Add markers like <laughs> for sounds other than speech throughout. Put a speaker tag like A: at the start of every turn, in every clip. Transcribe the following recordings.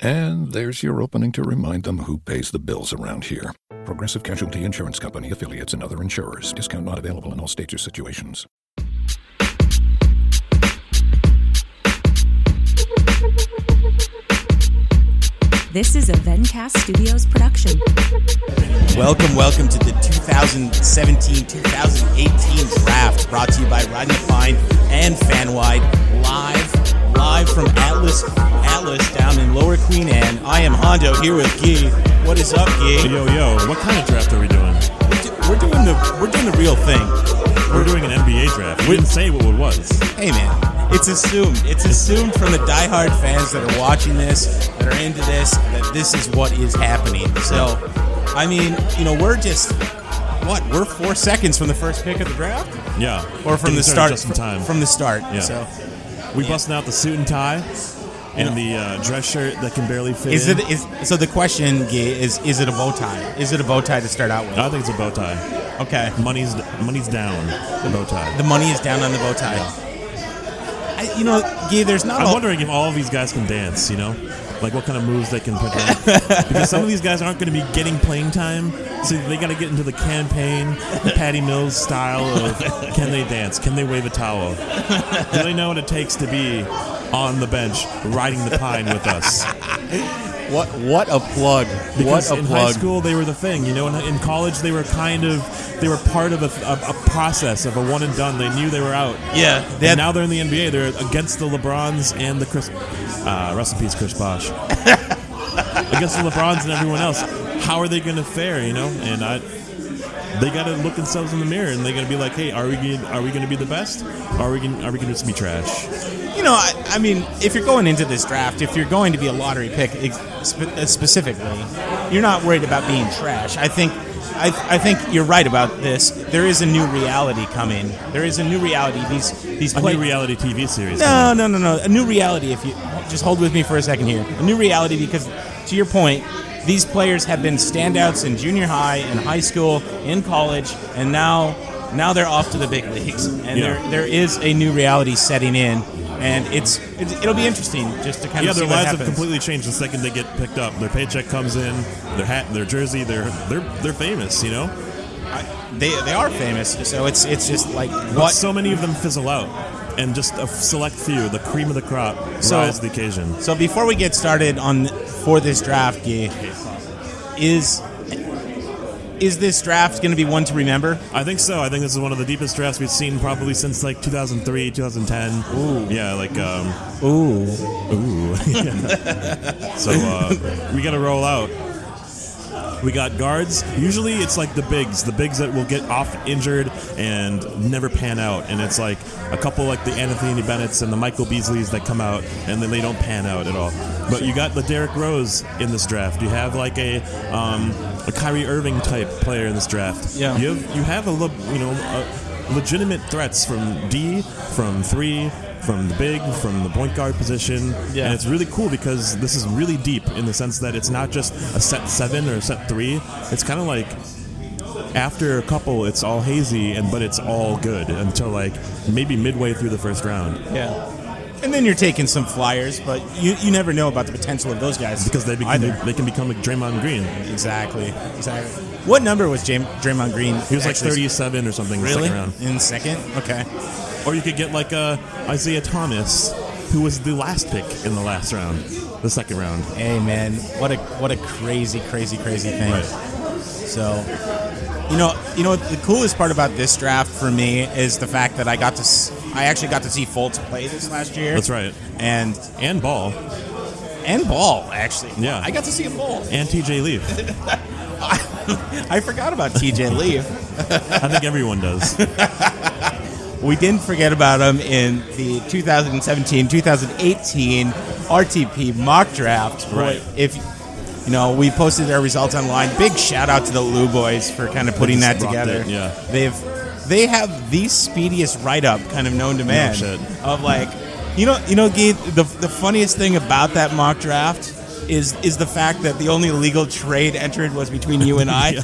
A: And there's your opening to remind them who pays the bills around here. Progressive Casualty Insurance Company, affiliates, and other insurers. Discount not available in all states or situations.
B: This is a Vencast Studios production.
C: Welcome, welcome to the 2017-2018 draft brought to you by Rodney Fine and Fanwide live, live from Atlas, Atlas down in Lower Queen Anne. I am Hondo here with Gee. What is up, Gee?
D: Yo, yo, what kind of draft are we doing?
C: We're, do- we're doing the we're doing the real thing.
D: We're doing an NBA draft. We didn't say what it was.
C: Hey man, it's assumed. It's assumed from the diehard fans that are watching this, that are into this, that this is what is happening. So, I mean, you know, we're just what we're four seconds from the first pick of the draft.
D: Yeah.
C: or from
D: Getting
C: the
D: started
C: start
D: Just in time.
C: from the start
D: Yeah.
C: so
D: we busting out the suit and tie and the uh, dress shirt that can barely fit
C: is
D: in.
C: it is so the question Gee, is is it a bow tie is it a bow tie to start out with
D: I think it's a bow tie.
C: okay
D: Money's money's down. The bow tie.
C: the money is down on the bow tie I, you know Gee, there's not
D: I'm
C: a-
D: wondering if all of these guys can dance. You know, like what kind of moves they can pick up. because some of these guys aren't going to be getting playing time, so they got to get into the campaign, the Patty Mills style of can they dance? Can they wave a towel? Do they know what it takes to be on the bench riding the pine with us?
C: what what a plug
D: Because
C: what a
D: in high
C: plug
D: school they were the thing, you know. In, in college they were kind of they were part of a, a, a process of a one and done. They knew they were out.
C: yeah
D: And
C: that,
D: now they're in the NBA. They're against the LeBrons and the Chris. Uh, rest in peace, Chris
C: <laughs>
D: Bosh. against the LeBrons and everyone else. How are they going to fare? You know, and I. They got to look themselves in the mirror, and they got to be like, "Hey, are we gonna, are we going to be the best? Or are we gonna, are we going to just be trash?"
C: you know I, I mean if you're going into this draft if you're going to be a lottery pick ex- spe- uh, specifically you're not worried about being trash i think I, I think you're right about this. There is a new reality coming. There is a new reality. These these
D: A
C: play-
D: new reality TV series.
C: No, no, no, no. A new reality. If you just hold with me for a second here, a new reality because, to your point, these players have been standouts in junior high, in high school, in college, and now, now they're off to the big leagues. And
D: Yeah.
C: there, there is a new reality setting in, and it's, it's it'll be interesting just to kind
D: Yeah,
C: of see
D: their
C: what
D: lives
C: happens.
D: have completely changed the second they get picked up. Their paycheck comes in, their hat, their jersey, they're they're they're famous, you know.
C: they they are famous, so it's it's just like
D: But
C: what
D: so many of them fizzle out, and just a select few, the cream of the crop,
C: So-
D: rise to the occasion.
C: So before we get started on for this draft, Guy, is is this draft going to be one to remember?
D: I think so. I think this is one of the deepest drafts we've seen probably since like 2003, 2010. Ooh. Yeah, like um,
C: Ooh,
D: <laughs> So uh, we got to roll out. We got guards. Usually it's like the bigs, the bigs that will get off injured and never pan out. And it's like a couple like the Anthony Bennett's and the Michael Beasleys that come out and then they don't pan out at all. But you got the Derrick Rose in this draft. You have like a um, a Kyrie Irving type player in this draft.
C: Yeah.
D: You have you have a le- you know a legitimate threats from D, from three, from the big, from the point guard position.
C: Yeah.
D: And it's really cool because this is really deep in the sense that it's not just a set seven or a set three. It's kind of like after a couple, it's all hazy, and but it's all good until like maybe midway through the first round
C: yeah. And then you're taking some flyers, but you, you never know about the potential of those guys
D: because they become,
C: either.
D: they can become like Draymond Green.
C: Exactly, exactly. What number was Jam- Draymond Green?
D: He was like
C: actually-
D: 37 or something. in the
C: Really?
D: Second round.
C: In second? Okay.
D: Or you could get like uh, Isaiah Thomas, who was the last pick in the last round, the second round.
C: Hey man, what a what a crazy, crazy, crazy thing.
D: Right.
C: So You know, you know what the coolest part about this draft for me is the fact that I got to, s- I actually got to see Fultz play this last year.
D: That's right.
C: And
D: And Ball.
C: and ball actually.
D: Yeah.
C: I got to see him ball.
D: And TJ Leaf.
C: I forgot about TJ Leaf.
D: I think everyone does.
C: We didn't forget about him in the 2017-2018 RTP mock draft.
D: Right.
C: If you know, we posted their results online. Big shout out to the Lou boys for kind of putting
D: just
C: that
D: rocked
C: together.
D: it, yeah.
C: They've they have the speediest write up kind of known to man
D: shit.
C: of like you know you know Keith, the the funniest thing about that mock draft is is the fact that the only legal trade entered was between you and
D: <laughs>
C: I.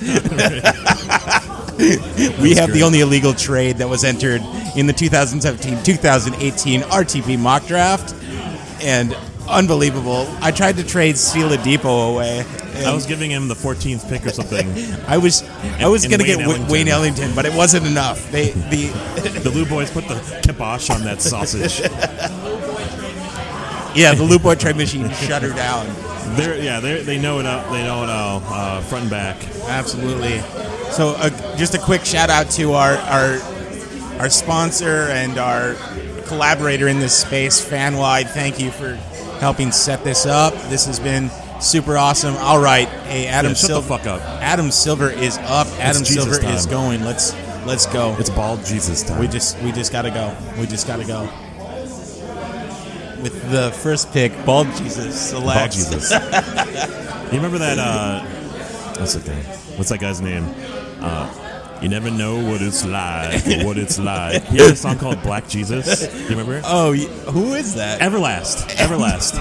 C: We have the
D: great.
C: only illegal trade that was entered in the 2017-2018 RTP mock draft, and unbelievable. I tried to trade Steal Depot away. and
D: I was giving him the 14th pick or something.
C: I was I was
D: and
C: gonna
D: Wayne
C: get Wa- Wayne Ellington, but it wasn't enough. They the
D: The Lou boys put the kibosh on that sausage.
C: yeah the Loop Boy trade machine shut her down.
D: They're, yeah, they're, they know it. Out, they know it all uh, front and back.
C: Absolutely. So, uh, just a quick shout out to our our our sponsor and our collaborator in this space, FanWide. Thank you for helping set this up. This has been super awesome. All right, hey Adam
D: Yeah, shut the
C: Silver,
D: fuck up.
C: Adam Silver is up. Adam
D: Jesus
C: Silver
D: time.
C: is going. Let's let's go.
D: It's bald Jesus time.
C: we just we just gotta go. We just gotta go. With the first pick, Bald Jesus selects.
D: Bald Oh, Jesus. you remember that? Uh, what's that guy? What's that guy's name? Uh, you never know what it's like. or What it's like. He had a song called Black Jesus. Do you remember? it?
C: Oh, y- who is that?
D: Everlast. Everlast.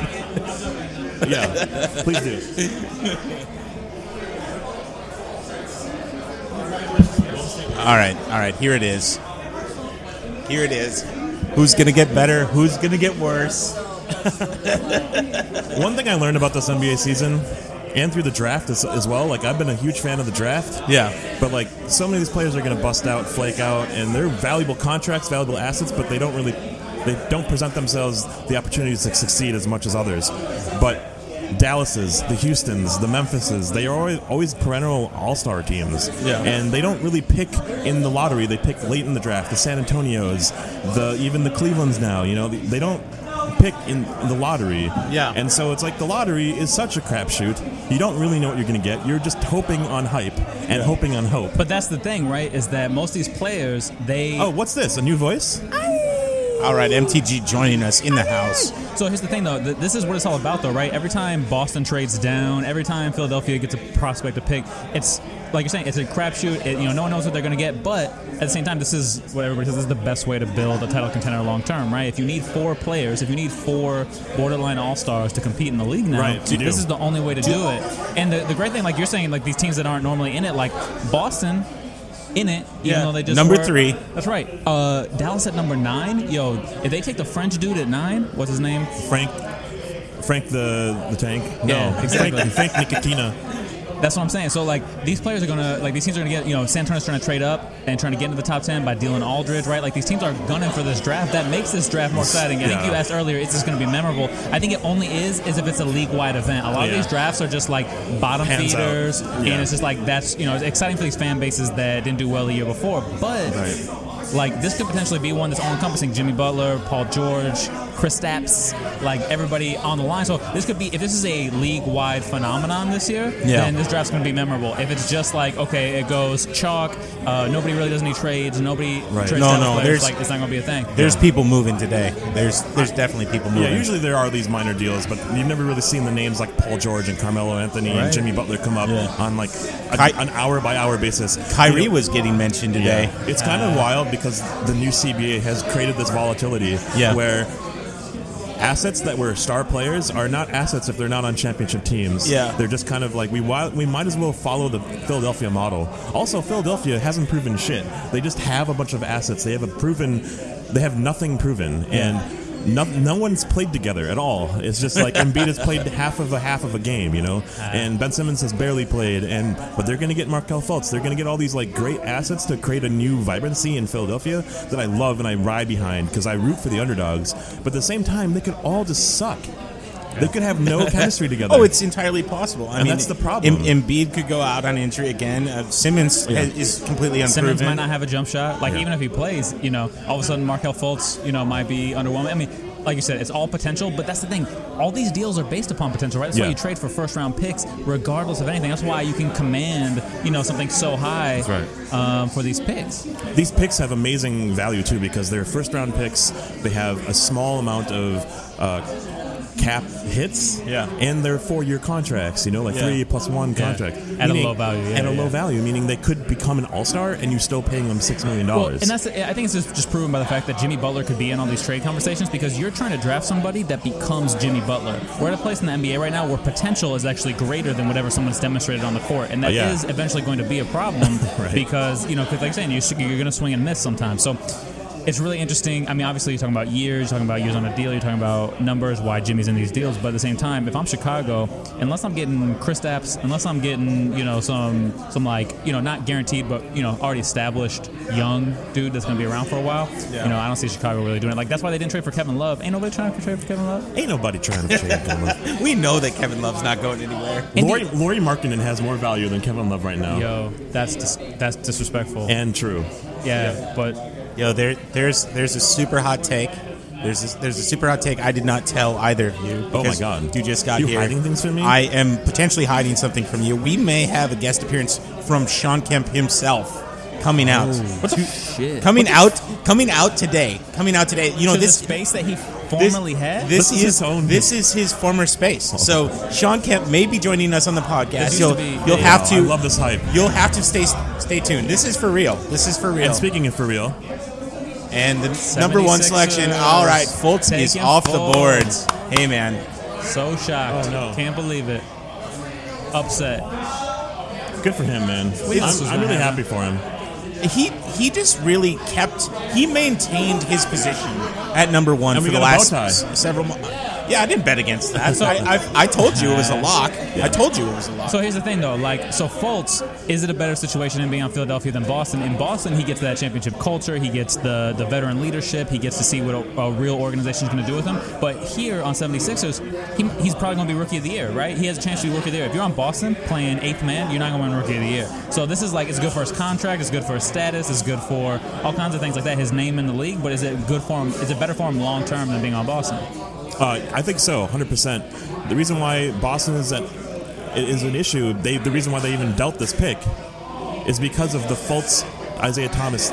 D: yeah. Please do.
C: All right, all right. Here it is. Here it is. Who's gonna get better? Who's gonna get worse?
D: One thing I learned about this NBA season, and through the draft as, as well. Like I've been a huge fan of the draft.
C: Yeah,
D: But like so many of these players are going to bust out, flake out, and they're valuable contracts, valuable assets, but they don't really they don't present themselves the opportunity to succeed as much as others. But Dallas's, the Houston's, the Memphis's, they are always, always perennial all-star teams.
C: Yeah.
D: And they don't really pick in the lottery. They pick late in the draft. The San Antonios, the even the Clevelands now, you know, they don't pick in the lottery.
C: Yeah.
D: And so it's like the lottery is such a crapshoot. You don't really know what you're going to get. You're just hoping on hype and hoping on hope.
E: But that's the thing, right? Is that most of these players, they.
D: Oh, what's this? A new voice?
C: All right, MTG joining us in the house.
E: So here's the thing, though. Th- This is what it's all about, though, right? Every time Boston trades down, every time Philadelphia gets a prospect to pick, it's like you're saying, it's a crapshoot. It, you know, no one knows what they're going to get. But at the same time, this is what everybody says this is the best way to build a title contender long term, right? If you need four players, if you need four borderline all stars to compete in the league now,
D: Right, you do.
E: this is the only way to do it. And the, the great thing, like you're saying, like these teams that aren't normally in it, like Boston. In it, even
C: Yeah.
E: though they just
C: Number
E: were-
C: three.
E: That's right. Uh, Dallas at number nine. Yo, if they take the French dude at nine, what's his name?
D: Frank. Frank the the tank? No,
E: Yeah, exactly.
D: Frank, Frank Nicotina.
E: That's what I'm saying. So like these players are gonna like these teams are gonna get you know Santorini's trying to trade up and trying to get into the top ten by dealing Aldridge, right? Like these teams are gunning for this draft. That makes this draft more exciting. I think
D: Yeah.
E: you asked earlier, is this gonna be memorable? I think it only is is if it's a league wide event. A lot of
D: Yeah.
E: these drafts are just like bottom
D: Hands out.
E: feeders,
D: Yeah.
E: and it's just like that's you know it's exciting for these fan bases that didn't do well the year before, but. Like this could potentially be one that's all encompassing. Jimmy Butler, Paul George, Chris Stapps, like everybody on the line. So this could be if this is a league wide phenomenon this year,
C: Yeah.
E: then this draft's going to be memorable. If it's just like okay, it goes chalk, uh, nobody really does any trades, nobody
D: Right.
E: trades
C: No,
E: out
C: no,
E: players,
C: there's-
E: like it's not going to be a thing.
C: There's people moving today. There's there's definitely people moving.
D: Yeah, usually there are these minor deals, but you've never really seen the names like Paul George and Carmelo Anthony
C: Right.
D: and Jimmy Butler come up
C: Yeah.
D: on like a,
C: Ky-
D: an hour by hour basis.
C: Kyrie
D: You know-
C: was getting mentioned today.
D: Yeah. It's kind
C: Uh,
D: of wild because the new CBA has created this volatility
C: Yeah.
D: where assets that were star players are not assets if they're not on championship teams.
C: Yeah.
D: They're just kind of like, we, wi- we might as well follow the Philadelphia model. Also, Philadelphia hasn't proven shit. They just have a bunch of assets. They have a proven, they have nothing proven. And no, no one's played together at all. It's just like Embiid has played half of a half of a game, you know, and Ben Simmons has barely played. And but they're going to get Markel Fultz. They're going to get all these like great assets to create a new vibrancy in Philadelphia that I love and I ride behind because I root for the underdogs. But at the same time, they could all just suck. They could have no chemistry together.
C: Oh, it's entirely possible. I
D: And
C: mean,
D: that's the problem.
C: Em- Embiid could go out on injury again. Uh, Simmons
D: Yeah.
C: has, is completely unproven.
E: Simmons might not have a jump shot. Like
D: Yeah.
E: even if he plays, you know, all of a sudden Markel Fultz, you know, might be underwhelming. I mean, like you said, it's all potential, but that's the thing. All these deals are based upon potential, right? That's why
D: Yeah.
E: you trade for first round picks, regardless of anything. That's why you can command, you know, something so high
D: right.
E: um, for these picks.
D: These picks have amazing value too because they're first round picks. They have a small amount of uh, cap hits.
C: Yeah.
D: And they're four year contracts, you know, like
C: Yeah.
D: three plus one contract.
E: At a low value, yeah,
D: at a
E: yeah.
D: low value, meaning they could become an all star and you're still paying them $6 million.
E: Well, and that's I think it's just, just proven by the fact that Jimmy Butler could be in all these trade conversations because you're trying to draft somebody that becomes Jimmy Butler. We're at a place in the NBA right now where potential is actually greater than whatever someone's demonstrated on the court, and that
D: Oh,
E: is
D: yeah.
E: eventually going to be a problem
D: <laughs> Right.
E: because you know, 'cause like I'm saying, you're, sh- you're going to swing and miss sometimes. So. It's really interesting. I mean, obviously, you're talking about years, you're talking about years on a deal, you're talking about numbers, why Jimmy's in these deals. But at the same time, if I'm Chicago, unless I'm getting Chris Stapps, unless I'm getting you know some some like you know not guaranteed, but you know already established young dude that's going to be around for a while.
C: Yeah.
E: You know, I don't see Chicago really doing it. Like that's why they didn't trade for Kevin Love. Ain't nobody trying to trade for Kevin Love.
D: Ain't nobody trying
E: <laughs>
D: to trade Kevin Love.
C: we know that Kevin Love's not going anywhere.
E: And
D: Lori,
E: the-
D: Lori Markkinen has more value than Kevin Love right now.
E: Yo, that's dis- that's disrespectful.
D: And true.
E: yeah, but
C: Yo, there, there's there's a super hot take. There's this, there's a super hot take. I did not tell either of you.
D: Oh my
C: because
D: God.
C: You just got
D: You
C: here.
D: hiding things from me?
C: I am potentially hiding something from you. We may have a guest appearance from Sean Kemp himself coming out.
E: what the shit?
C: Coming out, coming out today. Coming out today. You know
E: to
C: this
E: the space that he
C: this-
E: formerly had.
C: This,
D: This is
C: is
D: his own- Oh.
C: This is his former space. So Sean Kemp may be joining us on the podcast.
E: used
C: You'll,
E: to be-
C: you'll
E: Yeah,
C: have to.
D: I love this hype.
C: You'll have to stay stay tuned. This is for real. This is for real.
D: And speaking of for real,
C: And the number one
E: 76ers.
C: selection. All right, Fultz is
E: Taking
C: off the
E: Fultz.
C: boards. Hey man,
E: So shocked.
D: Oh, no.
E: Can't believe it. Upset.
D: good for him, man.
E: knew this
D: I'm,
E: was
D: I'm really
E: gonna
D: happy for him.
C: he he just really kept. He maintained his position at number one
D: And
C: for
D: we
C: the
D: got a bow
C: last
D: tie.
C: s- several. Mo- yeah, I didn't bet against that. I, I, I told you it was a lock. I told you it was a lock.
E: So here's the thing, though. Like, so Fultz, is it a better situation in being on Philadelphia than Boston? In Boston, he gets that championship culture. He gets the, the veteran leadership. He gets to see what a, a real organization is going to do with him. But here on 76ers, he, he's probably going to be Rookie of the Year, right? He has a chance to be Rookie of the Year. If you're on Boston playing eighth man, you're not going to win Rookie of the Year. So this is like, it's good for his contract. It's good for his status. It's good for all kinds of things like that. His name in the league. But is it good for him? Is it better for him long term than being on Boston?
D: Uh, I think so, 100%. The reason why Boston is, at, is an issue, they, the reason why they even dealt this pick is because of the Fultz Isaiah Thomas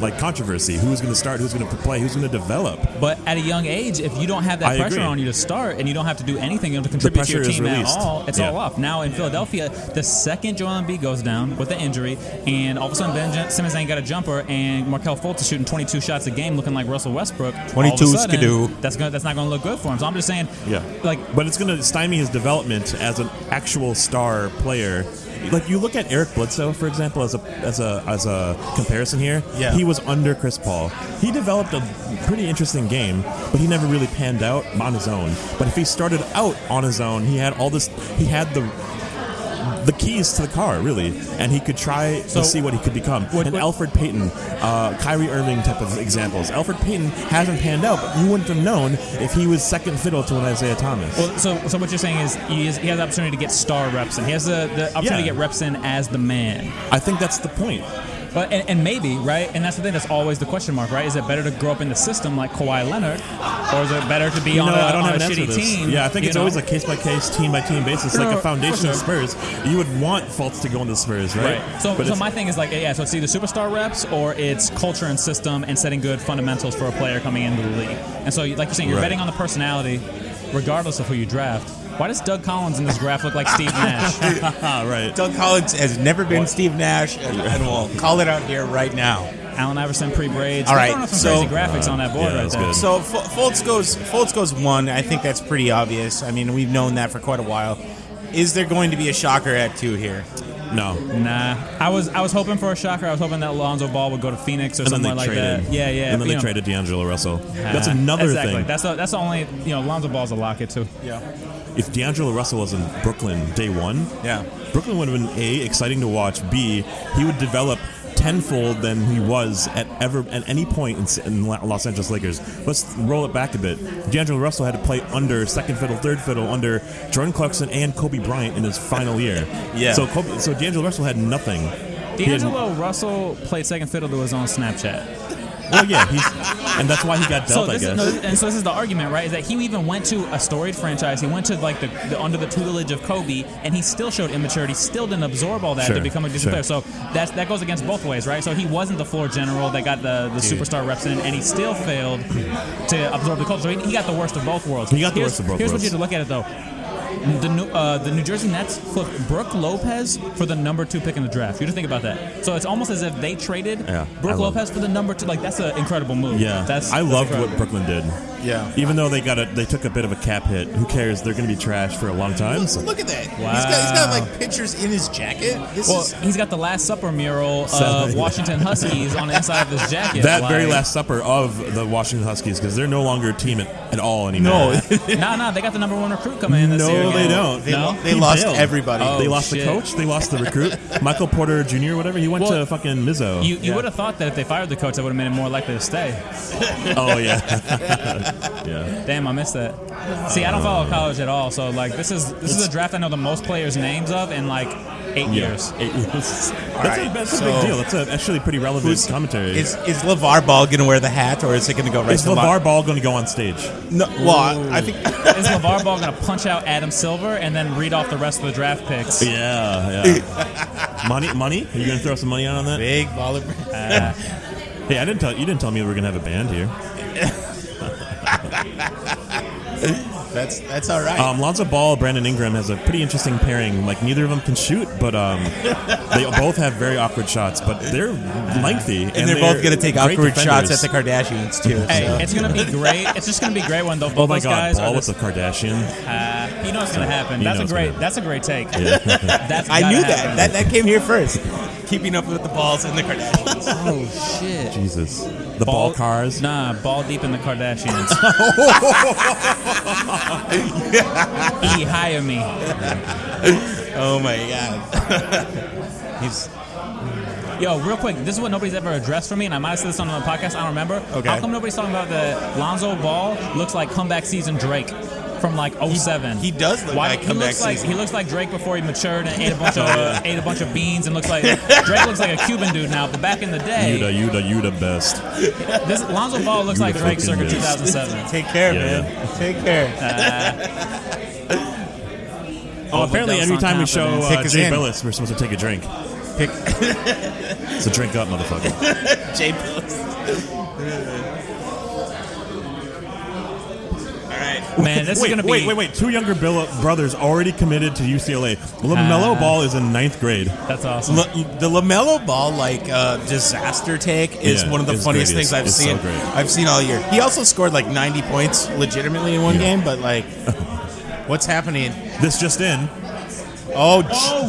D: like controversy. Who's going to start? Who's going to play? Who's going to develop?
E: But at a young age, if you don't have that
D: I
E: pressure
D: agree.
E: on you to start and you don't have to do anything to contribute to your
D: pressure is
E: team at
D: released.
E: all, it's
D: Yeah.
E: all off. Now in Philadelphia, the second Joel Embiid goes down with the injury, and all of a sudden Ben Jen- Simmons ain't got a jumper, and Markel Fultz is shooting 22 shots a game, looking like Russell Westbrook. all of a
C: 22
E: sudden,
C: skidoo.
E: That's gonna, that's not going to look good for him. So I'm just saying,
D: Yeah.
E: like
D: But it's going to stymie his development as an actual star player. Like you look at Eric Bledsoe, for example, as a as a as a comparison here.
C: Yeah.
D: He was under Chris Paul. He developed a pretty interesting game, but he never really panned out on his own. But if he started out on his own, he had all this. He had the. The keys to the car, really, and he could try
E: So-
D: to see what he could become.
E: What-
D: An
E: what-
D: Alfred Payton, uh, Kyrie Irving type of examples. Alfred Payton hasn't panned out, but you wouldn't have known if he was second fiddle to an Isaiah Thomas.
E: Well, so so what you're saying is he has, he has the opportunity to get star reps in. He has the, the opportunity to
D: Yeah.
E: get reps in as the man.
D: I think that's the point.
E: But and, and maybe right, and that's the thing. That's always the question mark, right? Is it better to grow up in the system like Kawhi Leonard, or is it better to be
D: You
E: on
D: know,
E: a,
D: I don't
E: on
D: have an
E: a
D: answer to
E: shitty
D: this.
E: team?
D: Yeah, I think
E: you
D: it's
E: know?
D: always a case by case, team by team basis,
E: No,
D: like
E: for
D: a foundation of
E: sure.
D: Spurs. You would want Fultz to go in the Spurs, right?
E: right. So,
D: But
E: so
D: it's- <laughs>
E: my thing is like, yeah. So it's either superstar reps or it's culture and system and setting good fundamentals for a player coming into the league. And so, like you're saying, you're
D: Right.
E: betting on the personality, regardless of who you draft. Why does Doug Collins in this graph look like
D: <laughs>
E: Steve Nash?
D: ah, right.
C: Doug Collins has never been Steve Nash, and, and we'll call it out here right now.
E: Allen Iverson pre braids.
C: All
E: throwing
C: right,
E: up some
C: so-
E: crazy graphics on that board
D: uh, yeah,
E: right
D: that's
E: there.
D: good.
C: So Fu- Fultz goes Fultz goes one. I think that's pretty obvious. I mean, we've known that for quite a while. Is there going to be a shocker at two here?
D: No.
E: Nah, I was I was hoping for a shocker. I was hoping that Lonzo Ball would go to Phoenix or
D: And then
E: somewhere
D: they
E: like
D: traded.
E: that. Yeah, yeah.
D: And
E: but,
D: then
E: you
D: they
E: know,
D: traded D'Angelo Russell. That's
E: nah.
D: another
E: exactly.
D: thing.
E: That's the, that's the only you know Lonzo Ball's a locket too.
C: Yeah,
D: if D'Angelo Russell was in Brooklyn day one,
C: yeah.
D: Brooklyn would have been A, exciting to watch, B, he would develop tenfold than he was at ever at any point in, s- in La- Los Angeles Lakers. Let's roll it back a bit. D'Angelo Russell had to play under second fiddle, third fiddle, under Jordan Clarkson and Kobe Bryant in his final year.
C: Yeah.
D: So Kobe, so D'Angelo Russell had nothing. He had-
E: D'Angelo Russell played second fiddle to his own Snapchat.
D: well, yeah, he's, and that's why he got
E: So
D: dealt. I
E: this
D: guess.
E: is, no, and so this is the argument, right? Is that he even went to a storied franchise. He went to like the, the under the tutelage of Kobe, and he still showed immaturity. Still didn't absorb all that
D: Sure,
E: to become a decent
D: sure.
E: player. So that's that goes against both ways, right? So he wasn't the floor general that got the, the
D: Dude.
E: superstar reps in, and he still failed to absorb the culture. So he, he got the worst of both worlds.
D: He got the
E: Here's-
D: worst of both
E: Here's
D: worlds.
E: what you have to look at it though. The New, uh, the New Jersey Nets flipped Brooke Lopez for the number two pick in the draft. You have to think about that. So it's almost as if they traded
D: Yeah, I
E: Brooke
D: love-
E: Lopez for the number two. Like that's an incredible move.
D: Yeah,
E: that's
D: I
E: that's
D: loved
E: incredible.
D: what Brooklyn did.
C: Yeah.
D: Even though they got a, they took a bit of a cap hit. Who cares? They're going to be trash for a long time.
C: Look,
D: So
C: look at that.
E: Wow.
C: He's got, he's got like pictures in his jacket. This
E: Well,
C: is
E: he's got the Last Supper mural
D: Seven.
E: of Washington Huskies on the inside of his jacket.
D: that
E: like-
D: very last supper of the Washington Huskies because they're no longer a team at, at all anymore. <laughs>
E: <laughs> nah, nah, they got the number one recruit coming in this year.
D: no, they
E: again.
D: don't.
C: they,
E: no?
C: they
D: He
C: lost
D: bailed.
C: everybody.
E: Oh.
D: they lost the
E: shit.
D: coach. They lost the recruit. Michael Porter Jr. Whatever he went
E: Well,
D: to fucking Mizzo.
E: You, you would have thought that if they fired the coach, that would have made him more likely to stay.
D: <laughs> oh yeah, yeah.
E: Damn, I missed that. See, I don't follow college at all, so like this is this is a draft I know the most players' names of in like eight years.
D: Eight years. That's, a,
C: right,
D: that's a
C: so-
D: big deal. That's a, actually pretty relevant
C: Who's-
D: commentary.
C: Is is LeVar Ball going to wear the hat or is it going to go right
D: Is
C: to Mar-
D: LeVar Ball going to go on stage?
C: No, well, I, I think
E: <laughs> Is LeVar Ball gonna punch out Adam Silver and then read off the rest of the draft picks?
D: Yeah, yeah. money, money. Are you gonna throw some money out on that?
C: big baller.
D: Hey, I didn't tell you didn't tell me we were gonna have a band here.
C: <laughs> That's that's all right.
D: Um, Lonzo Ball, Brandon Ingram has a pretty interesting pairing. Like neither of them can shoot, but um, they both have very awkward shots. But they're lengthy, and,
C: and they're, both going to take
D: great
C: awkward shots
D: defenders.
C: at the Kardashians too.
E: Hey,
C: so.
E: it's gonna be great. It's just gonna be great when though.
D: Oh my
E: those
D: God!
E: guys
D: Ball
E: are
D: with
E: this,
D: the Kardashian.
E: uh, you know it's gonna happen.
D: You
E: That's
D: know
E: a
D: it's
E: great.
D: gonna
E: That's a great take.
D: Yeah.
E: That's
C: <laughs> I
E: gotta
C: knew that.
E: happen.
C: that. That came here first. Keeping up with the balls and the <laughs> Kardashians.
E: oh shit.
D: Jesus, the ball, cars.
E: Nah, ball deep in
C: <laughs>
E: the Kardashians. he hire me.
C: oh my god. <laughs> He's
E: Yo, real quick, this is what nobody's ever addressed for me, and I might have said this on the podcast. I don't remember.
C: Okay.
E: How come nobody's talking about the Lonzo Ball looks like comeback season Drake from like 07?
C: he does look like
E: he
C: comeback
E: looks like,
C: season. Oh,
E: He looks like Drake before he matured
C: <laughs>
E: and ate a bunch of uh, ate a bunch of beans and looks like Drake looks like a Cuban dude now. But back in the
D: You
E: day,
D: the you the you the best.
E: this Lonzo Ball looks
D: You
E: like
D: the
E: Drake circa
D: fucking best.
E: 2007.
C: take care,
D: Yeah,
C: man. Take care.
D: Oh, apparently
E: Overdose
D: every
E: on
D: time we show
E: confidence.
D: uh,
C: Take us
D: Jay
C: in.
D: Billis, we're supposed to take a drink.
C: Pick <laughs>
D: <laughs> So drink up, motherfucker.
C: Jay Billis. All right.
E: Man, this
D: wait,
E: is gonna be
D: wait, wait, wait. Two younger Bill- brothers already committed to UCLA. LaMelo
E: Ah.
D: Ball is in ninth grade.
E: That's awesome.
C: La- the Lamelo Ball like uh, disaster take is
D: Yeah,
C: one of the
D: it's
C: funniest
D: great.
C: things I've
D: It's- it's
C: seen.
D: so great.
C: I've seen all year. He also scored like 90 points legitimately in one
D: Yeah.
C: game, but
D: <laughs>
C: like, what's happening?
D: This just in.
C: Oh, J-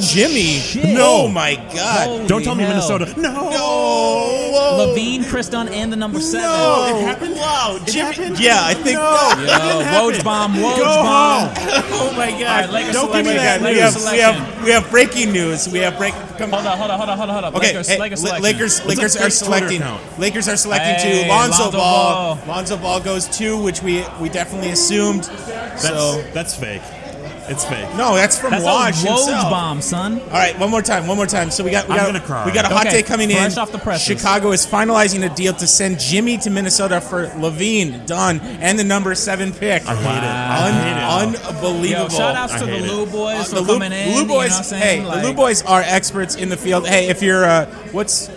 C: Jimmy! No,
D: No.
C: my God!
E: Holy
D: Don't tell me
E: hell.
D: Minnesota. No.
C: Oh. No!
E: Levine, Chris Dunn, and the number seven.
C: No! It happened. Wow, Jimmy! Yeah, I think.
E: Yo, Uh, Woj bomb, Woj
C: Go
E: bomb.
C: home!
E: <laughs>
C: oh my God!
E: right, Lakers
C: Don't give me
E: selection,
C: that. We
E: Lakers
C: have, we have we have breaking news. We have break. Come
E: Hold on, hold on, hold on, hold on, hold on.
C: Okay,
E: Lakers,
C: hey,
E: Lakers,
C: La-
E: selection.
C: Lakers,
D: Let's
C: Lakers
D: update
C: are
D: Twitter
C: selecting.
D: account.
C: Lakers are selecting
E: Hey,
C: to Lonzo,
E: Lonzo
C: Ball.
E: Ball.
C: Lonzo Ball goes two, which we we definitely assumed.
D: That's,
C: so
D: that's fake. It's fake.
C: no, that's from
E: That's
C: Woj
E: a Woj
C: himself.
E: bomb, son.
C: All right, one more time, one more time. So we got we
D: I'm
C: got
D: gonna cry.
C: we got a hot
E: Okay,
C: take coming
E: fresh
C: in.
E: off the presses.
C: Chicago is finalizing a deal to send Jimmy to Minnesota for Levine, Dunn, and the number seven pick.
D: I hate it. I
C: Un-
D: hate it.
C: unbelievable.
E: Yo, shout outs
D: I
E: to the
D: hate it.
E: Lou Boys for
C: the Lou,
E: coming in.
C: Lou
E: you know what
C: Boys,
E: I'm saying?
C: hey,
E: Like,
C: the Lou Boys are experts in the field. Hey, if you're, uh, what's,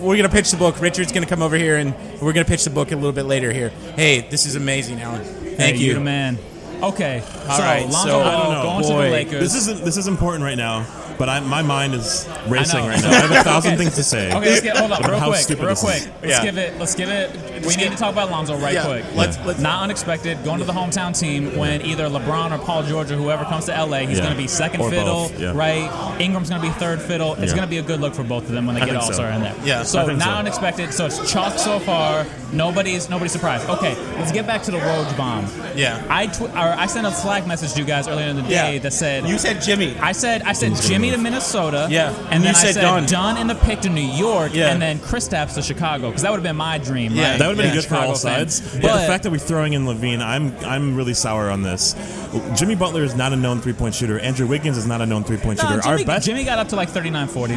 C: we're gonna pitch the book. Richard's gonna come over here, and we're gonna pitch the book a little bit later here. Hey, this is amazing, Alan. Thank
E: hey,
C: you.
E: the man. Okay,
C: All
E: so
C: right,
E: Lonzo
C: so-
E: Ball
C: I don't know,
E: going to
C: boy.
E: the Lakers.
D: Oh, This isn't. This is important right now. But I, my mind is racing
E: know.
D: right now. I have a thousand things to say.
E: okay, let's get hold on
D: About
E: real
D: how
E: quick,
D: stupid
E: real
D: this
E: quick.
D: is.
E: Let's
C: Yeah.
E: give it. Let's give it. we need to talk about Lonzo right
C: Yeah,
E: quick.
C: let's- let's-
E: Not unexpected. Going to the hometown team when either LeBron or Paul George or whoever comes to LA, he's
D: Yeah.
E: going to be second
D: Or
E: fiddle,
D: both, yeah.
E: right? Ingram's going to be third fiddle. It's
D: Yeah.
E: going to be a good look for both of them when they
D: I
E: get
D: think
E: All
D: so.
E: Star in there.
C: Yeah,
E: So
D: I think
E: not
D: so.
E: unexpected. So it's chalk so far. Nobody's nobody's surprised. Okay, let's get back to the Woj bomb.
C: Yeah.
E: I tw- or I sent a Slack message to you guys earlier in the
C: Yeah.
E: day that said
C: You said Jimmy.
E: I said I said Jimmy to Minnesota.
C: Yeah.
E: and
C: You
E: then I
C: said
E: said
C: Dunn.
E: Dunn. in the pick to New York,
C: Yeah.
E: and then Kristaps to Chicago because that would have been my dream.
C: Yeah.
E: right?
D: That would have been
C: Yeah.
D: good for all
E: Chicago fan.
D: sides. But
E: But
D: the fact that we're throwing in Levine, I'm I'm really sour on this. Jimmy Butler is not a known three point shooter. Andrew Wiggins is not a known three point
E: no,
D: shooter.
E: Jimmy,
D: Our best,
E: Jimmy got up to like 39, 40.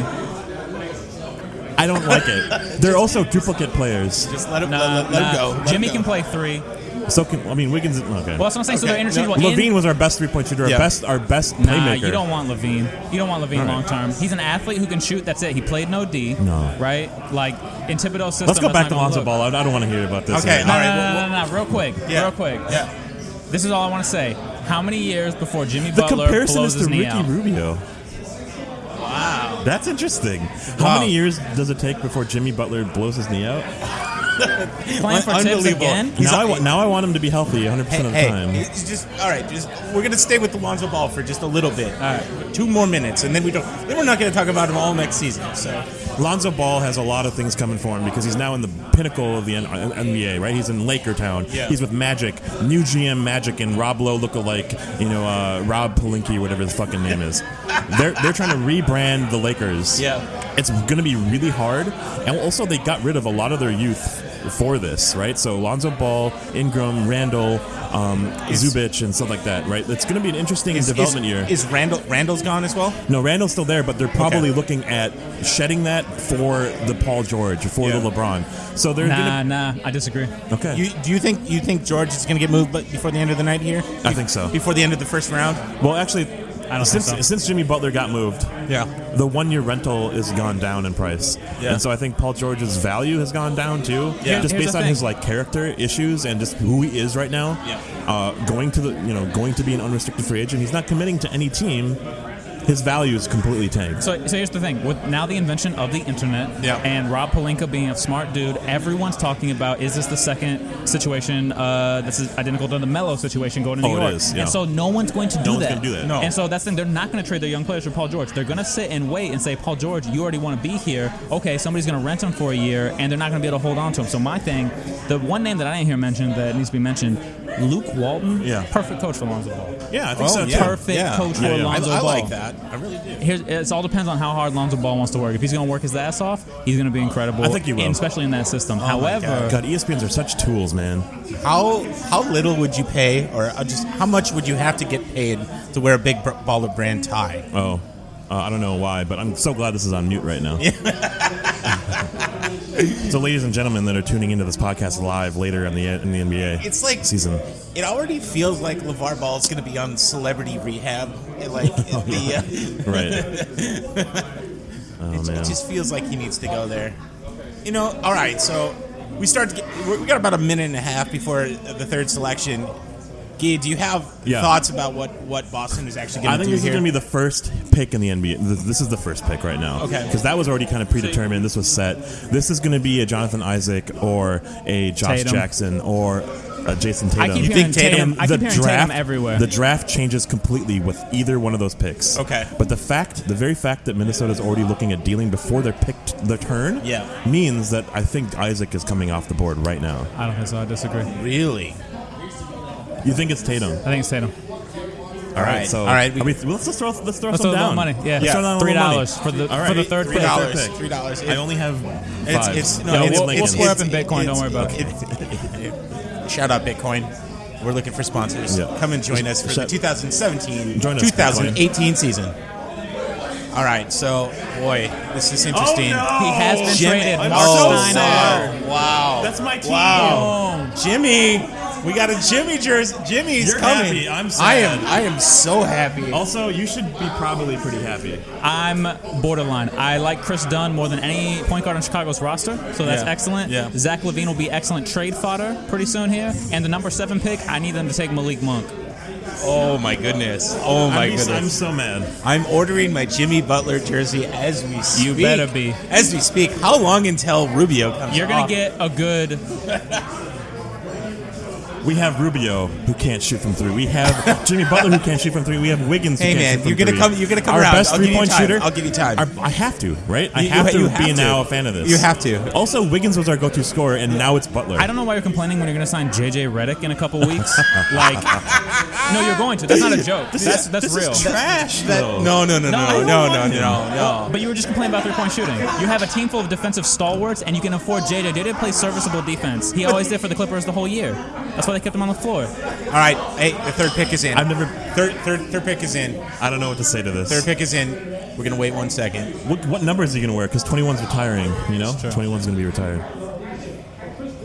D: I don't like
E: <laughs>
D: it. They're also duplicate players.
C: Just let him,
E: Nah,
C: let, let- let him
E: nah.
C: go. Let him
E: Jimmy
C: go.
E: can play three.
D: So can, I mean Wiggins. Okay.
E: Well, that's what I'm saying. So
C: Okay.
E: they're interchangeable. In-
D: Levine was our best three point shooter. Our
C: Yeah.
D: best, our best
E: Nah,
D: playmaker.
E: you don't want Levine. You don't want Levine
D: All right.
E: long term. He's an athlete who can shoot. That's it. He played no D.
D: No.
E: Right? Like in Thibodeau's system.
D: Let's go back
E: that's not
D: to
E: gonna
D: Lonzo
E: look.
D: Ball. I I don't want to hear about this.
C: Okay,
D: right now.
E: No,
C: All right,
E: no,
C: well,
E: no, no, no, real quick,
C: Yeah.
E: real quick.
C: Yeah.
E: This is all I want to say. How many years before Jimmy
D: The
E: Butler
D: comparison
E: blows
D: is to
E: his knee
D: Ricky
E: out?
D: Rubio. Wow, that's interesting. How
C: Wow.
D: many years does it take before Jimmy Butler blows his knee out?
E: Playing for Tibbs
C: Unbelievable.
E: again?
C: He's
D: now, I
C: a-
D: want, now I want him to be healthy 100
C: Hey,
D: percent of the
C: hey,
D: time.
C: it's just all right. Just we're gonna stay with the Lonzo Ball for just a little bit. All
E: right.
C: two more minutes, and then we don't. Then we're not gonna talk about him all next season. So
D: Lonzo Ball has a lot of things coming for him because he's now in the pinnacle of the N- NBA, right? He's in Laker Town.
C: Yeah.
D: He's with Magic, new GM Magic, and Rob Lowe lookalike, you know, uh, Rob Palinki, whatever his fucking
C: <laughs>
D: name is. they're they're trying to rebrand the Lakers.
C: Yeah.
D: it's going to be really hard. And also, they got rid of a lot of their youth for this, right? So Lonzo Ball, Ingram, Randall, um, Zubich, and stuff like that, right? It's going to be an interesting development
C: is,
D: year.
C: Is Randall Randall's gone as well?
D: No, Randall's still there, but they're probably looking at shedding that for the Paul George, for
C: Yeah.
D: the LeBron. So they're
E: Nah, nah, I disagree.
D: gonna okay.
C: You, do you think you think George is gonna get moved but before the end of the night here?
D: I think so.
C: Before the end of the first round?
D: well, actually,
E: don't
D: since
E: think so.
D: since Jimmy Butler got moved,
C: Yeah.
D: the one year rental is gone down in price,
C: Yeah.
D: and so I think Paul George's value has gone down too.
C: Yeah.
D: just
E: Here's
D: based
E: the
D: on
E: thing.
D: his like character issues and just who he is right now.
C: Yeah.
D: uh, going to the you know going to be an unrestricted free agent, he's not committing to any team. His value is completely tanked.
E: So, so here's the thing. With now the invention of the internet
C: Yeah.
E: and Rob Palinka being a smart dude, everyone's talking about is this the second situation uh, this is identical to the Mello situation going to New
D: Oh, it
E: York?
D: is, yeah.
E: And so no one's going to do
D: No one's
E: that.
D: gonna do that.
C: No.
E: And so that's the thing. They're not going to trade their young players for Paul George. They're going to sit and wait and say, Paul George, you already want to be here. Okay, somebody's going to rent him for a year, and they're not going to be able to hold on to him. So my thing, the one name that I didn't hear mentioned that needs to be mentioned, Luke Walton.
D: Yeah.
E: Perfect coach for Lonzo Ball.
D: yeah, I think so.
C: yeah.
D: too.
E: Perfect
C: Yeah.
E: coach for
D: Yeah, yeah.
E: Lonzo
C: I, I
E: Ball
C: like that. I really do.
E: here's it all depends on how hard Lonzo Ball wants to work. If he's going to work his ass off, he's going to be incredible.
D: I think he will. Oh
E: and especially in that system. However,
D: God, E ESPNs are such tools, man.
C: How how little would you pay, or uh, just how much would you have to get paid to wear a big br- baller brand tie?
D: Oh, uh, I don't know why, but I'm so glad this is on mute right now. <laughs> so, ladies and gentlemen that are tuning into this podcast live later in the in the NBA,
C: It's like-
D: season.
C: It already feels like LeVar Ball's going to be on Celebrity Rehab. and,
D: <laughs>
C: Like the, uh, <laughs>
D: Right. oh
C: it
D: man.
C: just feels like he needs to go there. You know. All right. So we start. To get, we we got about a minute and a half before the third selection. Gee, do you have
D: Yeah.
C: thoughts about what, what Boston is actually
D: I
C: going to
D: think
C: do
D: this
C: here?
D: is going to be the first pick in the NBA. Th- This is the first pick right now.
C: Okay.
D: Because that was already kind of predetermined. This was set. This is going to be a Jonathan Isaac or a Josh
E: Tatum.
D: Jackson or a Jason Tatum.
E: I keep
C: You
E: hearing
C: think Tatum-
E: Tatum.
D: And
E: I keep hearing Tatum everywhere.
D: The draft changes completely with either one of those picks.
C: Okay.
D: But the fact, the very fact that Minnesota's already looking at dealing before they're picked their turn
C: Yeah.
D: means that I think Isaac is coming off the board right now.
E: I don't think so. I disagree. I
C: really.
D: You think it's Tatum. All
E: think it's Tatum.
D: right.
C: right.
D: So
C: All right, we-
D: are we- well, let's just throw, let's throw
E: Let's
D: some
E: throw
D: down.
E: down money. Yeah.
D: Let's
E: Yeah.
D: throw down a little
E: $3
D: money.
E: for the-
D: All
E: for the
D: right.
E: third
D: Three
E: pick.
D: dollars.
C: Third pick. $3.
D: I only have
C: It's,
D: five.
C: it's, no,
E: Yeah,
C: it's,
E: we'll-
C: it's,
E: we'll square up in
C: it's-
E: Bitcoin, don't
C: it's-
E: worry about
C: <laughs> it. Shout out Bitcoin. We're looking for sponsors.
D: Yeah.
C: Come and join us for the
D: Shout-
C: 2017
D: Join us,
C: 2018 season. All right, so boy, this is interesting.
D: no!
E: He has been
C: Oh, Jimmy.
E: traded.
D: I'm
E: Mark
D: so
E: Stein-
D: sad.
C: wow. wow.
D: Oh, That's my team.
C: Wow. Jimmy. We got a Jimmy jersey. Jimmy's
D: You're
C: coming.
D: happy. I'm
C: I
D: sad. Oh,
C: am I am so happy.
D: Also, you should be probably pretty happy.
C: Oh
E: I'm borderline. I like Chris Dunn more than any point guard on Chicago's roster, so that's
C: Yeah.
E: excellent.
C: Yeah.
E: Zach Levine will be excellent trade fodder pretty soon here. And the number seven pick, I need them to take Malik Monk.
C: Oh my goodness! Oh my
D: I'm, I'm
C: goodness!
D: so mad.
C: I'm, ordering my Jimmy Butler jersey as we speak.
E: You better be.
C: As we speak. How long until Rubio comes?
E: You're
D: Ah.
E: gonna
C: off?
E: get a good
D: We have Rubio who can't shoot from three.
C: <laughs>
D: We have Jimmy Butler who can't shoot from three. We have Wiggins.
C: Hey,
D: who
C: man,
D: can't shoot from
C: you're gonna
D: three.
C: come- you're gonna come
D: Our
C: around.
D: best
C: I'll give
D: three
C: you
D: point
C: time.
D: shooter.
C: I'll give you time.
D: Our- I have to, right? I
C: You-
D: have to
C: you have
D: be
C: to.
D: now a fan of this.
C: You have to.
D: Also, Wiggins was our go-to scorer, and now it's Butler.
E: I don't know why you're complaining when you're going to sign JJ Redick in a
D: <laughs>
E: couple weeks. like, no, you're going to. That's not a joke.
D: This is-
E: that's that's
D: this is
E: real.
D: trash.
C: That-
D: though.
C: no, no, no, no,
E: I
C: no,
E: don't
C: no,
E: want
C: no,
E: him.
C: no, no.
E: But you were just complaining about three-point shooting. You have a team full of defensive stalwarts, and you can afford JJ. JJ plays serviceable defense. He always did for the Clippers the whole year. That's why they kept him on the floor.
C: All right, hey, the third pick is in.
D: I've never.
C: Third, third, third pick is in.
D: I don't know what to say to this.
C: Third pick is in. We're gonna wait one second.
D: What, what number is he going to wear? Because 21's retiring. You know, 21's going to be retired.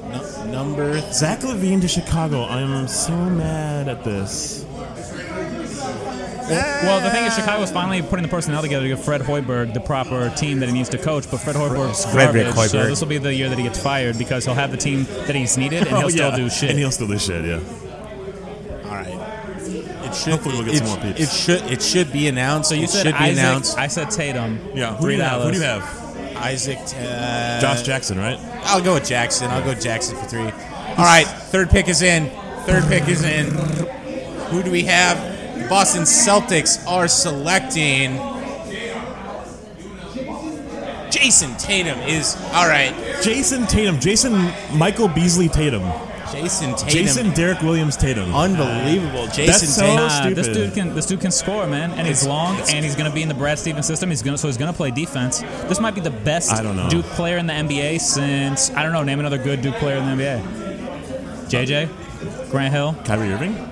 C: No, number.
D: Zach Levine to Chicago. I'm so mad at this.
E: Well, the thing is, Chicago's finally putting the personnel together to give Fred Hoiberg the proper team that he needs to coach. But Fred Hoiberg's
C: Frederick
E: garbage, so
C: Hoiberg.
E: this will be the year that he gets fired because he'll have the team that he's needed, and
D: <laughs>
E: he'll
D: Oh, yeah.
E: still do shit.
D: And he'll still do shit. Yeah.
C: All right. It should.
D: Hopefully we'll get
C: it,
D: some more peeps.
C: It should. It should be announced.
E: so you
C: it
E: said
C: should be
E: Isaac,
C: announced.
E: I said Tatum.
D: Yeah. Who do
E: three
D: you have?
E: dollars.
D: Who do you have?
C: Isaac. Uh,
D: Josh Jackson, right?
C: I'll go with Jackson. I'll go with Jackson for three. All right, third pick is in. Third pick is in. Who do we have? The Boston Celtics are selecting. Jason Tatum is all right.
D: Jason Tatum. Jason Michael Beasley Tatum.
C: Jason Tatum,
D: Jason Derek Williams Tatum.
C: unbelievable. Jason
D: so
C: Tatum.
E: Nah, Uh, this
D: stupid.
E: dude can this dude can score, man, and he's long, and he's gonna be in the Brad Stevens system. He's gonna so he's gonna play defense. This might be the best
D: I don't know.
E: Duke player in the NBA since I don't know. Name another good Duke player in the NBA. JJ, Grant Hill.
D: Kyrie Irving.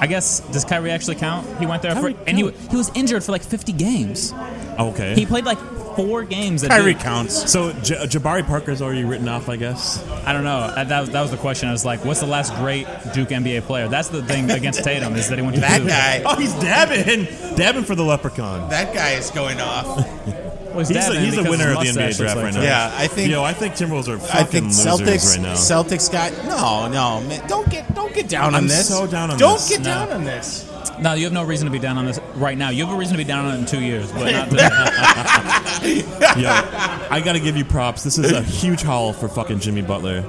E: I guess does Kyrie actually count? He went there
D: Kyrie
E: for and he he was injured for like 50 games.
D: Oh, Okay.
E: He played like four games. At
C: Kyrie
E: Duke.
C: counts.
D: so J- Jabari Parker's already written off, I guess.
E: I don't know. That, that was, that was the question. I was like, what's the last great Duke NBA player? That's the thing against
D: <laughs>
E: Tatum is that he went to
C: That
E: Duke.
C: guy.
D: Oh, he's dabbing, dabbing for the leprechaun.
C: That guy is going off.
E: Well, he's
D: He's, a,
E: dabbing
D: he's a
E: because
D: winner
E: his
D: of the NBA
E: mustache looks
D: draft
E: like
D: right
E: that.
D: now.
C: Yeah, I think-
D: Yo, I think Timberwolves are fucking
C: I think
D: losers
C: Celtics.
D: right now.
C: Celtics got no, no. Man, don't get don't get down on
D: I'm
C: this.
D: so down on
C: don't
D: this.
C: get
E: No.
C: down on this.
E: No, you have no reason to be down on this right now. You have a reason to be down on it in two years, but
D: <laughs>
E: not today.
C: <laughs>
D: Yo, I gotta give you props. This is a huge haul for fucking Jimmy Butler.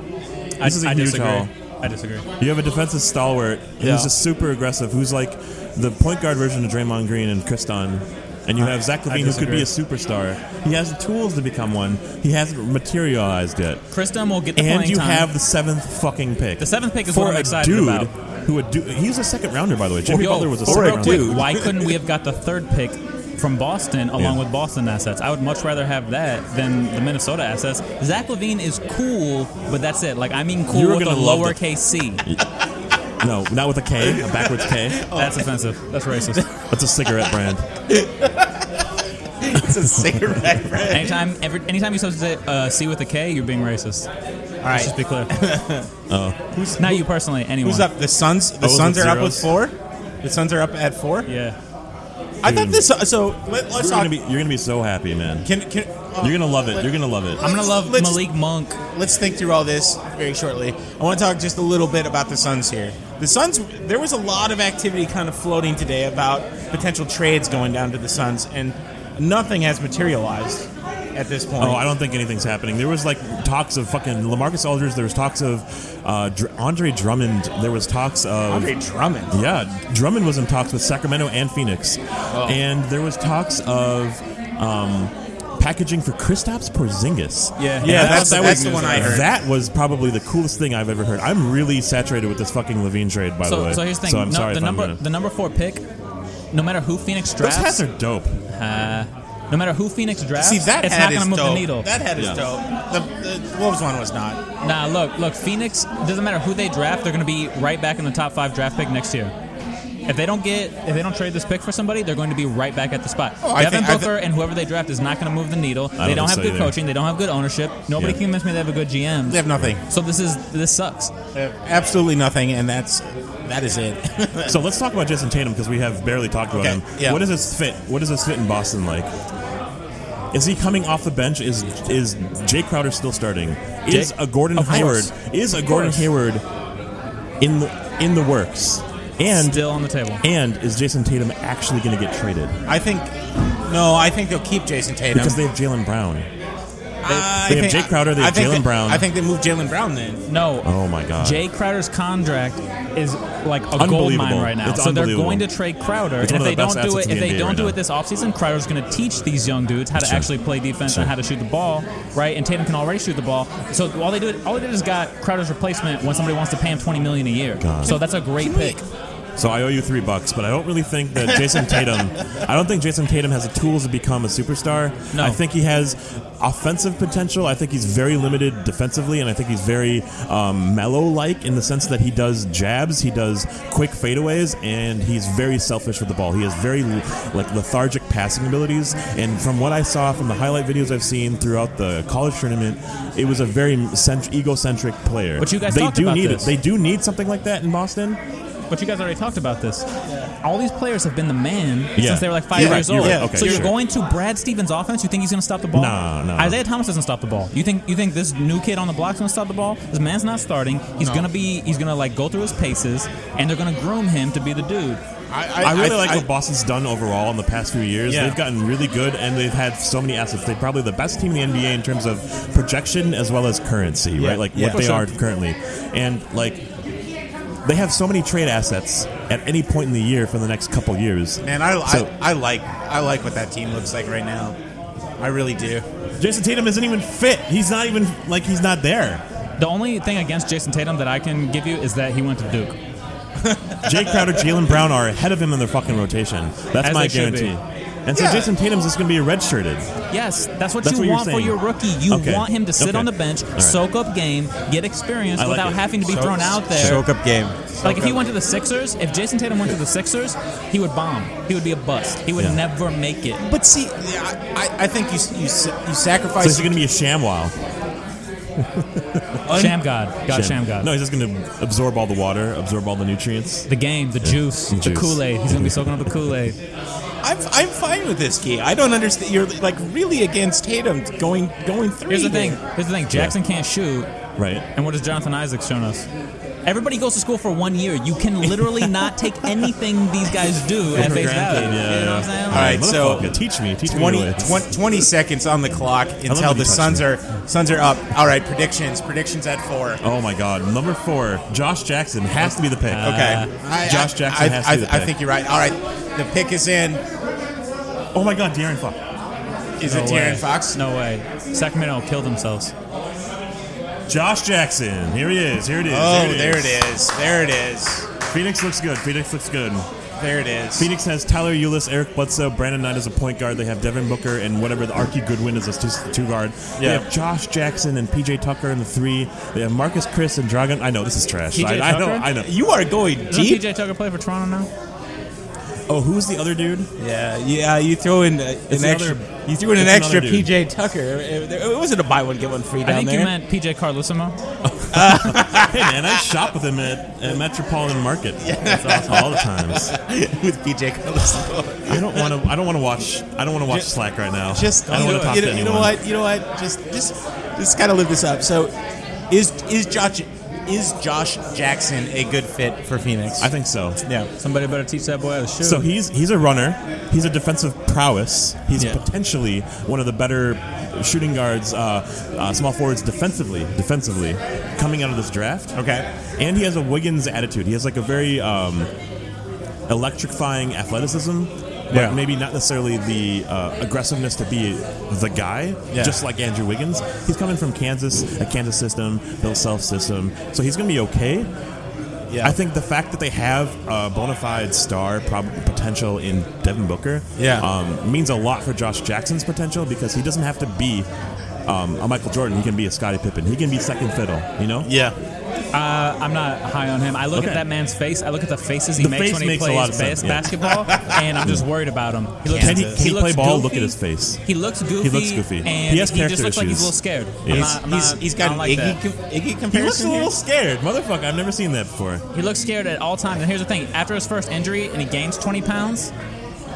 E: I,
D: is a
E: I
D: huge
E: disagree.
D: haul.
E: I disagree.
D: You have a defensive stalwart
C: Yeah.
D: who's just super aggressive, who's like the point guard version of Draymond Green and Kriston. And you have Zach Levine, who could be a superstar. He has the tools to become one. He hasn't materialized yet.
E: Chris Dunn will get the
D: And
E: playing
D: you
E: time.
D: have the seventh fucking pick.
E: The seventh pick is
D: for
E: what I'm
D: a
E: excited
D: dude
E: about.
D: Who a dude? He's a second rounder, by the way. Jimmy
E: Yo,
D: Butler was a
E: for
D: second
E: real
D: rounder.
E: quick, why couldn't we have got the third pick from Boston along
D: Yeah.
E: with Boston assets? I would much rather have that than the Minnesota assets. Zach Levine is cool, but that's it. Like I mean, cool
D: You're
E: with a
D: gonna love the-
E: lowercase c.
D: <laughs> No, not with a K, a backwards K.
E: That's offensive.
D: <laughs>
E: That's racist.
D: That's a cigarette brand.
C: It's a
D: <laughs>
C: cigarette. break.
E: anytime, every, anytime you substitute uh, c with a k, you're being racist.
C: All
E: Let's
C: right.
E: just
D: <laughs>
E: be clear. oh, not you personally. Anyone?
C: Who's up? The Suns. The
D: Oh, is
C: Suns
D: it
C: are up with
D: zeros?
C: four. The Suns are up at four.
E: Yeah.
C: I thought this. So let,
D: You're
C: let's
D: gonna
C: talk.
D: be, you're gonna be so happy, man.
C: can, can, uh,
D: You're gonna love it. You're gonna love it.
E: I'm gonna love
C: Let's-
E: Malik Monk.
C: let's think through all this very shortly. I want to talk just a little bit about the Suns here. The Suns, there was a lot of activity kind of floating today about potential trades going down to the Suns, and nothing has materialized at this point.
D: Oh, I don't think anything's happening. There was like talks of fucking Lamarcus Aldridge. There was talks of uh, Dr- Andre Drummond. There was talks of
C: Andre Drummond.
D: yeah, Drummond was in talks with Sacramento and Phoenix,
C: Oh.
D: and there was talks of. Um, Packaging for Kristaps Porzingis.
E: Yeah.
D: And
E: Yeah,
D: I thought
C: that's-
D: that
C: that's
D: was-
C: the one I heard.
D: That was probably the coolest thing I've ever heard. I'm really saturated with this fucking Levine trade, by the
E: So,
D: way.
E: so here's the thing.
D: So I'm
E: No-
D: sorry
E: the
D: if I'm
E: number,
D: gonna-
E: the number four pick. No matter who Phoenix
D: Those
E: drafts,
D: hats are dope.
E: No matter who Phoenix drafts,
C: See, that
E: it's
C: hat
E: not going
C: is
E: to move
C: dope.
E: the needle.
C: That hat is dope. The, the Wolves one was not.
E: nah, look, look, Phoenix doesn't matter who they draft, they're going to be right back in the top five draft pick next year. If they don't get, if they don't trade this pick for somebody, they're going to be right back at the spot.
C: Oh, I
E: Devin
C: think- I
E: Booker and whoever they draft is not going to move the needle.
D: don't
E: they don't
D: think
E: have
D: so
E: good
D: either.
E: coaching. They don't have good ownership. Nobody
D: Yeah.
E: can convince me they have a good GM.
C: They have nothing.
E: So this is this sucks.
C: They have absolutely nothing, and that's that is it.
D: So let's talk about Jason Tatum because we have barely talked about
C: Okay,
D: him.
C: yeah.
D: What does this fit? What does this fit in Boston like? Is he coming off the bench? Is is Jay Crowder still starting? Is
E: Jay-
D: a Gordon
E: Of
D: Hayward?
E: course.
D: Is a Gordon
E: course.
D: Hayward in the in the works? And
E: Still on the table.
D: and is Jason Tatum actually going to get traded
C: I think. No, I think they'll keep Jason Tatum.
D: because they have Jalen Brown?
C: I
D: they
C: think-
D: have Jay Crowder, they
C: I
D: have
C: think
D: Jalen
C: that-
D: Brown.
C: I think they moved Jalen Brown then.
E: No.
D: Oh my God.
E: Jay Crowder's contract is like a gold
D: Unbelievable.
E: mine right now.
D: It's
E: so they're
D: unbelievable.
E: going to trade Crowder.
D: It's
E: and
D: one
E: if
D: of the
E: they
D: best
E: don't do
D: assets
E: it,
D: in
E: if
D: the
E: they
D: NBA
E: don't
D: right
E: do
D: now.
E: it this offseason, Crowder's going to teach these young dudes how to
D: Sure.
E: actually play defense
D: Sure.
E: and how to shoot the ball, right? And Tatum can already shoot the ball. So all they do, all they did is got Crowder's replacement when somebody wants to pay him twenty million a year.
D: God.
E: So that's a great pick.
D: So I owe you three bucks, but I don't really think that
E: <laughs>
D: Jason Tatum. I don't think Jason Tatum has the tools to become a superstar.
E: No.
D: I think he has offensive potential. I think he's very limited defensively, and I think he's very um, mellow-like in the sense that he does jabs, he does quick fadeaways, and he's very selfish with the ball. He has very like lethargic passing abilities, and from what I saw from the highlight videos I've seen throughout the college tournament, it was a very cent- egocentric player.
E: But you guys
D: they
E: talked
D: do
E: about
D: need
E: this.
D: it. They do need something like that in Boston.
E: But you guys already talked about this. All these players have been the man
D: Yeah.
E: since they were like five
D: You're right,
E: years
D: you're
E: old.
D: right. Okay,
E: so you're
D: sure.
E: going to Brad Stevens' offense. You think he's going to stop the ball?
D: No, no.
E: Isaiah Thomas doesn't stop the ball. You think you think this new kid on the block's going to stop the ball? This man's not starting. He's going to be. He's going to like go through his paces, and they're going to groom him to be the dude.
C: I,
D: I really like what Boston's done overall in the past few years.
C: Yeah.
D: They've gotten really good, and they've had so many assets. They're probably the best team in the NBA in terms of projection as well as currency, right? Like
C: Yeah.
D: what they
C: Sure.
D: are currently, and like they have so many trade assets at any point in the year for the next couple years.
C: Man, I,
D: So-
C: I, I like I like what that team looks like right now. I really do.
D: Jason Tatum isn't even fit. He's not even like he's not there.
E: The only thing against Jason Tatum that I can give you is that he went to Duke.
D: Jay
C: <laughs>
D: Crowder, Jalen Brown are ahead of him in their fucking rotation. That's
E: As
D: my
E: they should be.
D: guarantee. And so
C: Yeah.
D: Jason Tatum's just going to be redshirted.
E: Yes, that's what
D: That's
E: you
D: what you're
E: want for
D: saying.
E: your rookie. You
D: Okay.
E: want him to sit
D: Okay.
E: on the bench,
D: All right.
E: soak up game, get experience
D: I like
E: without
D: it.
E: having to be thrown out there.
C: Choke up game.
E: Like if he went to the Sixers, if Jason Tatum went to the Sixers, he would bomb. He would be a bust. He would
D: Yeah.
E: never make it.
C: But see, I, I, I think you s- you s- you
D: So
C: sacrifice.
D: he's going to be a ShamWow.
E: Sham God, God Sham, God.
D: No, he's just going to absorb all the water, absorb all the nutrients.
E: The game, the juice, the
D: Juice.
E: Kool Aid. He's gonna be soaking up the Kool Aid.
C: I'm, I'm fine with this key. I don't understand. You're like really against Tatum going going three.
E: Here's the
C: there.
E: thing. Here's the thing. Jackson can't shoot,
D: Right.
E: and what has Jonathan Isaacs shown us? Everybody goes to school for one year. You can literally not take anything these guys do at
D: For
E: face
D: granted,
E: value.
D: yeah,
E: you know
D: yeah.
E: what I'm saying?
C: All right, so-
D: motherfucker, teach me, teach
C: 20,
D: me. your ways.
C: 20 20 seconds on the clock until
D: when you
C: the
D: touch
C: Suns
D: me.
C: are Suns are up. All right, predictions. Predictions at four.
D: Oh my God! Number four, Josh Jackson has to be the pick.
C: Uh, Okay,
D: I- Josh Jackson
C: I,
D: has
C: I,
D: to be the
C: I
D: pick.
C: think you're right. All right, the pick is in.
D: Oh my God, De'Aaron Fox.
C: Is
E: No
C: it
E: way.
C: Darren Fox?
E: No way. Sacramento killed themselves.
D: Josh Jackson. Here he is. Here it is.
C: Oh,
D: here it
C: there
D: is.
C: it is. There it is.
D: Phoenix looks good. Phoenix looks good.
C: There it is.
D: Phoenix has Tyler Eulis, Eric Bledsoe, Brandon Knight as a point guard. They have Devin Booker and whatever the Archie Goodwin is as two, two guard. They
C: Yeah.
D: have Josh Jackson and PJ Tucker in the three. They have Marcus Chris and Dragon. I know this is trash.
E: PJ
D: I, I know.
E: Tucker?
D: I know.
C: You are going
E: Doesn't
C: deep.
E: PJ Tucker play for Toronto now?
D: Oh, who's the other dude?
C: Yeah, yeah. You throw in uh,
D: It's
C: an extra.
D: another-
C: you threw in an
D: it's
C: extra
D: another dude.
C: PJ Tucker. It, it wasn't a buy one get one free down
E: I think
C: there.
E: you meant PJ Carlissimo.
D: Hey man, I shop with him at, at Metropolitan Market. That's awesome. All the times. <laughs>
C: with PJ Carlos.
D: I don't want to. I don't want to watch. I don't want to watch Slack right now.
C: Just
D: I don't
C: you,
D: want
C: know,
D: to talk
C: you,
D: to
C: know, you
D: anyone.
C: know what? You know what? Just just just gotta live this up. So, is is Josh is Josh Jackson a good fit for Phoenix?
D: I think so.
C: yeah.
E: Somebody better teach that boy how to shoot.
D: So he's he's a runner. He's a defensive prowess. He's
E: Yeah.
D: potentially one of the better shooting guards, uh, uh, small forwards defensively. Defensively, coming out of this draft.
C: Okay.
D: and he has a Wiggins attitude. He has like a very um, electrifying athleticism, but
C: Yeah.
D: maybe not necessarily the uh, aggressiveness to be the guy.
C: Yeah.
D: Just like Andrew Wiggins, he's coming from Kansas, a Kansas system, Bill Self system, so he's going to be okay.
C: Yeah.
D: I think the fact that they have a bona fide star prob- potential in Devin Booker
C: Yeah.
D: um, means a lot for Josh Jackson's potential because he doesn't have to be um, a Michael Jordan. He can be a Scottie Pippen. He can be second fiddle, you know?
C: Yeah.
E: Uh, I'm not high on him. I look
D: Okay.
E: at that man's face. I look at the faces he
D: The
E: makes
D: face
E: when he
D: makes a
E: plays
D: lot of
E: bas-
D: sense, yeah. <laughs>
E: basketball, and I'm just worried about him. He
D: Can he- can he
E: looks
D: play ball?
E: Goofy.
D: Look at his face.
E: He looks goofy.
D: looks goofy.
E: And
D: He has character
E: just looks like he's a little
D: issues.
E: scared.
D: Yeah.
E: I'm
D: He's-
E: not, I'm
C: He's,
E: not-
C: he's
E: I
C: got
E: don't
C: an
E: like
C: Iggy,
E: that.
C: com- Iggy comparison.
D: He looks a
C: here.
D: little scared, motherfucker. I've never seen that before.
E: He looks scared at all times. And here's the thing: after his first injury, and he gains 20 pounds.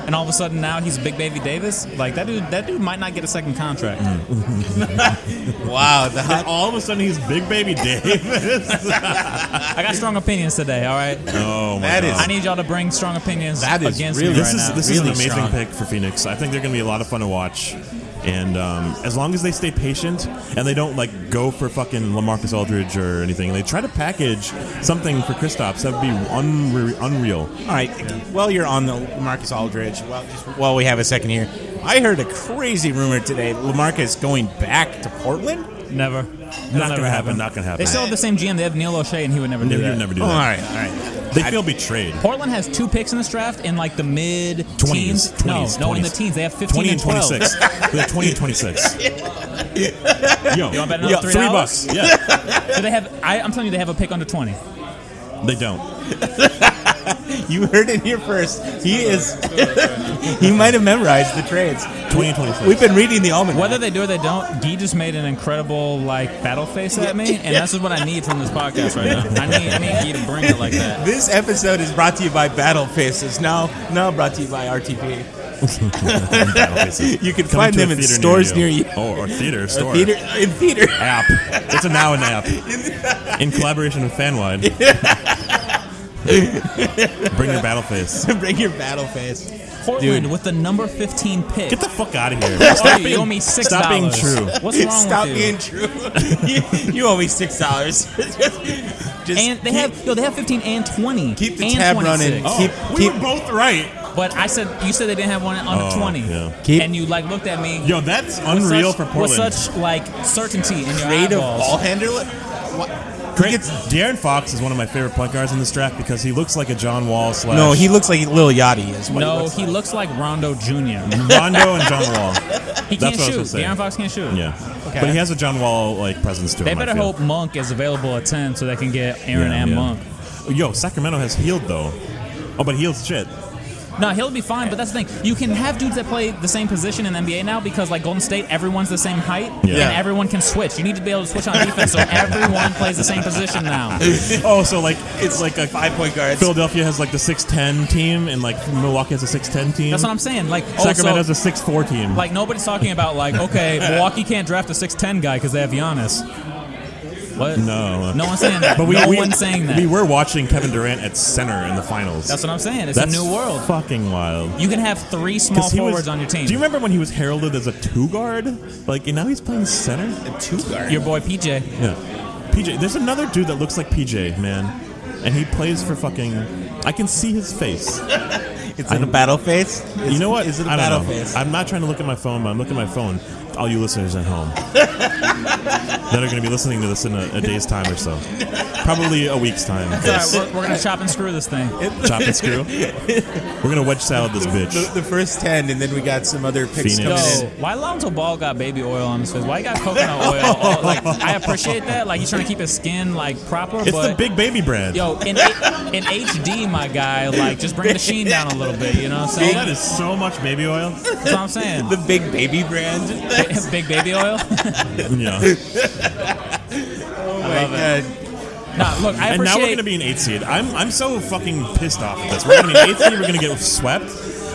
E: and all of a sudden now he's Big Baby Davis. Like that dude, that dude might not get a second contract.
D: Mm.
C: Wow, the hot
D: All of a sudden, he's Big Baby Davis. <laughs>
E: I got strong opinions today. All right,
D: oh my
C: That
D: god!
C: is-
E: I need y'all to bring strong opinions
C: That is
E: against
C: really-
E: me
D: this
E: right
D: is
E: now.
D: this
C: Really
D: is an amazing
C: strong.
D: pick for Phoenix. I think they're going to be a lot of fun to watch, and um, as long as they stay patient and they don't like go for fucking Lamarcus Aldridge or anything, they try to package something for Kristaps. That would be unre- unreal.
C: All right. Well, you're on the Lamarcus Aldridge. Well, just while we have a second here, I heard a crazy rumor today. Lamarcus going back to Portland.
E: Never,
D: Not gonna happen. Not gonna happen.
E: They still have the same GM. They have Neil O'Shea, and he would never do
D: They
E: that.
D: would never do
C: Oh, all
D: that.
C: right, all right.
D: They feel betrayed.
E: Portland has two picks in this draft in like the mid
D: 20s,
E: teens.
D: 20s,
E: no, no, in the
D: 20s.
E: teens. They have 15
D: 20 and
E: and 12.
D: 26. <laughs> They're 20 and
E: <laughs>
D: 26. Yo,
E: You want to bet another
D: yeah,
E: three,
D: three bucks.
E: dollars?
D: Yeah,
E: Do they have? I, I'm telling you, they have a pick under 20.
D: they don't.
C: You heard it here first. He is. <laughs> he might have memorized the trades.
D: 20 and 26.
C: We've been reading the almanac.
E: Whether they do or they don't, Gee just made an incredible like battle face at me, and that's just what I need from this podcast right now. I need I need Gee to bring it like that.
C: This episode is brought to you by Battle Faces. Now, now brought to you by RTP. <laughs> You can
D: Come
C: find
D: to a
C: them in
D: theater
C: stores near you.
D: Oh, or theater,
C: Or
D: store.
C: theater in theater.
D: app. It's a now an app. In collaboration with Fanwide. Bring your battle face.
C: <laughs> Bring your Battle Face.
E: Portland with the number 15 pick.
D: Get the fuck out of here.
E: Why do you owe me six
D: stop being
E: dollars?
D: true.
E: What's wrong
C: Stop
E: with you?
C: being true. <laughs> you, you owe me six dollars. <laughs> Just
E: and they
C: keep-
E: have yo, they have 15 and 20.
C: Keep the
E: and
C: tab
E: 26.
C: running.
E: Oh,
C: Keep-
D: we were both right.
E: But I said you said they didn't have one under
D: Oh,
E: 20,
D: yeah.
C: Keep-
E: and you like looked at me.
D: Yo, that's
E: with such-
D: unreal for Portland.
E: With such like certainty in your
C: creative
E: eyeballs.
C: ball handler. What?
D: Great. Darren Fox is one of my favorite point guards in this draft because he looks like a John Wall slash
C: No, he looks like Lil Yachty is what he
E: No,
C: looks
E: he looks like Rondo Jr.
D: Rondo and John Wall.
E: He
D: Mm-hmm. That's
E: can't
D: what I was
E: shoot.
D: gonna say.
E: De'Aaron Fox can't shoot.
D: Yeah,
C: Okay.
D: but he has a John Wall like presence to
E: They
D: him. I
E: better
D: feel.
E: hope Monk is available at 10 so they can get Aaron
D: Yeah,
E: and
D: yeah.
E: Monk.
D: Yo, Sacramento has healed though. Oh, but healed shit.
E: No, he'll be fine, but that's the thing. You can have dudes that play the same position in the NBA now because, like Golden State, everyone's the same height
D: Yeah.
E: and everyone can switch. You need to be able to switch on
D: <laughs>
E: defense so everyone plays the same position now.
D: Oh, so like it's like a
C: five point guards.
D: Philadelphia has like the six ten team, and like Milwaukee has a six ten team.
E: That's what I'm saying. Like,
D: Sacramento
E: also,
D: has a six four team.
E: like nobody's talking about,
D: <laughs>
E: like, okay, Milwaukee can't draft a 6'10 guy because they have Giannis. What?
D: no,
E: No one's saying that.
D: But we,
E: no
D: we,
E: one's saying that.
D: We were watching Kevin Durant at center in the finals.
E: that's what I'm saying. It's
D: That's
E: a new world.
D: Fucking wild.
E: You can have three small
D: 'Cause he was-
E: forwards on your team.
D: Do you remember when he was heralded as a two guard? Like, and now he's playing center.
C: two guard.
E: your boy PJ.
D: Yeah. PJ, there's another dude that looks like PJ, man. And he plays for fucking. I can see his face.
C: Is it a battle face? Is-
D: You know what?
C: Is it a
D: I don't
C: battle
D: know.
C: face?
D: I'm not trying to look at my phone, but I'm looking at my phone. All you listeners at home that are going to be listening to this in a, a day's time or so, probably a week's time.
E: It's all right, we're, we're gonna chop and screw this thing.
D: Chop and screw. We're going to wedge salad this
C: The,
D: bitch.
C: the first ten, and then we got some other picks
D: Phoenix.
E: Yo,
C: coming in.
E: why Lonzo Ball got baby oil on his face? Why he got coconut
D: <laughs>
E: oil? Oh, like, I appreciate that. Like, he's trying to keep his skin like proper.
D: It's
E: but
D: the big baby brand.
E: yo in in HD, my guy. Like, just bring
D: <laughs>
E: the sheen down a little bit. You know what I'm
D: Oh,
E: saying?
D: that is so much baby oil.
E: That's what I'm saying.
C: The big baby brand. <laughs>
E: <laughs> big baby oil.
D: Yeah.
C: Oh my god.
E: Nah, look, I
D: And now we're going
E: appreciate.
D: to be an eight seed. I'm, I'm so fucking pissed off at this. We're going to be an eight seed. We're going to get swept.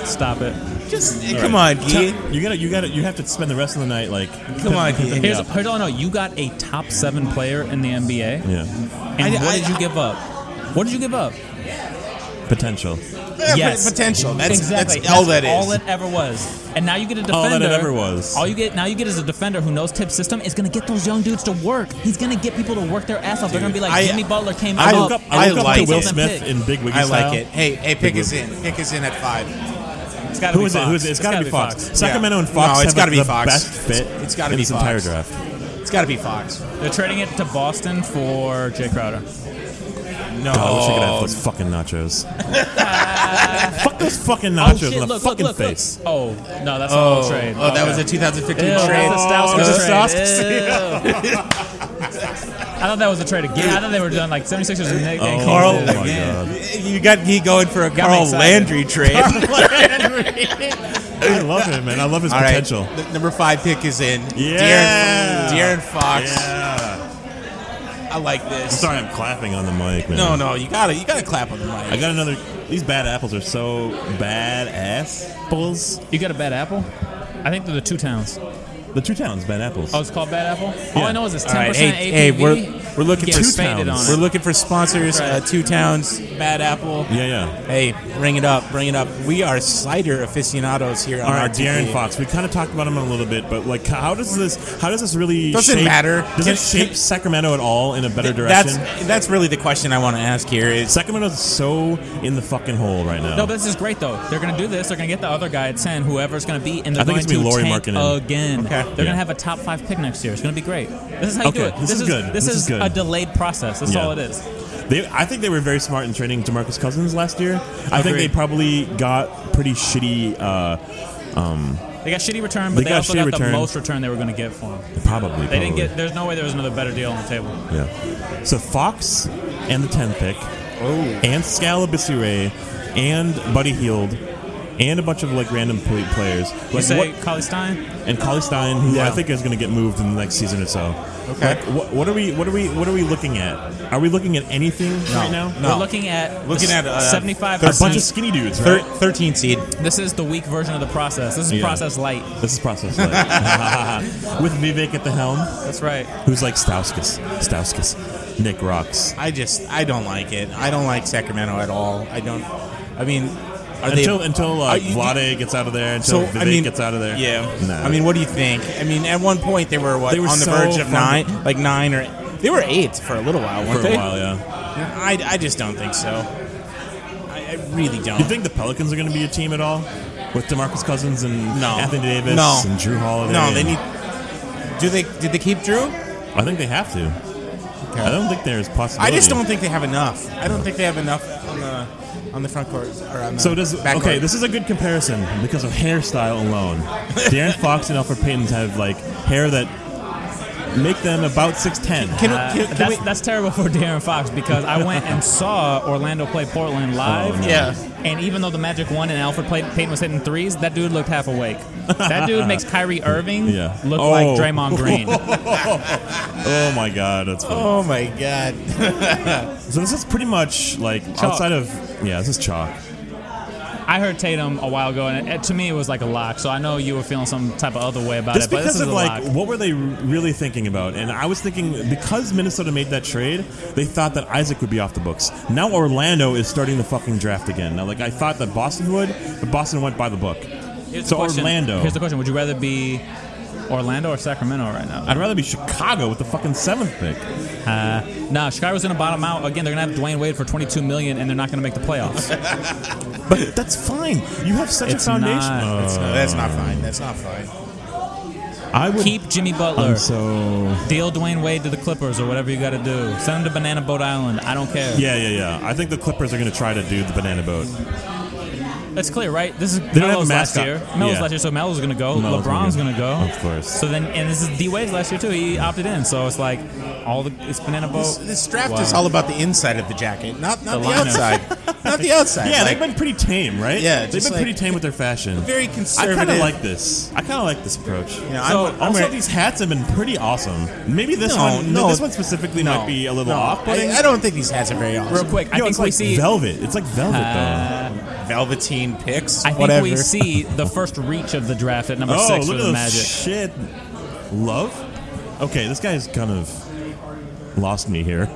E: Stop it.
C: Just
D: All
C: come
D: right.
C: on,
D: Tell-
C: Gee.
D: You gotta, you gotta, you have to spend the rest of the night like.
C: Come on, Gee.
E: Here's here's all I know. You got a top seven player in the NBA.
D: Yeah,
E: And
C: I-
E: what
C: I-
E: did you give up? What did you give up?
D: potential.
C: Yeah,
E: Yes.
C: p- potential. That's
E: exactly.
C: that's all that is.
E: All it ever was. And now you get a defender.
D: All that it ever was.
E: All you get now you get is a defender who knows tip system is going to get those young dudes to work. He's going to get people to work their ass off. They're going to be like
C: I-
E: Jimmy Butler came
C: I
E: up.
C: woke up-
D: I
C: I
D: look
C: like
D: up to Will
E: it.
D: Smith
E: Pick.
D: in Big Wiggy
C: I
D: style.
C: like it. Hey, hey, pick us in. Pick us in at five.
E: It's gotta
D: Who
E: be
D: is it? Who is
E: Fox.
D: it? It's gotta, be
E: gotta
D: Fox. Sacramento and Fox
C: No, it's
D: have
C: gotta
D: like,
C: be
D: the
C: Fox.
D: best fit
C: It's gotta
D: in
C: be
D: this entire
C: Fox.
D: draft.
C: It's got to be Fox.
E: They're trading it to Boston for Jay Crowder.
C: No.
D: God, I wish I could have those fucking nachos. <laughs> Fuck those fucking nachos
E: oh shit!
D: in the
E: look, look,
D: fucking
E: look, look.
D: face.
E: Oh no, that's not a
C: Oh,
E: whole trade.
C: oh, that
E: Okay.
C: was a 2015
E: Ew,
C: trade.
E: That's
D: Oh,
E: a
D: it's
E: Stauskas
D: a <laughs>
E: trade. Ew. I thought that was a trade again. I thought they were done like 76ers and they, they
D: Oh,
E: Carl.
D: my God.
C: Uh, You got Gee going for a
E: Got me
C: Carl
E: excited.
C: Landry trade.
D: I love him, man. I love
C: <laughs>
D: his
C: All right.
D: potential.
C: N- number five pick is in.
D: Yeah.
C: De'Aaron, De'Aaron Fox.
D: Yeah.
C: I like this.
D: Sorry, I'm clapping on the mic, man.
C: No, no, you gotta you gotta clap on the mic.
D: I got another. These bad apples are so bad apples.
E: You got a bad apple? I think they're the two towns.
D: The two towns bad apples.
E: Oh, it's called Bad Apple. All
D: Yeah.
E: I know is it's
C: All
E: ten
C: right, hey,
E: percent
C: hey,
E: APV.
C: we're we're looking
E: Get
C: for
E: expanded
D: towns.
E: on it.
C: We're looking for sponsors. Uh,
E: Right.
C: two Towns, Bad Apple.
D: yeah, yeah.
C: Hey, bring it up, bring it up. We are cider aficionados here on
D: All right,
C: RTP.
D: Darren Fox. We kind of talked about him a little bit, but like, how does this? How does this really?
C: Doesn't
D: shape,
C: matter.
D: Does
C: Can-
D: it shape Sacramento at all in a better
C: That's
D: direction?
C: that's really the question I want to ask here. Is
D: Sacramento's so in the fucking hole right now.
E: No, but this is great though. They're gonna do this. They're gonna get the other guy at ten, whoever it's gonna be, and they're
D: I think
E: going
D: it's gonna be
E: to
D: Laurie
E: tank
D: Markkinen.
E: again.
C: Okay.
E: They're
D: Yeah.
E: gonna have a top five pick next year. It's gonna be great. This is how you do
D: Okay,
E: it.
D: this is good.
E: This,
D: This
E: is,
D: is good.
E: a delayed process. That's
D: Yeah.
E: all it is.
D: They, I think they were very smart in trading Demarcus Cousins last year. I think they
E: Agreed.
D: probably got pretty shitty. Uh,
E: They got shitty return,
D: They
E: but they,
D: got
E: also
D: shitty
E: got
D: return.
E: the most return they were gonna get for him.
D: probably
E: They didn't
D: probably.
E: get. There's no way there was another better deal on the table.
D: Yeah. So Fox and the 10th pick,
C: Oh.
D: and Scalabissi and Buddy Heald, and a bunch of like random pl- players.
E: You
D: Like,
E: say
D: what-
E: Collie Stein?
D: and Collie Stein, who I
C: Yeah.
D: think is going to get moved in the next season or so.
C: Okay.
D: Like, what, what are we? What are we? What are we looking at? Are we looking at anything right now?
C: No.
E: We're looking at
C: Looking at, uh,
E: seventy-five.
D: They're a bunch of skinny dudes,
C: thir-
D: right?
C: 13 seed.
E: This is the weak version of the process. This is
D: Yeah.
E: process light.
D: This is process light. <laughs> With Vivek at the helm,
E: That's right.
D: who's like Stauskas, Stauskas, Nick rocks.
C: I just I don't like it. I don't like Sacramento at all. I don't. I mean, are
D: until
C: they?
D: until uh,
C: Are you-
D: Vlade gets out of there, until
C: so
D: Vivek
C: I mean,
D: gets out of there.
C: Yeah.
D: Nah.
C: I mean, what do you think? I mean, at one point they were what
D: They were
C: on the
D: so
C: verge of
D: fun-
C: nine, like nine or they were eight for a little while,
D: for
C: weren't
D: a
C: they?
D: while, yeah.
C: I, I just don't think so. I, I really don't.
D: You think the Pelicans are going to be a team at all with Demarcus Cousins and
C: No.
D: Anthony Davis
C: No.
D: and Drew Holiday?
C: no, they
D: and-
C: need. Do they? Did they keep Drew?
D: I think they have to. I don't think there's
C: I
D: possibility.
C: just don't think they have enough. I don't think they have enough on the on the front court or on the
E: Uh,
D: So does
C: back
D: okay?
C: court.
D: This is a good comparison because of hairstyle alone.
E: <laughs>
D: Darren Fox and Alfred Payton have like hair that make them about six ten.
C: can,
E: Uh,
C: can, can
E: that's,
C: we,
E: that's terrible for Darren Fox because I went and saw Orlando play Portland live.
D: Oh, no.
C: Yeah.
E: And even though the Magic won and Alfred played, Payton was hitting threes, that dude looked half awake. That dude
D: <laughs>
E: makes Kyrie Irving
D: Yeah.
E: look
D: Oh.
E: like Draymond Green.
D: <laughs> Oh my god, that's funny.
C: oh my god. <laughs>
D: So this is pretty much like
E: Chalk.
D: outside of yeah, this is chalk.
E: I heard Tatum a while ago, and it, to me it was like a lock. So I know you were feeling some type of other way about
D: Just
E: it, but this
D: because
E: is
D: of
E: a
D: like
E: lock.
D: what were they really thinking about? And I was thinking because Minnesota made that trade, they thought that Isaac would be off the books. Now Orlando is starting the fucking draft again. Now like I thought that Boston would, but Boston went by the book.
E: Here's
D: so
E: the question.
D: Orlando.
E: Here's the question: Would you rather be Orlando or Sacramento right now?
D: I'd rather be Chicago with the fucking seventh pick.
E: Nah, Chicago's gonna bottom out again. They're gonna have Dwayne Wade for 22 million, and they're not gonna make the playoffs.
D: <laughs> But that's fine. You have such
E: It's
D: a foundation.
E: not.
C: That's, no, that's not fine. That's not fine.
D: I would
E: Keep Jimmy Butler.
D: I'm so
E: Deal Dwayne Wade to the Clippers or whatever you got to do. Send him to Banana Boat Island. I don't care.
D: yeah, yeah, yeah. I think the Clippers are going to try to do the banana boat.
E: That's clear, right? This is
D: don't have
E: Melo's
D: a
E: last
D: mascot.
E: year. Melo's
D: Yeah.
E: last year, so Melo's going to go.
D: Melo's gonna
E: LeBron's
D: go.
E: going to go.
D: Of course.
E: So then, and this is D Wade's last year too. He opted in, so it's like all the it's Banana
C: This,
E: Boat.
C: this draft
E: Oh, Wow.
C: is all about the inside of the jacket, not not
E: The
C: the,
E: lineup.
C: outside. not the outside.
D: Yeah,
C: like,
D: they've been pretty tame, right?
C: Yeah,
D: they've
C: just
D: been pretty
C: like-
D: tame with their fashion.
C: very
D: I kind
C: conservative.
D: of like this. I kind of like this approach.
C: You know,
E: So,
C: I'm, I'm
D: Also,
C: wearing-
D: these hats have been pretty awesome. Maybe this
C: No,
D: one,
C: no,
D: this one specifically
C: no,
D: might be a little
C: no.
D: off. But
C: I, I don't think these hats are very awesome.
E: Real quick, I
D: Yo,
E: think
D: it's
E: we
D: like
E: see.
D: velvet. It's like velvet
E: Uh,
C: Velveteen picks.
E: I think
C: whatever.
E: we see the first reach of the draft at
D: though.
E: number
D: Oh,
E: six
D: look
E: for
D: at those
E: the Magic.
D: shit. Love. Okay, this guy's kind of lost me here. <laughs>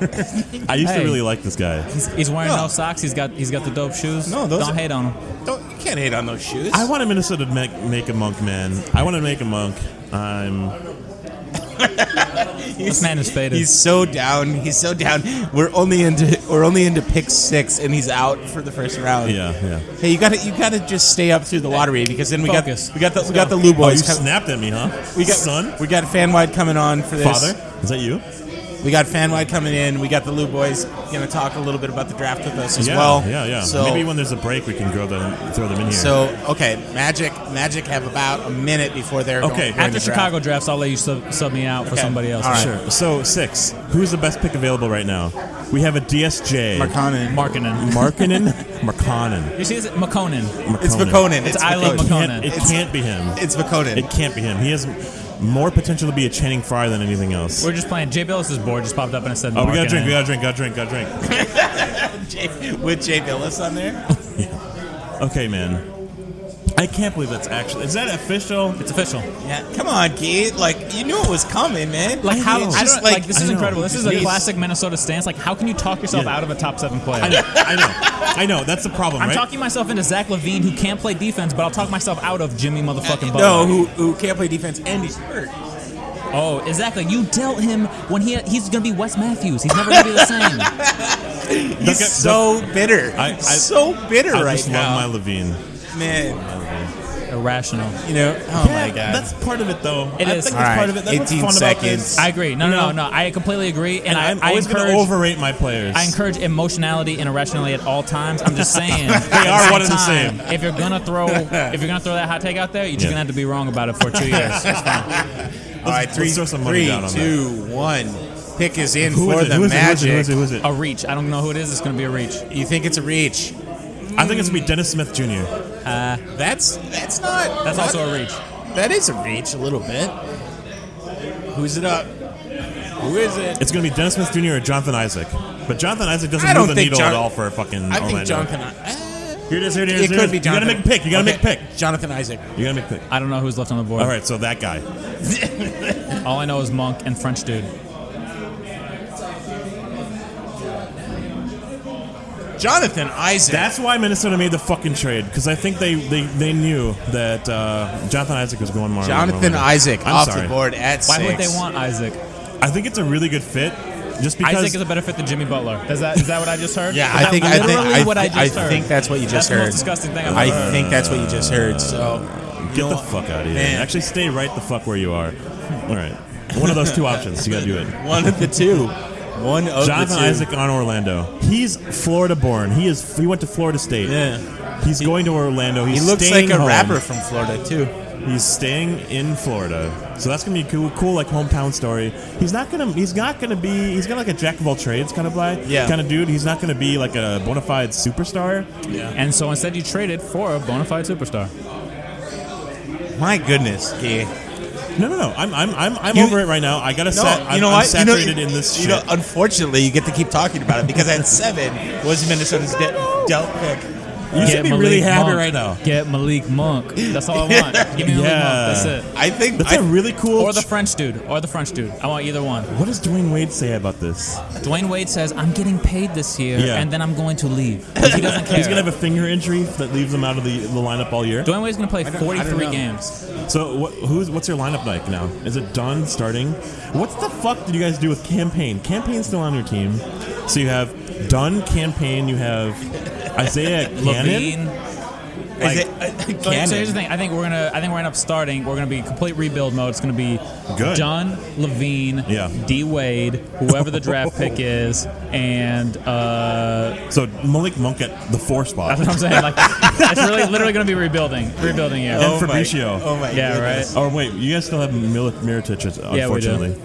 D: I used
E: Hey.
D: to really like this guy.
E: He's, he's wearing no.
C: No.
E: socks. He's got he's got the dope shoes.
C: Oh. No, those
E: don't
C: are-
E: hate on him.
C: Don't, you can't hate on those shoes.
D: I want a Minnesota to make, make a monk, man. I want to make a monk. I'm.
E: This man is faded.
C: He's so down. He's so down. We're only into we're only into pick six, and he's out for the first round.
D: Yeah, yeah.
C: Hey, you got to you got to just stay up through the lottery because then we
E: Focus.
C: got we got the we got the Lou
D: Oh, you
C: boys. com-
D: snapped at me, huh?
C: we got
D: son,
C: We got fan wide coming on for this.
D: father. Is that you?
C: We got fan wide coming in. We got the Lou boys going to talk a little bit about the draft with us as
D: yeah,
C: well.
D: yeah, yeah.
C: So
D: Maybe when there's a break, we can grow them, throw them in here.
C: so okay, Magic Magic have about a minute before they're going-
D: Okay.
C: during
E: After
C: the draft.
E: Chicago drafts, I'll let you sub, sub me out for
C: Okay.
E: somebody else.
C: All right.
D: sure. So six. Who's the best pick available right now? We have a DSJ.
C: Markkanen. <laughs>
E: Markkinen.
D: Markkanen. Markkanen.
E: You see, is it McConan?
D: Markkanen.
C: It's McConan.
E: It's I love
D: It can't-
E: Markkanen.
D: It
C: It's-
D: can't be him.
C: It's McConan.
D: It can't be him. He has more potential to be a Channing Fry than anything else.
E: We're just playing. Jay Billis's board just popped up and it said.
D: Oh, we gotta
E: Mark in
D: drink, we
E: it.
D: gotta drink, gotta drink, gotta drink.
C: Jay, with Jay Billis on there.
D: Okay, man. I can't believe that's actually. Is that official?
E: It's official.
C: Yeah, come on, Keith. Like you knew it was coming, man.
E: Like how?
C: It's
E: I
C: just
E: don't, like, this
D: I
E: is
D: know.
E: incredible. This is a
D: It's-
E: classic Minnesota stance. Like how can you talk yourself
D: Yeah.
E: out of a top seven play?
D: I know, I know, I know. That's the problem,
E: I'm
D: right?
E: talking myself into Zach Levine, who can't play defense, but I'll talk myself out of Jimmy motherfucking Butler.
C: no, who who can't play defense and he's hurt.
E: Oh, exactly. You dealt him when he he's gonna be Wes Matthews. He's never gonna be the
D: <laughs>
E: same.
C: He's
D: Look at-
C: so bitter.
D: I- I-
C: so bitter
D: I
C: right
D: just
C: now,
D: love my Levine.
C: man.
E: Irrational.
C: You know? Oh
D: Yeah,
C: my god.
D: That's part of it, though.
E: It
D: I
E: is.
D: think that's
E: All
C: right,
D: part of it. That's what's
C: 18
D: fun
C: seconds.
D: About this.
E: I agree. No,
D: You
E: no,
D: know?
E: no. I completely agree. And,
D: And
E: I,
D: I'm
E: I
D: always going
E: encourage
D: to overrate my players.
E: I encourage emotionality and irrationality at all times.
D: <laughs>
E: I'm just saying
D: They are one and the same.
E: If you're gonna throw, if you're gonna throw that hot take out there, you're just
D: Yeah.
E: gonna have to be wrong about it for two
D: <laughs>
E: years. It's fine.
C: All right,
D: let's
C: three,
D: throw some money
C: three,
D: down on
C: two, one. Pick is in
D: Who
C: for
D: is it?
C: the
D: Who is it? Who is it?
C: magic.
D: Who is it? Who is it?
E: A reach. I don't know who it is. It's gonna be a reach.
C: You think it's a reach?
D: I think it's gonna be Dennis Smith Jr.
C: That's that's not.
E: That's
C: not-
E: also a reach.
C: That is a reach a little bit. Who's it up? Who is it?
D: It's gonna be Dennis Smith Jr. or Jonathan Isaac. But Jonathan Isaac doesn't
C: I don't
D: move the
C: think
D: needle
C: Jon-
D: at all for a fucking.
C: I think
D: Orlando.
C: John can. Uh,
D: Here it is. Here it is.
C: it
D: here
C: could
D: is.
C: be
D: You gotta
C: Jonathan.
D: make a pick. You gotta
C: Okay,
D: make a pick.
C: Jonathan Isaac.
D: You gotta make a pick.
E: I don't know who's left on the board.
D: All right, so that guy.
E: All I know is Monk and French dude.
C: Jonathan Isaac.
D: That's why Minnesota made the fucking trade because I think they, they, they knew that uh, Jonathan Isaac was going more.
C: Jonathan Isaac
D: I'm
C: off
D: sorry.
C: the board at
E: Why
C: six.
E: would they want Isaac?
D: I think it's a really good fit, just because.
E: Isaac is a better fit than Jimmy Butler. Is that is that what I just heard?
C: Yeah,
E: Is
C: I
E: that
C: think I think
E: literally
C: I,
E: what I
C: thi-
E: just
C: I
E: heard.
C: think that's what you
E: That's
C: just
E: the
C: heard.
E: most disgusting thing I've
C: I
E: ever heard.
C: think that's what you just heard. So
D: Get the fuck out of here!
C: Man.
D: Actually, stay right the fuck where you are. All right, one of those two options. You
C: <laughs>
D: gotta do it.
C: one of the two. One of
D: Jonathan
C: the two.
D: Isaac on Orlando. He's Florida born. He is. He went to Florida State.
C: Yeah.
D: He's going to Orlando.
C: He
D: He's
C: looks
D: staying
C: like a
D: home.
C: rapper from Florida too.
D: He's staying in Florida, so that's gonna be cool. Cool, like hometown story. He's not gonna. He's not gonna be. He's gonna like a jack of all trades kind of guy.
C: Yeah.
D: Kind of dude. He's not gonna be like a bona fide superstar.
E: And so instead, you traded for a bona fide superstar.
C: My goodness, yeah.
D: No, no, no. I'm. I'm. I'm. I'm
C: You-
D: over it right now. I gotta.
C: No,
D: sat, I'm,
C: you know
D: I'm
C: what? You know-
D: saturated in this
C: you
D: shit.
C: know, unfortunately, you get to keep talking about it because
E: <laughs>
C: at seven was Minnesota's de- dealt pick.
D: You should be really happy right now.
E: Get Malik Monk. That's
D: <laughs>
E: all I want. Give
D: Yeah.
E: me Malik Monk. That's it.
C: I think
D: That's
C: I,
D: a really cool.
E: Or the French dude. Or the French dude. I want either one.
D: what does Dwayne Wade say about this?
E: Dwayne Wade says, I'm getting paid this year,
D: Yeah.
E: and then I'm going
D: <laughs>
E: to leave. 'Cause He doesn't care.
D: He's gonna have a finger injury that leaves him out of the, the lineup all year.
E: Dwayne Wade's going to play
C: don't- I don't
E: 43
C: know.
E: games.
D: So what, who's what's your lineup like now? Is it done starting? What's the fuck did you guys do with campaign? Campaign's still on your team, so you have Dunn, campaign. You have
E: <laughs>
D: Isaiah Cannon.
E: Levine.
C: is
E: like-
C: it, uh,
E: So, so here's the
C: Cannon.
E: thing. I think we're gonna. I think we're gonna end up starting. We're gonna be complete rebuild mode. It's gonna be
D: Good.
E: Dunn, Levine,
D: Yeah.
E: D Wade, whoever the
D: <laughs>
E: draft pick is, and uh, <laughs>
D: So Malik Monk at the four spot,
E: that's what I'm saying. Like it's really literally gonna be rebuilding, rebuilding year.
D: and
C: my-
D: Fabricio.
C: oh my
E: Yeah,
C: goodness.
E: right.
D: Oh wait, you guys still have Milik Miritich,
E: Yeah, we do.
D: unfortunately.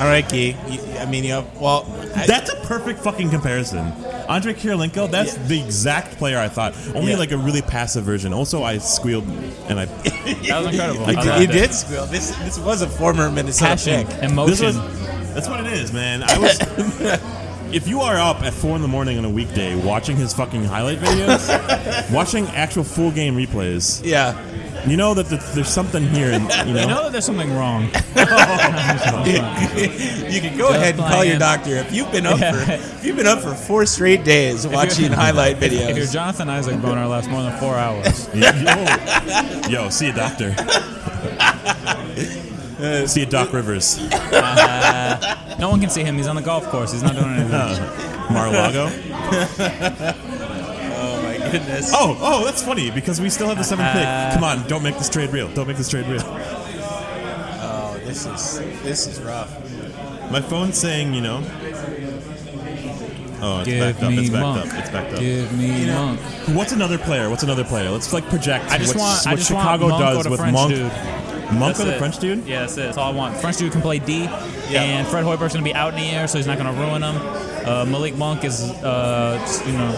C: All right, Key. You, I mean, you have, well, I,
D: That's a perfect fucking comparison. Andre Kirilenko, that's
C: Yeah.
D: the exact player I thought. Only
C: Yeah.
D: like a really passive version. Also, I squealed and I
E: That was incredible.
D: You
E: I
D: did-
E: loved
C: you
E: it.
C: did squeal. This this was a former Minnesota
E: Passion,
C: pick.
E: emotion.
D: This was, that's what it is, man. I was. <laughs> if you are up at four in the morning on a weekday watching his fucking highlight
E: <laughs>
D: videos, watching actual full game replays, <laughs>
C: Yeah,
D: you know that th- there's something here. And, you know,
E: I <laughs> know that there's something
D: <laughs>
E: wrong.
C: you can go
E: Just
C: ahead and call your
E: playing.
C: doctor if you've been up
E: Yeah.
C: for if you've been up for four straight days
D: <laughs>
C: watching highlight videos.
E: If your Jonathan Isaac boner lasts more than four hours,
D: yo, yo, see a
E: <laughs>
D: doctor. see a Doc Rivers,
E: no one can see him. He's on the golf course. He's not doing anything.
D: Uh, Mar-a-Lago.
C: oh my goodness!
D: Oh, oh, that's funny because we still have the seventh
E: Uh,
D: pick. Come on, don't make this trade real. Don't make this trade real.
C: Oh, this is this is rough.
D: My phone's saying, you know. Oh, it's
E: Give
D: backed up.
E: me
D: It's backed
E: Monk.
D: up. It's backed up.
E: Give me Monk.
D: What's another player? What's another player? Let's like project.
E: I just
D: what,
E: want.
D: what
E: I just
D: Chicago
E: want Monk or
D: does
E: the
D: with
E: French
D: Monk.
E: dude.
D: Monk
E: That's
D: or the
E: it.
D: French dude?
E: Yeah, that's it. That's all I want. French dude can play D, and Fred Hoiberg's gonna be out in the air, so he's not gonna ruin him. Uh, Malik Monk is, uh, just, you know,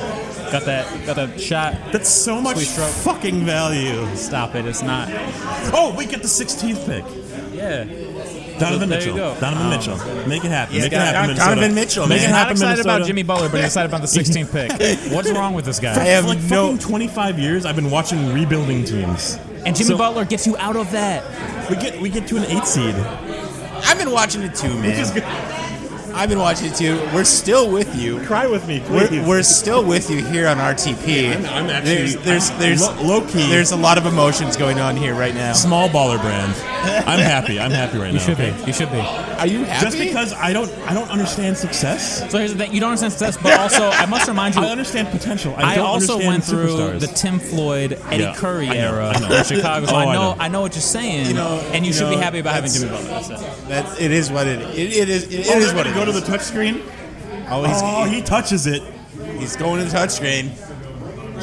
E: got that got that shot.
D: That's so much
E: Sweet stroke.
D: fucking value.
E: Stop it! It's not.
D: Oh, we get the 16th pick.
E: Yeah.
D: Donovan
E: There
D: Mitchell.
E: you go. Oh.
D: Donovan Mitchell. Make it happen. Make it
C: Don-
D: happen.
C: Don-
D: Minnesota.
C: Donovan Mitchell,
D: Make
C: man.
D: it
E: Not
D: happen.
E: excited about
D: Minnesota.
E: Jimmy Butler, but
D: <laughs>
E: excited about the 16th pick. What's wrong with this <laughs>
D: For
E: guy?
D: like
C: no-
D: fucking 25 years, I've been watching rebuilding teams.
E: And Jimmy
D: So-
E: Butler gets you out of that.
D: We get we get to an eight seed.
C: I've been watching it too, man.
D: Just
C: I've been watching it too. We're still with you.
D: cry with me, please.
C: We're, we're still with you here on RTP.
D: I'm- I'm actually-
C: there's there's, there's
D: Lo- low-key.
C: There's a lot of emotions going on here right now.
D: small baller brand. I'm happy. I'm happy right
E: You
D: now.
E: should
D: okay?
E: be. You should be.
C: Are you happy?
D: Just because I don't I don't understand success.
E: So here's the thing: you don't understand success, but also I must remind you.
D: <laughs> I understand potential. I,
E: I
D: don't
E: also
D: understand
E: went through
D: superstars.
E: the Tim Floyd, Eddie
D: Yeah,
E: Curry
D: I know,
E: era
D: I know.
E: in Chicago. So
D: Oh,
E: I know,
D: I
E: I know,
D: know.
E: what you're saying,
C: You know,
E: and you,
C: you
E: should be
C: know,
E: happy about having
C: that's-
E: Jimmy Butler. That's it.
C: that, it is what it is. It, it is. It, it
D: Oh,
C: is
D: they're
C: what
D: gonna
C: it
D: go
C: is.
D: to the touchscreen.
C: oh, he's,
D: Oh, he touches it.
C: he's going to the touchscreen.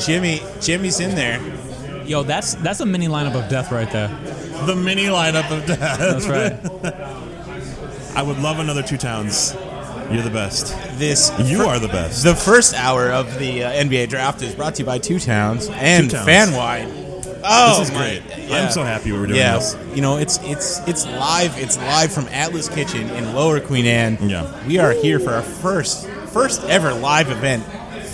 C: Jimmy, Jimmy's in there.
E: Yo, that's that's a mini lineup of death right there.
D: The mini lineup of death.
E: That's right.
D: <laughs> I would love another two towns. You're the best.
C: This
D: You are the best.
C: the first hour of the uh, NBA draft is brought to you by Two Towns and
D: Two Towns.
C: FanWide. Oh,
D: This is
C: my-
D: great.
C: yeah.
D: I'm so happy we're doing
C: Yeah,
D: this.
C: you know it's it's it's live. It's live from Atlas Kitchen in Lower Queen Anne.
D: Yeah.
C: we are here for our first first ever live event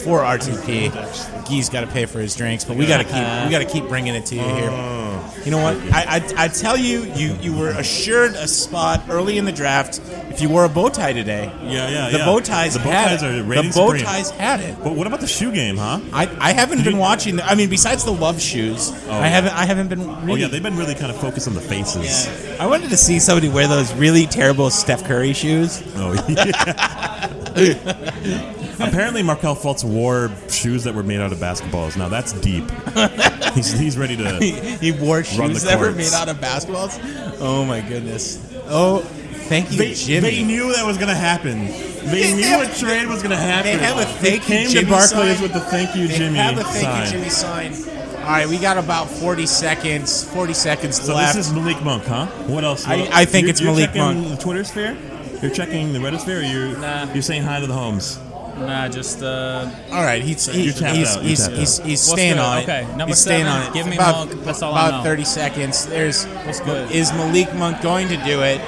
C: for RTP. Gee's got to pay for his drinks, but we got to keep we got to keep bringing it to you
D: Oh.
C: here. You know what? I, I I tell you, you you were assured a spot early in the draft if you wore a bow tie today.
D: Yeah, yeah,
C: The
D: yeah.
C: bow ties.
D: The bow
C: had
D: ties
C: it.
D: are
C: The
D: reigning
C: bow
D: supreme.
C: ties had it.
D: But what about the shoe game, huh? Oh,
C: I, I haven't
D: Did
C: been
D: you-
C: watching. The, I mean, besides the love shoes, I haven't I haven't been. Really
D: Oh yeah, they've been really kind of focused on the faces.
C: yeah. I wanted to see somebody wear those really terrible Steph Curry shoes. <laughs>
D: Oh yeah. <laughs> Apparently, Markel Fultz wore shoes that were made out of basketballs. Now that's deep. <laughs> he's, he's ready to.
C: he wore
D: Run the
C: shoes that were
D: courts.
C: made out of basketballs. Oh my goodness. Oh, thank you,
D: They,
C: Jimmy.
D: they knew that was going to happen. They
C: They
D: knew
C: have-
D: a trade was going to
C: they
D: happen.
C: have a
D: They
C: thank you,
D: came to
C: Jimmy
D: Barclays
C: sign.
D: with the thank you,
C: They
D: Jimmy
C: have a thank
D: sign.
C: you, Jimmy sign. All right, we got about forty seconds. Forty seconds
D: So
C: left.
D: this is Malik Monk, huh? What else?
C: I- I think
D: You're-
C: it's
D: you're
C: Malik
D: checking
C: Monk.
D: The Twitter sphere. You're checking the Reddit sphere. Or you're
E: Nah.
D: you're saying hi to the homes.
C: Oh,
E: Nah, just uh,
C: all right, he's he,
D: You're
C: he's,
D: tapped
C: he's,
D: out, you're
C: he's,
D: tapped
C: he's
E: What's
C: staying
E: good?
C: on it.
E: Okay, number
C: he's staying
E: seven,
C: on it.
E: give me
C: about,
E: Monk, that's all I
C: about
E: know.
C: thirty seconds. There's
E: What's good?
C: Is Malik Monk going to do it?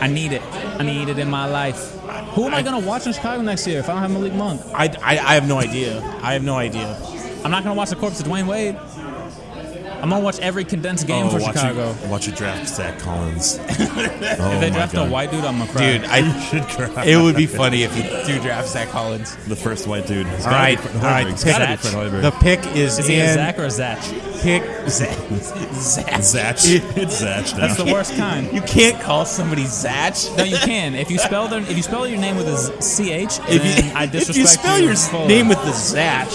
E: I need it. I need it in my life. Who am I gonna watch in Chicago next year if I don't have Malik Monk?
C: I, I, I have no idea. I have no idea.
E: I'm not gonna watch the corpse of Dwayne Wade. I'm gonna watch every condensed game for
D: watch
E: Chicago.
D: You, watch you draft Zach <laughs> Collins.
E: if they draft a white dude, I'm gonna cry.
C: Dude, Oh I, <laughs>
D: you
E: <laughs>
D: should cry.
C: it would be funny if you do draft Zach Collins.
D: the first white dude. It's
C: All
D: gotta
C: right,
D: be Fred
C: all right.
D: Hoiberg. It's
C: pick-
D: gotta be Fred Hoiberg.
C: the pick is,
E: is he a
C: in.
E: Zach or a Zach?
C: pick <laughs> Zach. Zach.
D: Zach.
C: You-
D: It's Zach now.
E: That's the worst kind.
C: You can't call somebody Zach.
E: No, you can. If you spell their, if you spell your name with a z- ch,
C: If
E: then
C: you, <laughs>
E: I
C: if
E: disrespect
C: you spell
E: you
C: your
E: fully.
C: name with the Zach,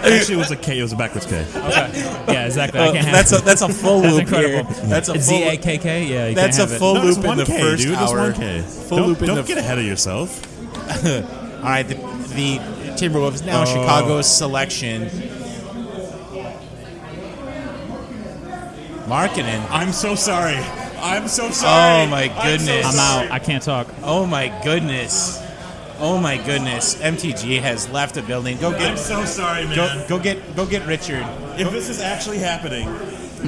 D: Actually, it was a K. It was a backwards K.
E: Okay. Yeah, exactly. I
C: uh,
E: can't
C: that's a
E: have
C: that's a full
E: That's
C: loop
E: incredible.
C: here. That's a
E: Z
C: full.
E: a k k. Yeah, you
C: That's a
E: can't have
C: full
D: No, it's
C: loop in
D: one
C: the
D: K,
C: first
D: dude. It's
C: hour.
D: one K.
C: Full
D: Don't,
C: loop in
D: don't
C: the
D: get ahead of yourself.
C: All right, the, the Timberwolves
D: Oh.
C: now Chicago's selection. Marketing.
D: I'm so sorry. I'm so sorry.
C: Oh my
D: I'm so
C: goodness!
E: It. I'm out. I can't talk.
C: Oh my goodness! Oh my goodness! MTG has left the building. Go
D: I'm
C: get,
D: so sorry, man.
C: go, go get, go get Richard.
D: If this is actually happening,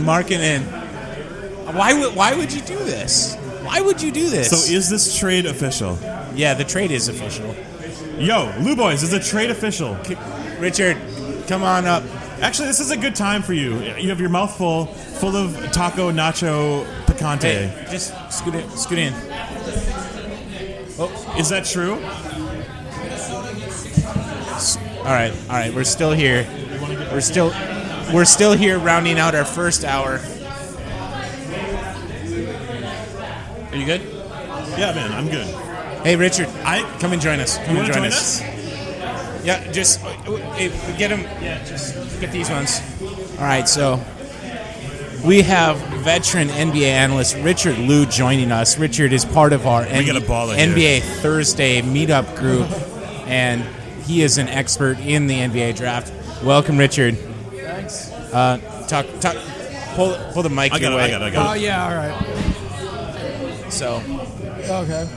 C: Mark it in. Why would, why would you do this? Why would you do this?
D: so is this trade official?
C: yeah, the trade is official.
D: Yo, Lou Boys, is the trade official?
C: Richard, come on up.
D: Actually, this is a good time for you. You have your mouth full, full of taco nacho picante.
C: Hey, just scoot in, scoot in.
D: Is that true?
C: All right, all right. We're still here. We're still, we're still here, rounding out our first hour. Are you good?
D: Yeah, man, I'm good.
C: Hey, Richard,
D: I
C: come and join us. Come
D: you
C: and
D: want to
C: join,
D: join
C: us.
D: us?
C: Yeah, just uh, uh, get them. Yeah, just get these ones. All right, so we have veteran NBA analyst Richard Liu joining us. Richard is part of our N-
D: got a baller here.
C: NBA Thursday meetup group, and he is an expert in the NBA draft. Welcome, Richard. Thanks. Uh, talk, talk, pull, pull the mic
D: I
C: your
D: got it.
C: way.
D: I got it. I
F: Oh,
D: got it.
G: yeah, all right.
C: So,
G: Okay.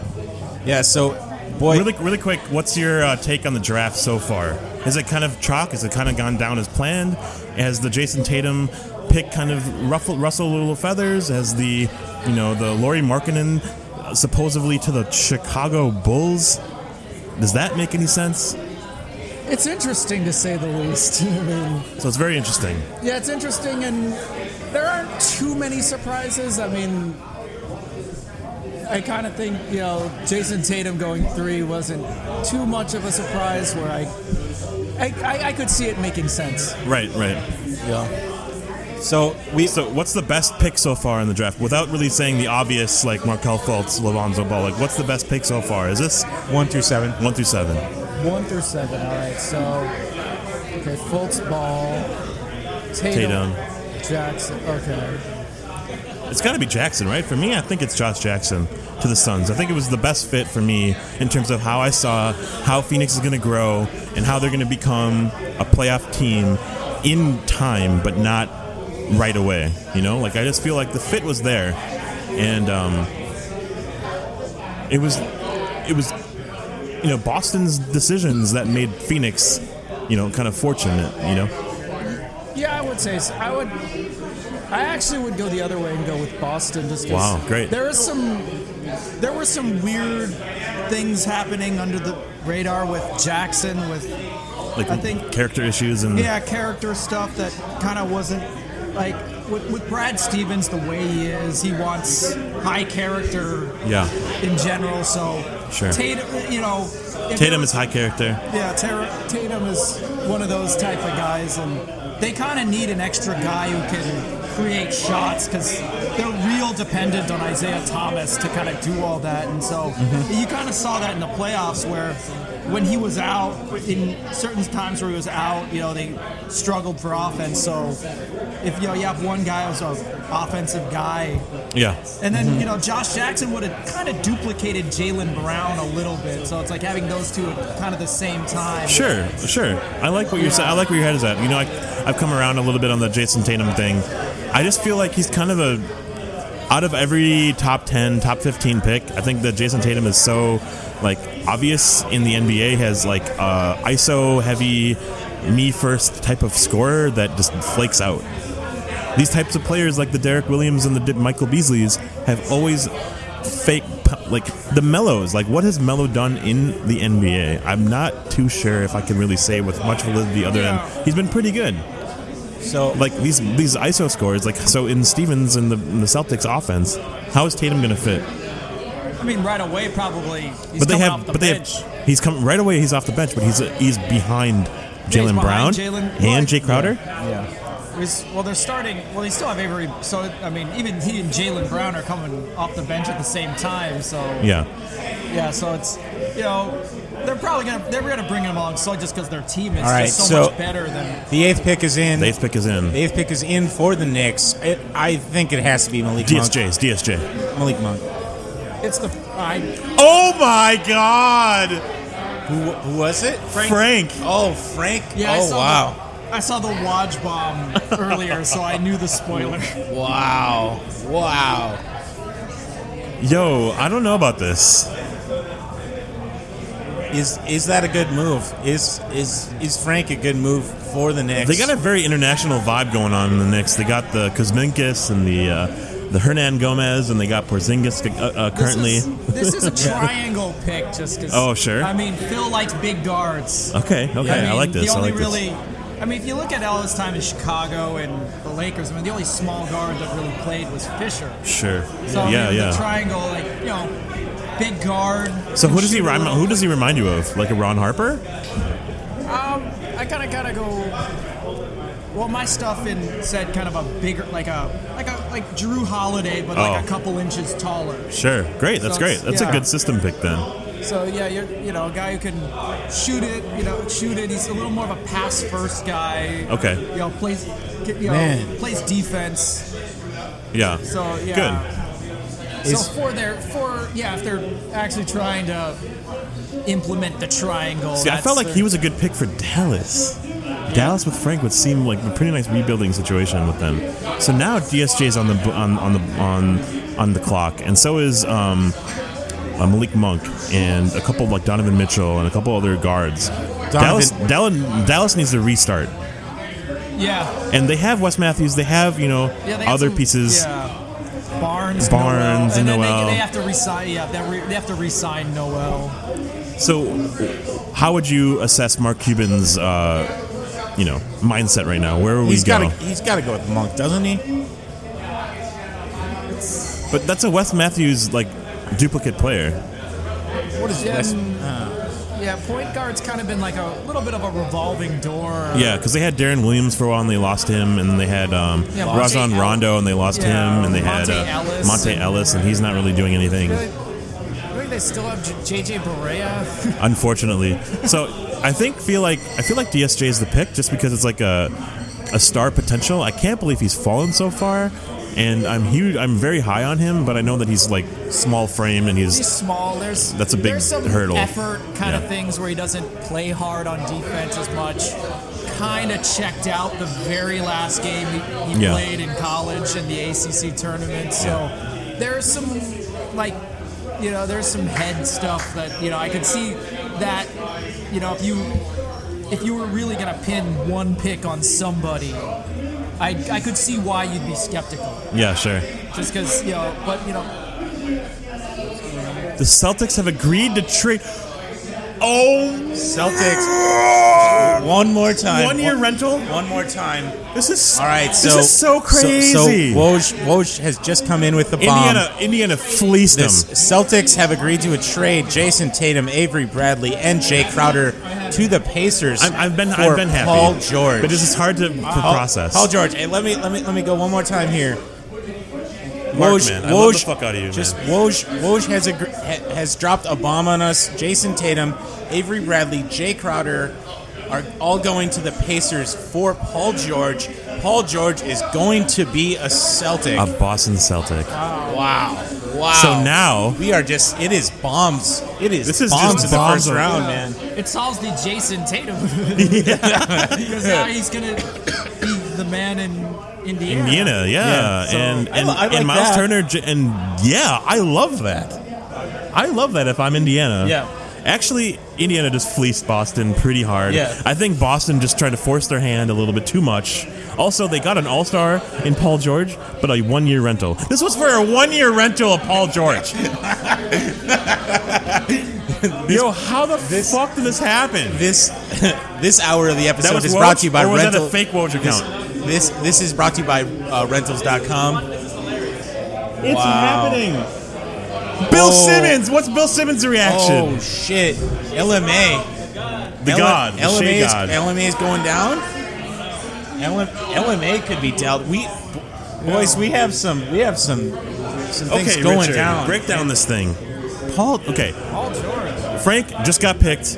C: yeah, so boy,
D: Really, really quick. What's your uh, take on the draft so far? Is it kind of chalk? Has it kind of gone down as planned? Has the Jason Tatum pick kind of ruffle, rustle little feathers as the, you know, the Laurie Markkinen uh, supposedly to the Chicago Bulls. Does that make any sense?
F: It's interesting to say the least. <laughs> I mean,
D: So it's very interesting.
F: yeah, it's interesting, and there aren't too many surprises. I mean, I kind of think you know Jason Tatum going three wasn't too much of a surprise. Where I, I, I, I could see it making sense.
D: Right, right.
F: Yeah,
D: So we. So what's the best pick so far in the draft? Without really saying the obvious, like Markel Fultz, Lavonzo Ball. Like, what's the best pick so far? Is this
H: One through seven.
D: one through seven?
F: one through seven. All right, so okay, Fultz, Ball,
D: Tatum.
F: Jackson. Okay.
D: It's got to be Jackson, right? For me, I think it's Josh Jackson to the Suns. I think it was the best fit for me in terms of how I saw how Phoenix is going to grow and how they're going to become a playoff team in time, but not right away. You know, like I just feel like the fit was there, and um, it was it was you know Boston's decisions that made Phoenix you know kind of fortunate. You know,
F: Yeah, I would say so. I would. I actually would go the other way and go with Boston just because.
D: Wow, great.
F: There is some. There were some weird things happening under the radar with Jackson with
D: like
I: I think-
D: character issues and
I: Yeah, character stuff that kind of wasn't like with, with Brad Stevens the way he is. He wants high character
D: Yeah.
I: in general. So
D: Sure.
I: Tatum, you know, if
D: Tatum
I: there-
D: is high character.
I: yeah. Tar- Tatum is one of those type of guys, and they kind of need an extra guy who can create shots because they're real dependent on Isaiah Thomas to kind of do all that. And so you kind of saw that in the playoffs where when he was out, in certain times where he was out, you know they struggled for offense. So if you know you have one guy who's an offensive guy,
D: Yeah.
I: and then, you know, Josh Jackson would have kind of duplicated Jalen Brown a little bit. So it's like having those two at kind of the same time.
D: Sure, sure. I like what you're saying. I like where your head is at. You know, I, I've come around a little bit on the Jason Tatum thing. I just feel like he's kind of a out of every top ten, top fifteen pick. I think that Jason Tatum is so like obvious in the NBA has like uh, ISO heavy, me first type of scorer that just flakes out. These types of players, like the Derek Williams and the D- Michael Beasleys, have always fake pu- like the Mellows. Like, what has Mello done in the NBA? I'm not too sure if I can really say with much validity other than he's been pretty good.
H: So
D: Like these these ISO scores. Like so in Stevens and the, in the Celtics offense, how is Tatum going to fit?
I: I mean, right away, probably. He's
D: but they
I: coming
D: have.
I: off the
D: but
I: bench.
D: they have. He's come right away. He's off the bench, but he's he's behind Jalen
I: behind
D: Brown
I: Jalen-
D: and Jay Crowder.
I: He's- well, they're starting. Well, they still have Avery. So, I mean, even he and Jalen Brown are coming off the bench at the same time. So,
D: Yeah,
I: yeah, so it's, you know, they're probably going to they're gonna bring him along so just because their team is
H: All right,
I: just so,
H: so-
I: much better than.
H: the eighth pick is in.
D: the eighth pick is in.
H: The eighth pick is in for the Knicks. It, I think it has to be Malik
D: DSJ is DSJ.
H: Monk. Malik Monk.
F: It's the.
I: uh,
F: I,
D: Oh my God!
H: Who, who was it? Frank.
D: Frank.
H: Oh, Frank.
I: Yeah, I
H: oh,
I: saw
H: wow.
I: The, I saw the
D: <laughs>
I: Waj bomb earlier, so I knew the spoiler.
H: Wow. Wow.
D: Yo, I don't know about this.
H: Is is that a good move? Is is is Frank a good move for the Knicks?
D: They got a very international vibe going on in the Knicks. They got the Kuzminkis and the uh, the Hernan Gomez, and they got Porzingis uh, uh, currently.
I: This is, this is a triangle pick, just because.
D: Oh, sure. Uh-huh.
I: I mean, Phil likes big guards.
D: Okay, okay,
I: mean,
D: I like
I: the
D: this. I
I: only
D: like
I: really, I mean, if you look at all his time in Chicago and the Lakers, I mean, the only small guard that really played was Fisher.
D: this. Sure.
I: So I
D: yeah,
I: mean, The
D: yeah.
I: triangle, like you know, big guard.
D: So who
I: can
D: does he
I: shoot a
D: remind?
I: little.
D: Who does he remind you of? Like a Ron Harper?
I: Um, I kind of gotta go. Well, my stuff in said kind of a bigger, like a like a like Drew Holiday, but like
D: Oh.
I: a couple inches taller.
D: Sure. Great. That's
I: So
D: great.
I: it's-
D: That's a
I: yeah.
D: good system pick then.
I: So yeah, you're you know a guy who can shoot it, you know shoot it. He's a little more of a pass first guy.
D: Okay.
I: You know plays, you know
H: Man.
I: plays defense.
D: Yeah.
I: So yeah. Good. So
H: Is-
I: for their for yeah, if they're actually trying to implement the triangle,
D: See, I
I: that's
D: felt like
I: their-
D: he was a good pick for Dallas. Dallas with Frank would seem like a pretty nice rebuilding situation with them. So now DSJ is on the on on the on on the clock, and so is um, uh, Malik Monk and a couple like Donovan Mitchell and a couple other guards. Dallas, Dallas Dallas needs to restart.
I: Yeah,
D: And they have Wes Matthews. They have you know
I: yeah. They got
D: other
I: some-
D: pieces.
I: Yeah. Barnes,
D: Barnes,
I: Noel, and then
D: Noel.
I: They, they have to resign. Yeah, they, re, they have to resign Noel.
D: So, how would you assess Mark Cuban's uh, you know mindset right now? Where are we
C: He's got
D: going?
C: to he's got to go with Monk, doesn't he?
D: But that's a Wes Matthews like duplicate player.
C: What is
I: Yeah,
C: this?
I: mm,
D: Uh.
I: yeah, point guard's kind of been like a little bit of a revolving door.
D: Yeah, because they had Darren Williams for a while and they lost him, and they had um,
I: Yeah, Monte
D: Rajon
I: El-
D: Rondo and they lost
I: Yeah,
D: him, and they had
I: Monte
D: uh,
I: Ellis.
D: Monte Ellis, and he's not really doing anything,
I: I think they still have J- JJ Barea.
D: unfortunately. So I think feel like I feel like DSJ is the pick just because it's like a a star potential. I can't believe he's fallen so far. And I'm huge. I'm very high on him, but I know that he's like small frame, and
I: He's
D: he's
I: small. There's
D: That's a big
I: there's some
D: hurdle.
I: Effort kind
D: Yeah.
I: of things where he doesn't play hard on defense as much. Kind of checked out the very last game he, he
D: Yeah.
I: played in college in the ACC tournament. So there's some like you know there's some head stuff that you know I could see that you know if you if you were really gonna pin one pick on somebody. I, I could see why you'd be skeptical,
D: yeah, sure.
I: just because you know. But you know,
D: The Celtics have agreed to trade. Oh,
C: Celtics. One more time.
D: one year rental.
C: One more time.
D: This is
C: All right. So
D: this is so crazy.
C: So, so Woj, Woj has just come in with the bomb.
D: Indiana, Indiana fleeced them.
C: This Celtics have agreed to a trade Jason Tatum, Avery Bradley, and Jay Crowder to the Pacers.
D: I'm, I've been,
C: for
D: I've been happy.
C: Paul George.
D: but this is hard to, to
C: Paul,
D: process.
C: Paul George. Hey, let me let me let me go one more time here.
D: Mark,
C: Woj,
D: man,
C: Woj,
D: I love the fuck out of you,
C: just
D: man.
C: Woj, Woj has agr- ha- has dropped a bomb on us. Jason Tatum, Avery Bradley, Jay Crowder are all going to the Pacers for Paul George. Paul George is going to be a Celtic.
D: a Boston Celtic.
C: Wow. Wow.
D: So now-
C: we are just it is bombs. It is
D: This is
C: bombs
D: just
C: in the
D: bombs
C: first
D: over.
C: round, man.
I: It solves the
C: <laughs>
I: Jason Tatum. <laughs> Because now he's gonna be the man in Indiana.
D: Indiana, yeah,
C: Yeah, so-
D: and
C: I
D: and,
C: li- I like
D: and Miles
C: that.
D: Turner, j- and yeah, I love that. I love that if I'm Indiana.
C: Yeah.
D: Actually, Indiana just fleeced Boston pretty hard.
C: Yeah.
D: I think Boston just tried to force their hand a little bit too much. Also, they got an All Star in Paul George, but a one year rental. This was for a one year rental of
C: <laughs>
D: Paul George. Yo, how the fuck did this happen?
C: This <laughs> this hour of the
D: That
C: episode
D: was
C: is
D: Woj,
C: brought to you by
D: or was
C: rental.
D: that a fake Woj
C: this,
D: account?
C: this this is brought to you by uh, rentals.com.
D: It's
C: Wow.
D: happening. Bill
C: Oh.
D: Simmons. What's Bill Simmons' reaction?
C: Oh shit. LMA.
D: the
C: L-
D: god, the Shea
C: LMA is,
D: god.
C: LMA is going down. LM, LMA could be dealt. We boys, we have some we have some some Oh, things
D: okay,
C: going
D: Richard,
C: down.
D: break down this thing. Paul. Okay. Paul George. Frank just got picked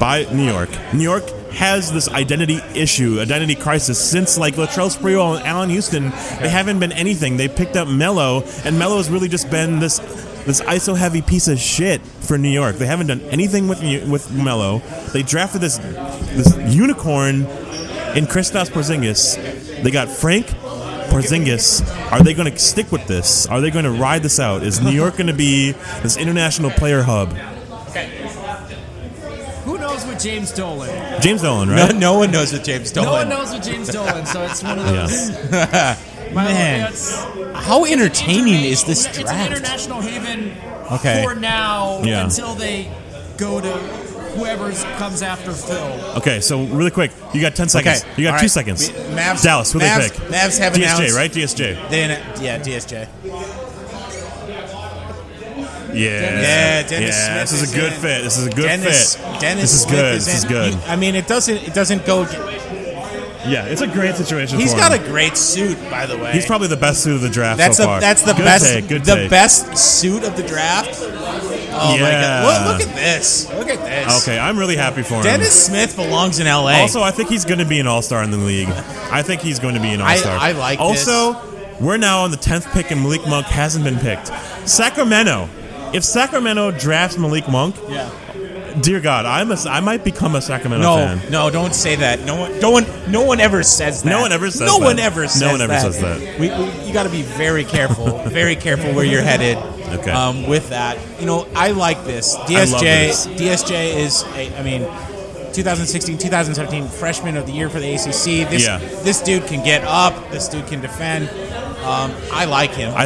D: by New York. New York has this identity issue, identity crisis since like Latrell Sprewell and Allen Houston. They haven't been anything. They picked up Mello, and Mello's really just been this. This ISO heavy piece of shit for New York. They haven't done anything with New- with Mello. They drafted this this unicorn in Christos Porzingis. They got Frank Porzingis. Are they going to stick with this? Are they going to ride this out? Is New York going to be this international player hub?
I: Who knows what James Dolan?
D: James
C: <laughs>
D: Dolan,
C: no,
D: right?
C: no one knows what James Dolan.
I: No one knows what James Dolan, so it's one of those. <laughs>
C: <laughs>
I: My
C: Man.
I: Lord, it's-
C: How entertaining is this
I: It's an
C: draft?
I: international haven
C: Okay.
I: for now
D: Yeah.
I: until they go to whoever comes after Phil.
D: Okay, so really quick, you got ten seconds. You got
C: all
D: two
C: right.
D: seconds.
C: We- Mavs-
D: Dallas, who
C: Mavs-
D: they pick?
C: Mavs have
D: DSJ,
C: announced-
D: right? DSJ.
C: They anno- yeah, DSJ.
D: Yeah, yeah.
C: Yeah, Dennis Smith
D: this is a good
C: in.
D: fit. This is a good
C: Dennis,
D: fit.
C: Dennis
D: this is
C: Smith
D: good. this is
C: in.
D: good.
C: He- I mean, it doesn't. It doesn't go.
D: yeah, it's a great situation.
C: He's
D: for
C: got a
D: him.
C: great suit, by the way.
D: He's probably the best suit of the draft
C: that's
D: so
C: the
D: far.
C: that's the
D: good
C: best
D: Take, good
C: the
D: take.
C: best suit of the draft. Oh my
D: Yeah.
C: god! Look, look at this! Look at this!
D: Okay, I'm really happy for him.
C: Dennis Smith belongs in L.A.
D: Also, I think he's going to be an all star in the league. I think he's going to be an all star.
C: I like this.
D: Also, we're now on the 10th pick, and Malik Monk hasn't been picked. Sacramento. If Sacramento drafts Malik Monk,
I: Yeah.
D: dear God, I'm a, I might become a Sacramento
C: no,
D: fan.
C: no, don't say that. No one, no one, no one ever says that.
D: No one ever says
C: No
D: that.
C: one ever
D: No
C: says
D: one ever
C: that.
D: says that.
C: We, we, you got to be very
D: <laughs>
C: careful, very careful where you're headed.
D: Okay.
C: Um, with that, you know, I like this. DSJ,
D: love this.
C: DSJ is. A, I mean, 2016, 2017 Freshman of the Year for the ACC. This
D: Yeah.
C: this dude can get up. This dude can defend. Um, I like him.
D: I,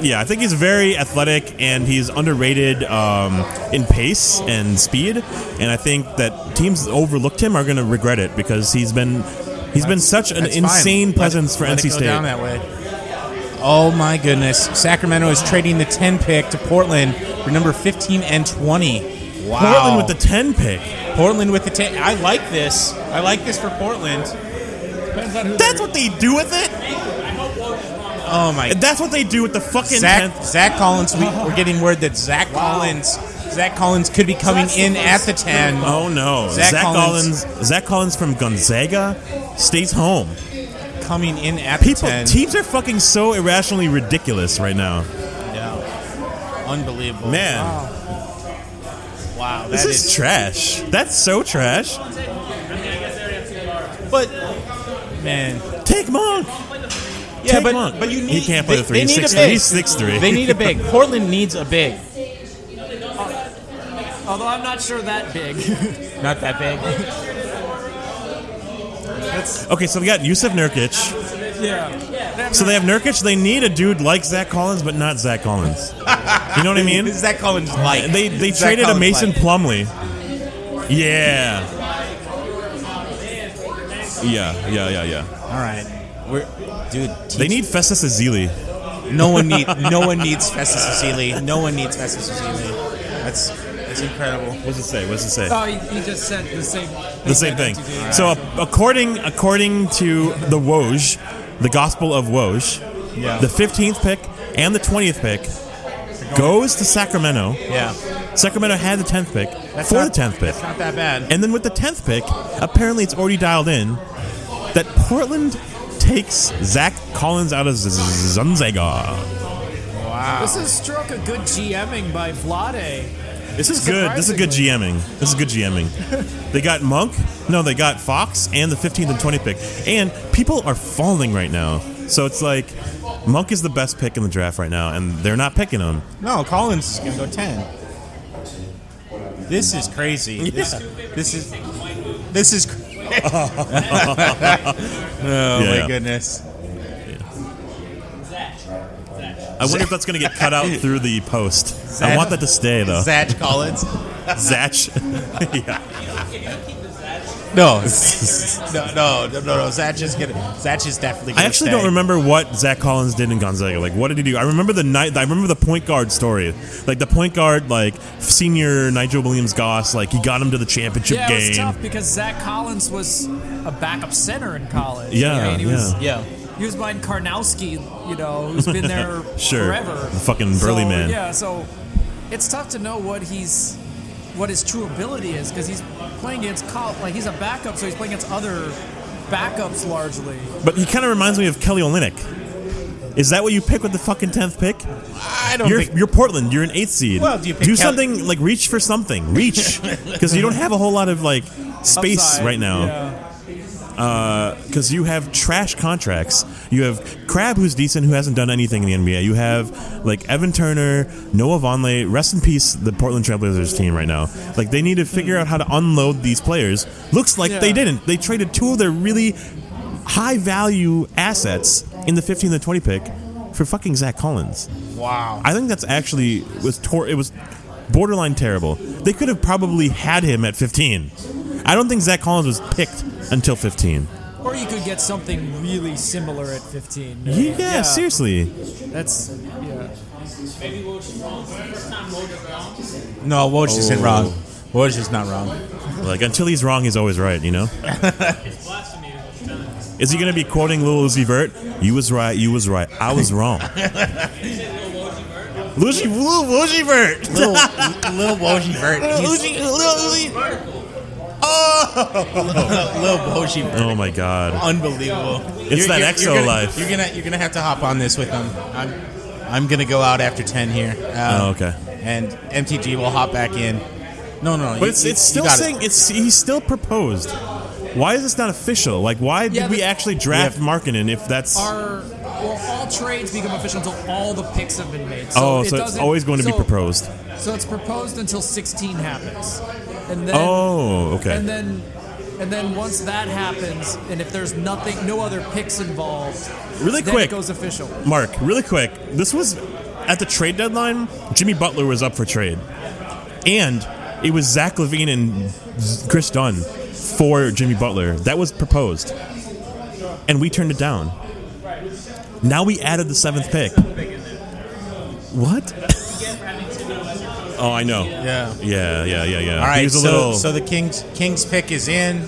D: yeah, I think he's very athletic and he's underrated um, in pace and speed. And I think that teams that overlooked him are going to regret it because he's been he's been such an
C: That's fine.
D: insane
C: Let it-
D: presence for
C: let
D: NC
C: it go
D: State.
C: down that way. Oh my goodness! Sacramento is trading the 10 pick to Portland for number 15 and 20. Wow!
D: Portland with the ten pick.
C: Portland with the 10. I like this. I like this for Portland.
D: That's what they do with it.
C: Oh my!
D: That's what they do with the fucking
C: Zach
D: tenth.
C: Zach Collins. We, we're
D: <laughs>
C: getting word that Zach Collins Zach Collins could be coming in at the 10.
D: Oh no,
C: Zach Collins.
D: Zach Collins from Gonzaga stays home.
C: Coming in at
D: People,
C: the 10.
D: teams are fucking so irrationally ridiculous right now.
C: Yeah. Unbelievable.
D: Man,
C: Wow.
D: this
C: that
D: is, trash. That's so trash.
C: but man.
D: Take Monk.
C: Yeah,
D: Take
C: but,
D: Monk.
C: but you
D: He
C: need
D: can't play
C: they,
D: the three.
C: They
D: He's
C: need a big.
D: 6'3". He's 6'3".
C: They need a big. Portland needs a big.
E: Uh,
I: Although I'm not sure that big.
C: <laughs> Not that big.
D: Okay, so they got Yusuf Nurkic.
I: yeah.
D: So they have Nurkic. They need a dude like Zach Collins, but not Zach Collins. You know what I
C: <laughs>
D: mean?
C: Is Zach Collins like?
D: They they
C: Zach
D: traded a
C: Collins
D: Mason
C: like?
D: Plumley. Yeah. Yeah, yeah, yeah, yeah.
C: All right. We're, dude, teach-
D: They need Festus Azili.
C: no one need no one needs Festus Cecily. No one needs Festus Cecily. That's that's incredible.
D: What's it say? What's it say?
I: Oh, he, he just said the same.
D: the same thing. So a- according according to the Woj, the Gospel of Woj,
C: Yeah.
D: the 15th pick and the 20th pick goes to Sacramento.
C: Yeah,
D: Sacramento had the 10th pick
C: That's
D: for
C: not-
D: the 10th pick.
C: it's not that bad.
D: And then with the 10th pick, apparently it's already dialed in that Portland takes Zach Collins out of Z- Z- Gonzaga.
F: This is stroke of good GMing by Vlade.
D: This is good. This is good GMing. This is good GMing. they got Monk. No, they got Fox and the 15th and 20th pick. And people are falling right now. So it's like Monk is the best pick in the draft right now, and they're not picking him.
C: No, Collins is gonna go ten. This is crazy. This, this is this is. cr- <laughs> oh
D: Yeah.
C: my goodness!
D: I wonder if that's going to get cut <laughs> out through the post. I
C: Zach-
D: want that to stay though.
C: Zach Collins.
D: Zach. <laughs> yeah.
C: No, <laughs> no, no, no, no, no. Zach is gonna. Zach is definitely.
D: I
C: Gonna
D: actually
C: stay.
D: don't remember what Zach Collins did in Gonzaga. Like, what did he do? I remember the night. I remember the point guard story. Like the point guard, like senior Nigel Williams Goss. Like he got him to the championship
F: Yeah, it was
D: game.
F: tough because Zach Collins was a backup center in college.
D: Yeah,
F: I mean, he was
C: Yeah.
F: He was behind Karnowski, you know, who's
D: <laughs>
F: been there
D: Sure.
F: forever.
D: The fucking burly
F: So,
D: man.
F: Yeah, so it's tough to know what he's what his true ability is because he's playing against col like he's a backup, so he's playing against other backups largely.
D: But he kind of reminds me of Kelly Olynyk. Is that what you pick with the fucking tenth pick?
C: I don't
D: You're,
C: think.
D: you're Portland. You're an eighth seed.
C: Well, do you pick Kel-
D: something like reach for
C: <laughs>
D: something. Reach because you don't have a whole lot of like space
F: Upside,
D: right now.
F: yeah.
D: because you have trash contracts. You have Crab, who's decent, who hasn't done anything in the NBA. You have like Evan Turner, Noah Vonleh. Rest in peace, the Portland Trailblazers team right now. Like they need to figure out how to unload these players. Looks like they
F: Yeah.
D: didn't. They traded two of their really high value assets in the 15 and 20 pick for fucking Zach Collins.
C: wow.
D: I think that's actually was tor- it was borderline terrible. They could have probably had him at 15. I don't think Zach Collins was picked until 15.
F: Or you could get something really similar at 15.
D: Yeah, seriously.
F: That's yeah.
C: No, Woj
D: Oh.
C: isn't wrong. Woj is not wrong.
D: Like until he's wrong, he's always right. You <laughs> know. Is he going to be quoting Lil Uzi Vert? You was right. You was right. I was <laughs> wrong. Lil Uzi- Lil Uzi Vert.
C: Little, little Wojie Vert. He's- Oh! Lil Boji.
D: Oh my God.
C: Unbelievable.
D: It's that EXO
C: gonna,
D: life.
C: You're gonna you're gonna have to hop on this with them. I'm I'm gonna go out after ten here. Uh,
D: Oh, okay.
C: And MTG will hop back in. No, no, no.
D: But it's it's still saying it's he still proposed. Why is this not official? Like, why
F: Yeah,
D: did we
F: but-
D: actually draft Markkinen if that's
F: are well, all trades become official until all the picks have been made. So
D: oh,
F: it
D: so it's
F: doesn't-
D: always going to be
F: so-
D: proposed.
F: So it's proposed until 16 happens.
E: and then
D: Oh, okay.
E: and then and then once that happens, and if there's nothing, no other picks involved,
D: Really
E: then
D: quick.
E: it goes official.
D: Mark, really quick. This was at the trade deadline. Jimmy Butler was up for trade, and it was Zach Levine and Z- Chris Dunn for Jimmy Butler. That was proposed, and we turned it down. Now we added the seventh pick. What? <laughs> oh, I know.
C: Yeah.
D: Yeah, yeah, yeah, yeah.
C: All right.
D: He was a
C: so,
D: little.
C: so the Kings Kings pick is in.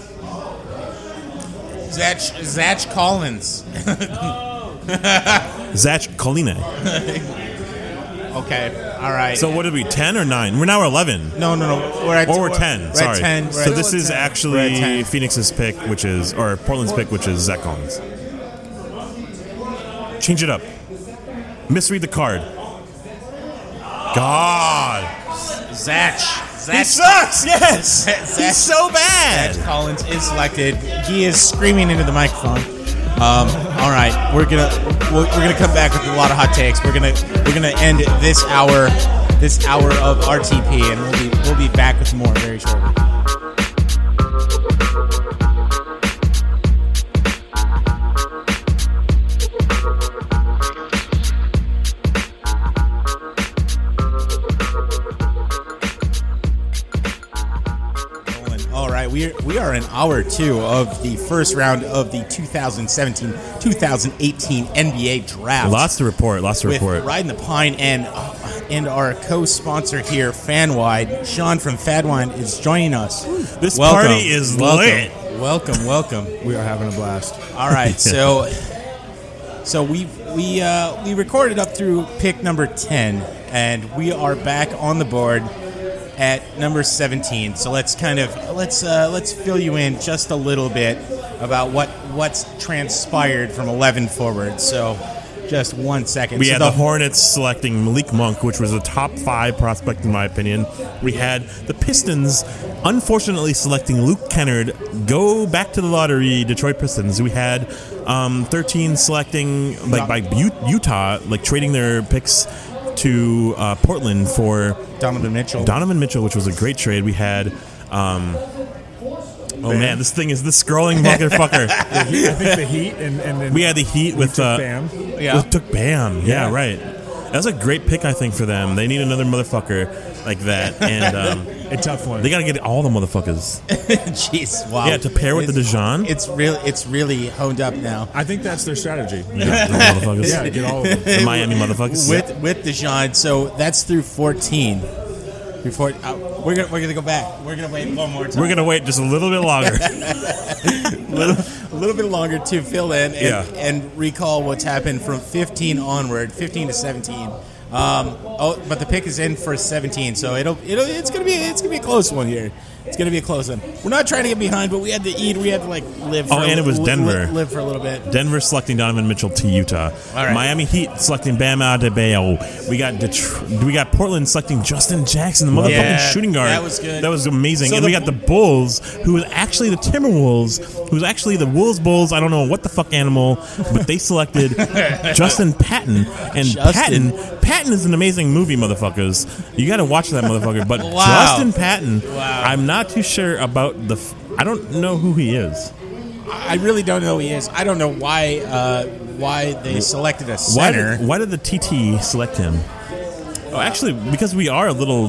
C: Zach Zach Collins.
D: Zach Colina.
C: Okay. All right.
D: So what did we? Ten or nine? We're now eleven.
C: no, no, no. We're at
D: Or we're
C: we're-
D: 10.
C: We're
D: sorry.
C: At 10 We're
D: so
C: at-
D: this is
C: We're at
D: actually
C: 10.
D: Phoenix's pick, which is, or Portland's pick, which is Zach Collins. Change it up. Misread the card. God.
C: Zach.
D: He
C: Zach.
D: sucks, yes.
C: Zach-
D: He's so bad.
C: Zach Collins is selected. He is screaming into the microphone. Um, all right, we're gonna we're, we're gonna come back with a lot of hot takes. We're gonna we're gonna end this hour this hour of RTP, and we'll be we'll be back with more very shortly. Nolan. All right, we are, we are in hour two of the first round of the 2017-2018 NBA draft.
D: Lots to report. Lots to
C: with
D: report.
C: Riding the Pine and uh, and our co-sponsor here, Fanwide, Sean from Fadwine is joining us.
D: This
C: Welcome.
D: party is
C: welcome.
D: lit.
C: Welcome, welcome.
J: We are having a blast.
C: All right, so <laughs> so we we uh, we recorded up through pick number ten, and we are back on the board at number seventeen. So let's kind of let's uh, let's fill you in just a little bit about what what's transpired from eleven forward. So just one second.
D: We
C: So
D: had the Hornets selecting Malik Monk, which was a top five prospect in my opinion. We had the Pistons, unfortunately, selecting Luke Kennard. Go back to the lottery, Detroit Pistons. We had um, 13 selecting like by U- Utah, like trading their picks to uh, Portland for
C: Donovan Mitchell.
D: Donovan Mitchell, which was a great trade. We had. Um, Oh man, this thing is this scrolling <laughs> motherfucker.
K: I think the Heat and, and
C: <laughs>
K: then
D: we had the Heat
K: we
D: with
K: took
D: uh,
K: Bam.
C: Yeah.
D: well, it took Bam. Yeah,
K: Yeah.
D: right. That was a great pick, I think, for them. They need another motherfucker like
K: <laughs>
D: that, and um,
K: A tough one.
D: they got to get all
K: <laughs>
D: the motherfuckers.
C: <laughs> Jeez, wow.
D: Yeah, to pair with the
C: It's-
D: Dijon.
C: It's really it's really honed up now.
K: I think that's their strategy.
D: Yeah, the motherfuckers.
K: yeah, get all of them.
D: the Miami motherfuckers.
C: with with Dijon. So that's through fourteen. Before uh, we're gonna we're gonna go back. We're gonna wait one more time.
D: We're gonna wait just a little
K: <laughs>
D: bit longer.
C: a little bit longer to fill in and,
D: Yeah.
C: and recall what's happened from fifteen onward, fifteen to seventeen. Um, oh, but the pick is in for seventeen, so it'll it'll it's gonna be it's gonna be a close one here. It's gonna be a close one. We're not trying to get behind, but we had to eat. We had to like live. For
D: Oh,
C: a
D: and it was
C: li-
D: Denver.
C: li- live for a little bit.
D: Denver selecting Donovan Mitchell to Utah.
C: All right.
D: Miami Heat selecting Bam Adebayo. We got Detr- we got Portland selecting Justin Jackson, the motherfucking
C: Yeah,
D: shooting guard.
C: that was good.
D: That was amazing.
C: So
D: and
C: the-
D: we got the Bulls, who was actually the Timberwolves, who was actually the Wolves Bulls. I don't know what the fuck animal, but
C: <laughs>
D: they selected Justin Patton. And
C: Justin.
D: Patton Patton is an amazing movie, motherfuckers. You got to watch that motherfucker.
C: <laughs>
D: But
C: Wow.
D: Justin Patton,
C: Wow.
D: I'm not too sure about the. F- I don't know who he is.
C: I really don't know who he is. I don't know why uh, why they selected a
D: Why
C: center.
D: did, why did the TT select him? Oh, actually, because we are a little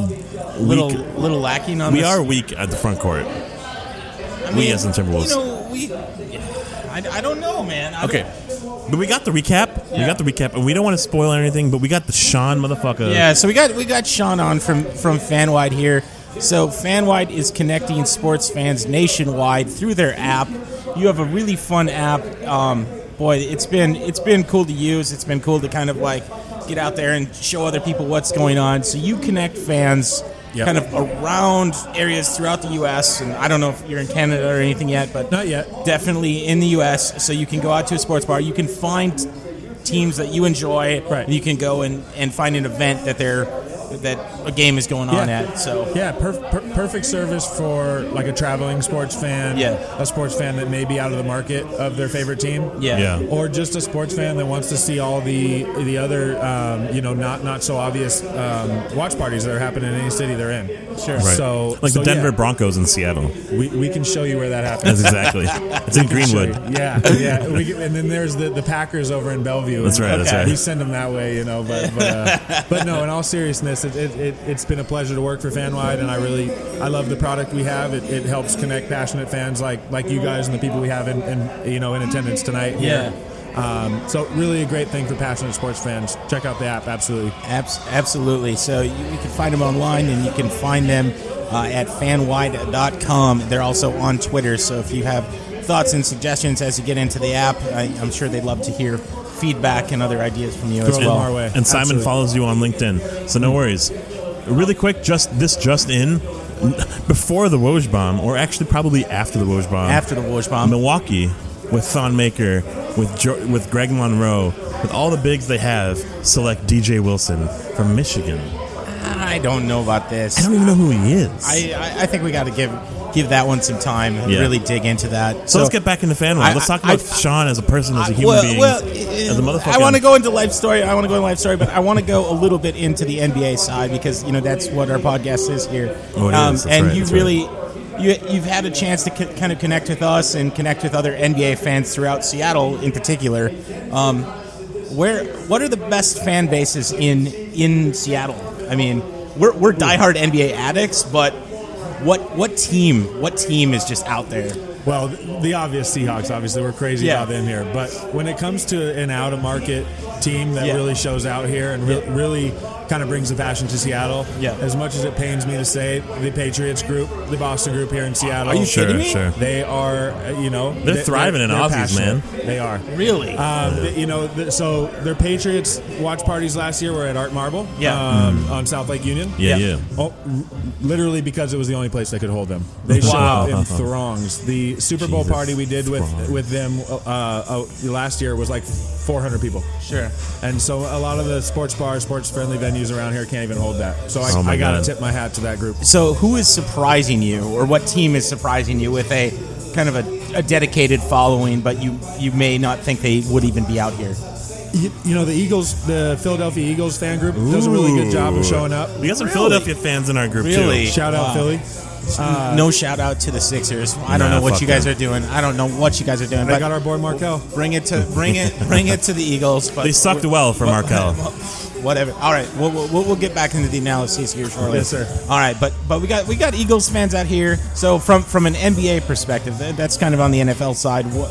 C: little
D: weak.
C: little lacking on
D: We
C: this.
D: are weak at the front court.
C: I
D: we as the Timberwolves.
C: You know, we. I, I don't know, man. I
D: Okay. But we got the recap. We got the recap, and we don't want to spoil anything. But we got the Sean motherfucker.
C: don't- Yeah, so we got we got Sean on from from FanWide here. So FanWide is connecting sports fans nationwide through their app. You have a really fun app. Um, boy, it's been it's been cool to use. It's been cool to kind of like get out there and show other people what's going on. So you connect fans
K: Yep.
C: kind of around areas throughout the U.S. and I don't know if you're in Canada or anything yet, but
K: Not yet.
C: definitely in the U.S. So you can go out to a sports bar. You can find teams that you enjoy.
K: Right.
C: And you can go and, and find an event that they're that a game is going on
L: Yeah.
C: at. So
L: Yeah, perf- per- perfect service for like a traveling sports fan.
C: Yeah.
L: a sports fan that may be out of the market of their favorite team.
C: yeah,
D: Yeah.
L: Or just a sports fan that wants to see all the the other um, you know not not so obvious um, watch parties that are happening in any city they're in. Sure.
D: Right.
L: So
D: like
L: so,
D: the Denver
L: yeah,
D: Broncos in Seattle.
L: we, we can show you where that happens.
D: That's
L: <laughs>
D: exactly. it's in Greenwood.
L: Yeah, yeah. We get, and then there's the, the Packers over in Bellevue.
D: That's right, that's Okay. right.
L: We send them that way, you know. But but, uh, but no, in all seriousness, it, it, it, it's been a pleasure to work for FanWide, and I really I love the product we have. It, it helps connect passionate fans like like you guys and the people we have in, in you know in attendance tonight.
C: Yeah.
L: Um, so really a great thing for passionate sports fans. Check out the app, absolutely.
C: Abs- absolutely. So you, you can find them online, and you can find them uh, at fanwide.com. They're also on Twitter. So if you have thoughts and suggestions as you get into the app, I, I'm sure they'd love to hear feedback and other ideas from you as
L: Throw them
C: well.
L: our way.
D: And Simon
L: Absolutely.
D: follows you on LinkedIn, so no worries. Really quick, just this just in, before the Woj bomb, or actually probably after the Woj bomb.
C: After the Woj bomb.
D: Milwaukee with Thon Maker, with jo- with Greg Monroe, with all the bigs they have, select DJ Wilson from Michigan.
C: I don't know about this.
D: I don't even know who he is.
C: I, I, I think we got to give give that one some time and
D: Yeah.
C: really dig into that.
D: so, let's get back into fan
C: I-
D: world. Let's talk
C: I-
D: about Sean as a person, as
C: I-
D: a human
C: well,
D: being,
C: well,
D: as a motherfucker.
C: I want to go into life story. I want to go in life story, but I want to go a little bit into the NBA side because you know that's what our podcast is here. Um,
D: Oh, it is. That's
C: and
D: right.
C: you
D: That's right.
C: really you you've had a chance to co- kind of connect with us and connect with other NBA fans throughout Seattle in particular. Um, where what are the best fan bases in in Seattle? I mean, we're we're diehard NBA addicts, but what what team what team is just out there?
L: Well, th- the obvious Seahawks, obviously, we're crazy
C: Yeah.
L: about them here. But when it comes to an out of market team that
C: Yeah.
L: really shows out here and re- really kind of brings the passion to Seattle,
C: Yeah.
L: as much as it pains me to say, the Patriots group, the Boston group here in Seattle.
C: Are you
D: Sure,
C: kidding me?
D: sure.
L: They are, uh, you know,
D: They're thriving in Aussies,
L: passionate.
D: man.
L: They are.
C: Really?
L: Um, th- you know, th- so their Patriots watch parties last year were at Art Marble,
C: Yeah.
L: um, on South Lake Union.
D: Mm. Yeah, yeah.
L: Oh, r- literally because it was the only place they could hold them. They showed
D: Wow. <laughs>
L: up in throngs. The Super Bowl
D: Jesus
L: party we did with
D: Christ.
L: with them uh, uh, last year was like 400 people.
C: Sure.
L: And so a lot of the sports bars, sports friendly venues around here can't even hold that. So I,
D: Oh my
L: I got
D: God.
L: to tip my hat to that group.
C: So, who is surprising you, or what team is surprising you with a kind of a, a dedicated following, but you you may not think they would even be out here?
L: You, you know the Eagles, the Philadelphia Eagles fan group does a really good job of showing up.
D: We got some Philadelphia fans in our group
C: Really?
D: too.
L: Shout out
C: Wow.
L: Philly.
C: no shout out to the Sixers. I don't
D: Uh, Nah,
C: know what
D: fuck
C: you guys
D: them.
C: are doing. I don't know what you guys are doing.
L: They
C: But
L: got our boy Markel.
C: bring it to bring it bring it
D: <laughs>
C: to the Eagles. But
D: They sucked
C: we're-
D: well for Markel.
C: <laughs> Whatever. All right, we'll, we'll, we'll get back into the analysis here shortly.
L: Yes, sir.
C: All right, but but we got we got Eagles fans out here. So from from an NBA perspective, that, that's kind of on the NFL side. What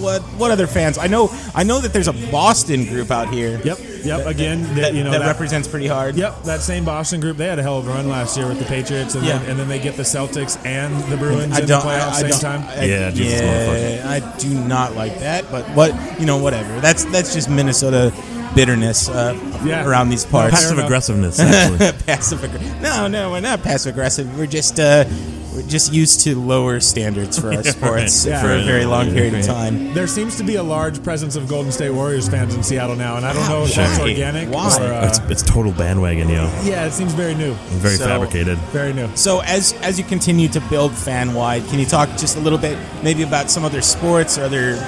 C: what what other fans? I know I know that there's a Boston group out here.
L: Yep, yep. Again,
C: that,
L: that, you know
C: that,
L: that-
C: represents pretty hard.
L: Yep, that same Boston group. They had a hell of a run last year with the Patriots, and,
C: Yeah.
L: then, and then they get the Celtics and the Bruins
C: I
L: in the
C: don't.
L: playoffs
C: I, I
L: same
C: don't.
L: time.
C: I,
D: Yeah, Jesus
C: yeah, I do not like that. But what you know, whatever. That's that's just Minnesota bitterness uh,
L: Yeah.
C: around these parts. <laughs>
D: Passive aggressiveness, actually.
C: passive aggressive. No, no, we're not passive aggressive. We're just uh, we're just used to lower standards for our sports
L: <laughs> Yeah.
C: for a
L: Right.
C: very long period of time.
L: There seems to be a large presence of Golden State Warriors fans in Seattle now, and I don't know if
C: Why?
L: that's organic
C: Why?
L: or.
D: it's,
L: Uh,
D: it's total bandwagon, yo.
L: yeah, it seems very new.
D: Very
C: So-
D: fabricated.
L: Very new.
C: So as as you continue to build fan wide, can you talk just a little bit maybe about some other sports or other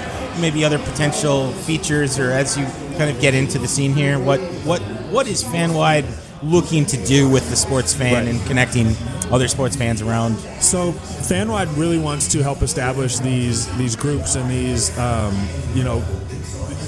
C: maybe other potential features or as you kind of get into the scene here, what what what is fan wide looking to do with the sports fan
L: Right.
C: and connecting other sports fans around?
L: So FanWide really wants to help establish these these groups and these um, you know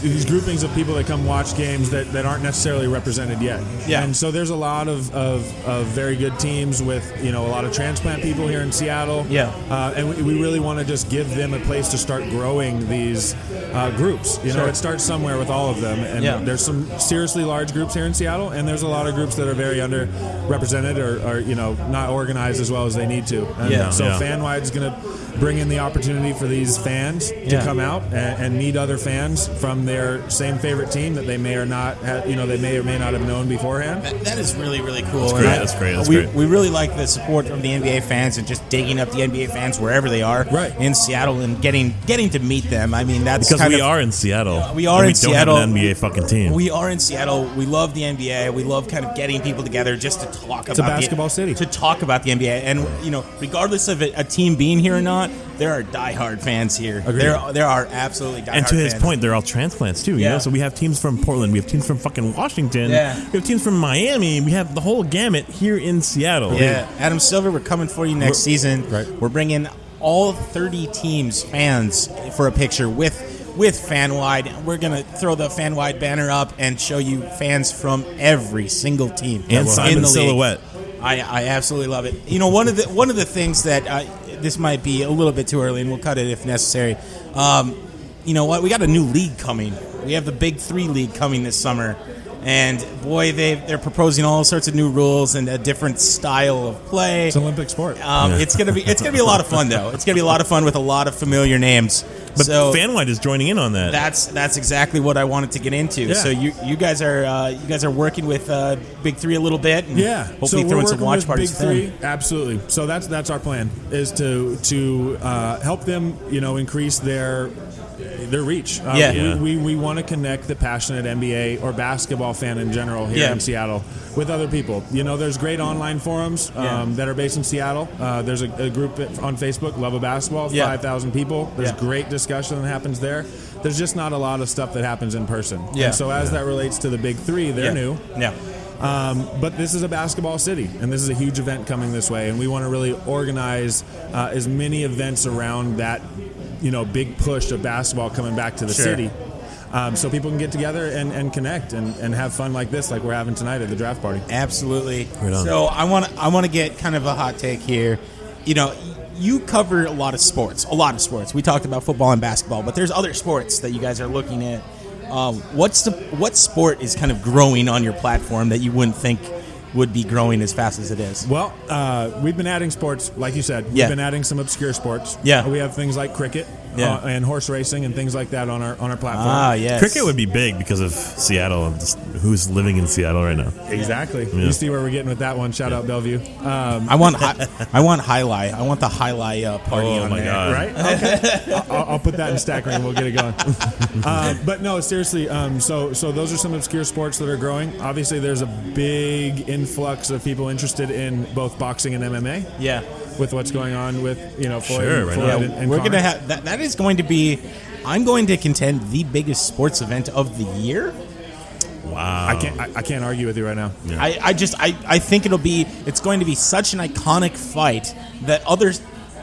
L: these groupings of people that come watch games that, that aren't necessarily represented yet.
C: Yeah.
L: And so there's a lot of, of, of very good teams with you know a lot of transplant people here in Seattle.
C: Yeah.
L: Uh, and we, we really want to just give them a place to start growing these uh, groups. You know,
C: Sure.
L: it starts somewhere with all of them. And
C: Yeah.
L: there's some seriously large groups here in Seattle, and there's a lot of groups that are very underrepresented or, or you know not organized as well as they need to. And
C: Yeah.
L: So
D: Yeah.
L: FanWide's going to bring in the opportunity for these fans
C: Yeah.
L: to come out and, and meet other fans from their same favorite team that they may or not, ha you know, they may or may not have known beforehand.
C: That, that is really, really cool.
D: That's great,
C: And I-
D: that's great, that's
C: we,
D: great.
C: we really like the support from the NBA fans and just digging up the NBA fans wherever they are
L: Right.
C: in Seattle and getting getting to meet them. I mean, that's
D: Because
C: kind
D: we
C: of,
D: are in Seattle.
C: we are
D: and
C: in Seattle.
D: We don't have an NBA fucking team.
C: We are in Seattle. We love the NBA. We love kind of getting people together just to talk
L: a
C: about
L: basketball
C: the,
L: city.
C: To talk about the NBA, and you know, regardless of it, a team being here or not, there are diehard fans here. There, there are absolutely diehard.
D: and to his
C: fans.
D: point, they're all transplants too. You
C: Yeah.
D: know, so we have teams from Portland, we have teams from fucking Washington,
C: Yeah.
D: we have teams from Miami, we have the whole gamut here in Seattle.
C: Yeah, Adam Silver, we're coming for you next
D: We're-
C: season.
D: Right.
C: We're bringing all 30 teams fans for a picture with with fanwide. We're gonna throw the fanwide banner up and show you fans from every single team
D: And
C: in
D: Simon
C: the league.
D: Silhouette.
C: I, I absolutely love it. You know, one of the one of the things that uh, this might be a little bit too early, and we'll cut it if necessary. Um, you know what? We got a new league coming. We have the Big Three league coming this summer, and boy, they they're proposing all sorts of new rules and a different style of play.
L: It's an Olympic sport.
C: um, it's gonna be it's gonna be a lot of fun though. It's gonna be a lot of fun with a lot of familiar names.
D: But
C: so
D: Fanwide is joining in on that.
C: that's that's exactly what I wanted to get into. So you you guys are uh, you guys are working with uh, Big Three a little bit. And
L: Yeah,
C: hopefully
L: so
C: throwing
L: we're
C: some
L: working
C: watch
L: with
C: parties.
L: Big
C: for them.
L: three, absolutely. So that's that's our plan is to to uh, help them, you know, increase their their reach. Uh,
C: Yeah.
L: we-
D: Yeah.
L: we, we want to connect the passionate NBA or basketball fan in general here
C: Yeah.
L: in Seattle with other people. You know, there's great online forums um,
C: Yeah.
L: that are based in Seattle. Uh, there's a, a group on Facebook, Love of Basketball,
C: Yeah.
L: five thousand people. There's
C: Yeah.
L: great discussion that happens there. There's just not a lot of stuff that happens in person.
C: Yeah.
L: And so as that relates to the big three, they're
C: Yeah.
L: new.
C: Yeah.
L: Um, but this is a basketball city, and this is a huge event coming this way, and we want to really organize uh, as many events around that, you know, big push of basketball coming back to the
C: Sure.
L: city, um, so people can get together and, and connect and, and have fun like this, like we're having tonight at the draft party.
C: Absolutely.
D: Right on.
C: So I want I want to get kind of a hot take here. You know, you cover a lot of sports, a lot of sports. We talked about football and basketball, but there's other sports that you guys are looking at. Um, what's the what sport is kind of growing on your platform that you wouldn't think would be growing as fast as it is?
L: Well, uh, we've been adding sports, like you said. We've
C: Yeah.
L: been adding some obscure sports.
C: Yeah.
L: we have things like cricket,
C: Yeah.
L: uh, and horse racing and things like that on our on our platform.
C: Ah, yes.
D: Cricket would be big because of Seattle and just who's living in Seattle right now.
L: Exactly.
D: Yeah.
L: You see where we're getting with that one. Shout out Bellevue.
C: Uh,
L: Um,
C: I want hi- I want highlight. I want the highlight uh, party
D: Oh,
C: on
D: my
C: there.
D: God.
L: right? Okay. I'll, I'll- I'll put that in stack ring. We'll get it
C: <laughs>
L: going. Uh, but no, seriously. Um, so, so those are some obscure sports that are growing. Obviously, there's a big influx of people interested in both boxing and MMA.
C: Yeah.
L: With what's going on with you know Floyd,
D: Sure, right
L: Floyd
D: now.
L: and, and
C: We're
L: Conor.
C: gonna have that. That is going to be. I'm going to contend the biggest sports event of the year.
D: Wow.
L: I can't. I, I can't argue with you right now.
C: I, I just I, I think it'll be it's going to be such an iconic fight that others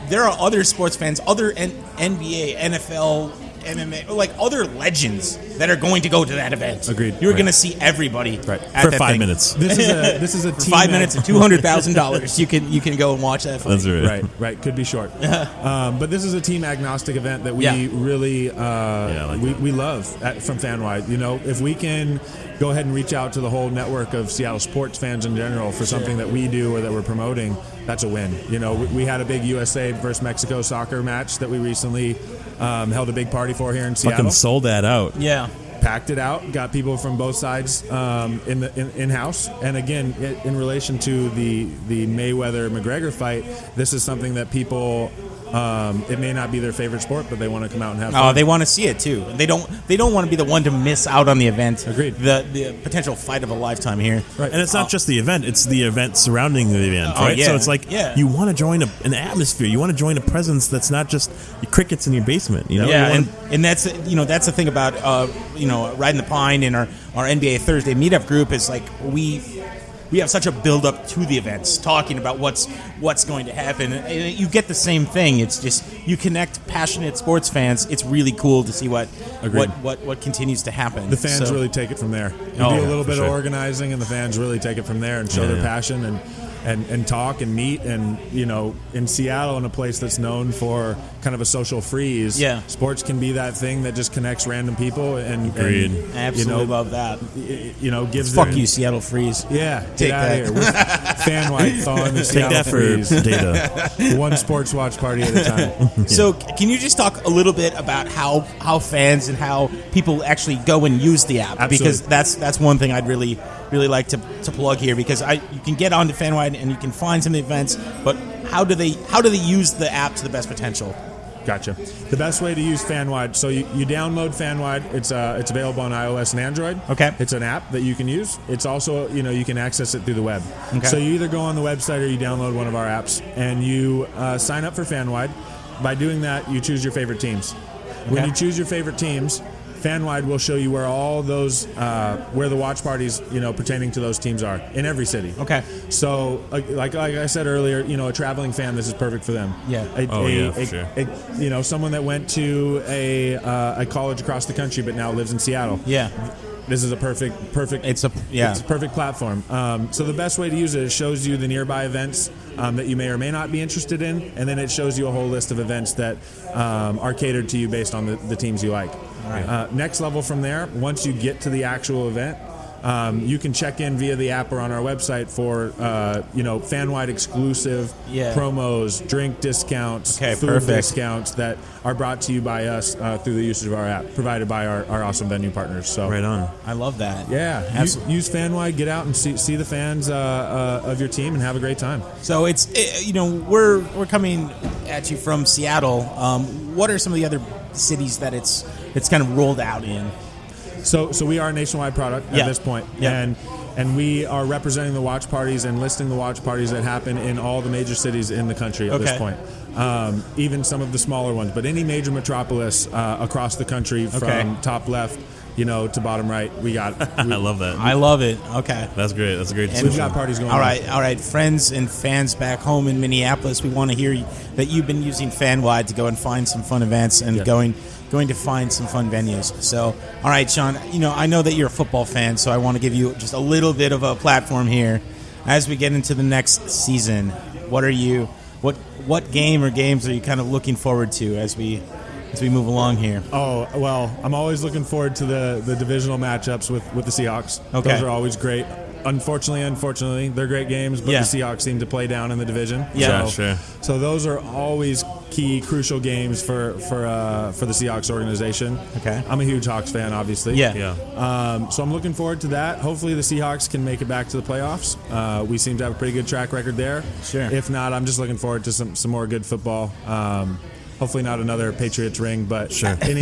C: there are other sports fans other N- NBA NFL MMA like other legends that are going to go to that event.
L: Agreed.
C: You're
L: Right.
C: going to see everybody
L: Right.
C: at
D: For
C: that
D: five
C: thing.
D: minutes.
L: This is
C: <laughs>
L: a this is a
C: For
L: team
C: five
L: ed-
C: minutes and two hundred thousand dollars. You can you can go and watch that. Fight.
D: That's right.
L: right, right. Could be short. um, but this is a team agnostic event that we
C: Yeah.
L: really uh,
D: I like
L: we,
D: that.
L: we love at, from FanWide. You know, if we can go ahead and reach out to the whole network of Seattle sports fans in general for something that we do or that we're promoting, that's a win. You know, we, we had a big USA versus Mexico soccer match that we recently um, held a big party for here in Seattle
D: Fucking sold that out.
C: Yeah.
L: packed it out, got people from both sides um, in the in, in house. And again, i- in relation to the the Mayweather McGregor fight, this is something that people. Um, it may not be their favorite sport, but they want to come out and have
C: Oh,
L: fun.
C: they want to see it too. They don't. They don't want to be the one to miss out on the event.
L: Agreed.
C: The the potential fight of a lifetime here.
L: Right. Uh,
D: And it's not just the event; it's the event surrounding the event,
C: Uh, Oh,
D: right?
C: yeah.
D: So it's like
C: Yeah.
D: you want to join a, an atmosphere, you want to join a presence that's not just your crickets in your basement, you know? You
C: Yeah,
D: wanna-
C: and, and that's you know that's the thing about uh, you know riding the pine in our our NBA Thursday meetup group is like we we have such a build up to the events, talking about what's what's going to happen. And you get the same thing. It's just you connect passionate sports fans. It's really cool to see what
L: Agreed.
C: what, what what continues to happen.
L: the fans
C: So-
L: really take it from there. You
C: Oh,
L: do a
C: yeah,
L: little
D: for
L: bit
D: sure.
L: of organizing, and the fans really take it from there and show
D: Yeah,
L: their
D: yeah.
L: passion. And and, and talk and meet and you know in Seattle in a place that's known for kind of a social freeze
C: Yeah.
L: sports can be that thing that just connects random people and, and,
D: Agreed.
L: you know,
C: Absolutely love that.
L: y- you know gives
C: Fuck
L: their-
C: you, Seattle Freeze.
L: yeah
C: Take
L: get out
C: that.
L: of
C: <laughs>
L: here We're fan white thawing the
D: Take
L: Seattle
D: that for
L: freeze <laughs>
D: data. <laughs>
L: one sports watch party at a
C: <laughs>
L: time
C: So, c- can you just talk a little bit about how how fans and how people actually go and use the app?
L: Absolutely.
C: Because that's that's one thing I'd really really like to, to plug here because I you can get onto FanWide and you can find some events, but how do they how do they use the app to the best potential?
L: Gotcha. The best way to use FanWide, so you, you download FanWide. It's uh, it's available on iOS and Android.
C: Okay.
L: It's an app that you can use. It's also you know you can access it through the web.
C: Okay.
L: So you either go on the website or you download one of our apps and you uh, sign up for FanWide. By doing that, you choose your favorite teams. When
C: Okay.
L: you choose your favorite teams, FanWide will show you where all those uh, where the watch parties you know pertaining to those teams are in every city.
C: Okay.
L: So like like like I said earlier, you know a traveling fan, this is perfect for them.
C: Yeah.
L: A-
D: Oh,
L: a-
D: yeah, for
L: a-
D: sure.
L: a- you know, someone that went to a uh, a college across the country, but now lives in Seattle.
C: Yeah.
L: This is a perfect, perfect.
C: It's a- yeah.
L: It's a perfect platform. Um, so the best way to use it, it shows you the nearby events um, that you may or may not be interested in, and then it shows you a whole list of events that um, are catered to you based on the, the teams you like. Uh, next level from there, once you get to the actual event, um, you can check in via the app or on our website for uh, you know fan wide exclusive
C: Yeah.
L: promos, drink discounts,
C: Okay,
L: food
C: perfect.
L: discounts that are brought to you by us uh, through the usage of our app, provided by our, our awesome venue partners. So
D: Right on.
C: I love that.
L: yeah,
C: Absolutely.
L: absolutely. Use FanWide, get out and see, see the fans uh, uh, of your team, and have a great time.
C: So it's eh, you know we're we're coming at you from Seattle. Um, what are some of the other cities that it's it's kind of rolled out in?
L: So, so we are a nationwide product
C: Yeah.
L: at this point,
C: Yeah.
L: and and we are representing the watch parties and listing the watch parties that happen in all the major cities in the country at
C: Okay.
L: this point. Um, even some of the smaller ones, but any major metropolis uh, across the country from
C: Okay.
L: top left, you know, to bottom right,
C: <laughs>
L: we got
D: I love that.
C: I love it. Okay.
D: That's great. That's a great
L: we've
D: decision.
L: got parties going.
C: All
L: on.
C: right, all right, friends and fans back home in Minneapolis, we want to hear that you've been using FanWide to go and find some fun events and
L: Yeah.
C: going going to find some fun venues. So, all right, Sean, you know I know that you're a football fan, so I want to give you just a little bit of a platform here as we get into the next season. What are you what what game or games are you kind of looking forward to as we as we move along here?
L: Oh well, I'm always looking forward to the the divisional matchups with with the Seahawks.
C: Okay.
L: Those are always great. Unfortunately, unfortunately, they're great games, but
C: Yeah.
L: the Seahawks seem to play down in the division.
C: Yeah.
L: so,
D: Yeah, sure.
L: So those are always key, crucial games for for uh, for the Seahawks organization.
C: Okay.
L: I'm a huge Hawks fan, obviously.
C: Yeah.
D: Yeah.
L: Um, so I'm looking forward to that. Hopefully, the Seahawks can make it back to the playoffs. Uh, we seem to have a pretty good track record there.
C: Sure.
L: If not, I'm just looking forward to some some more good football. Um, hopefully, not another Patriots ring, but sure. <laughs> any,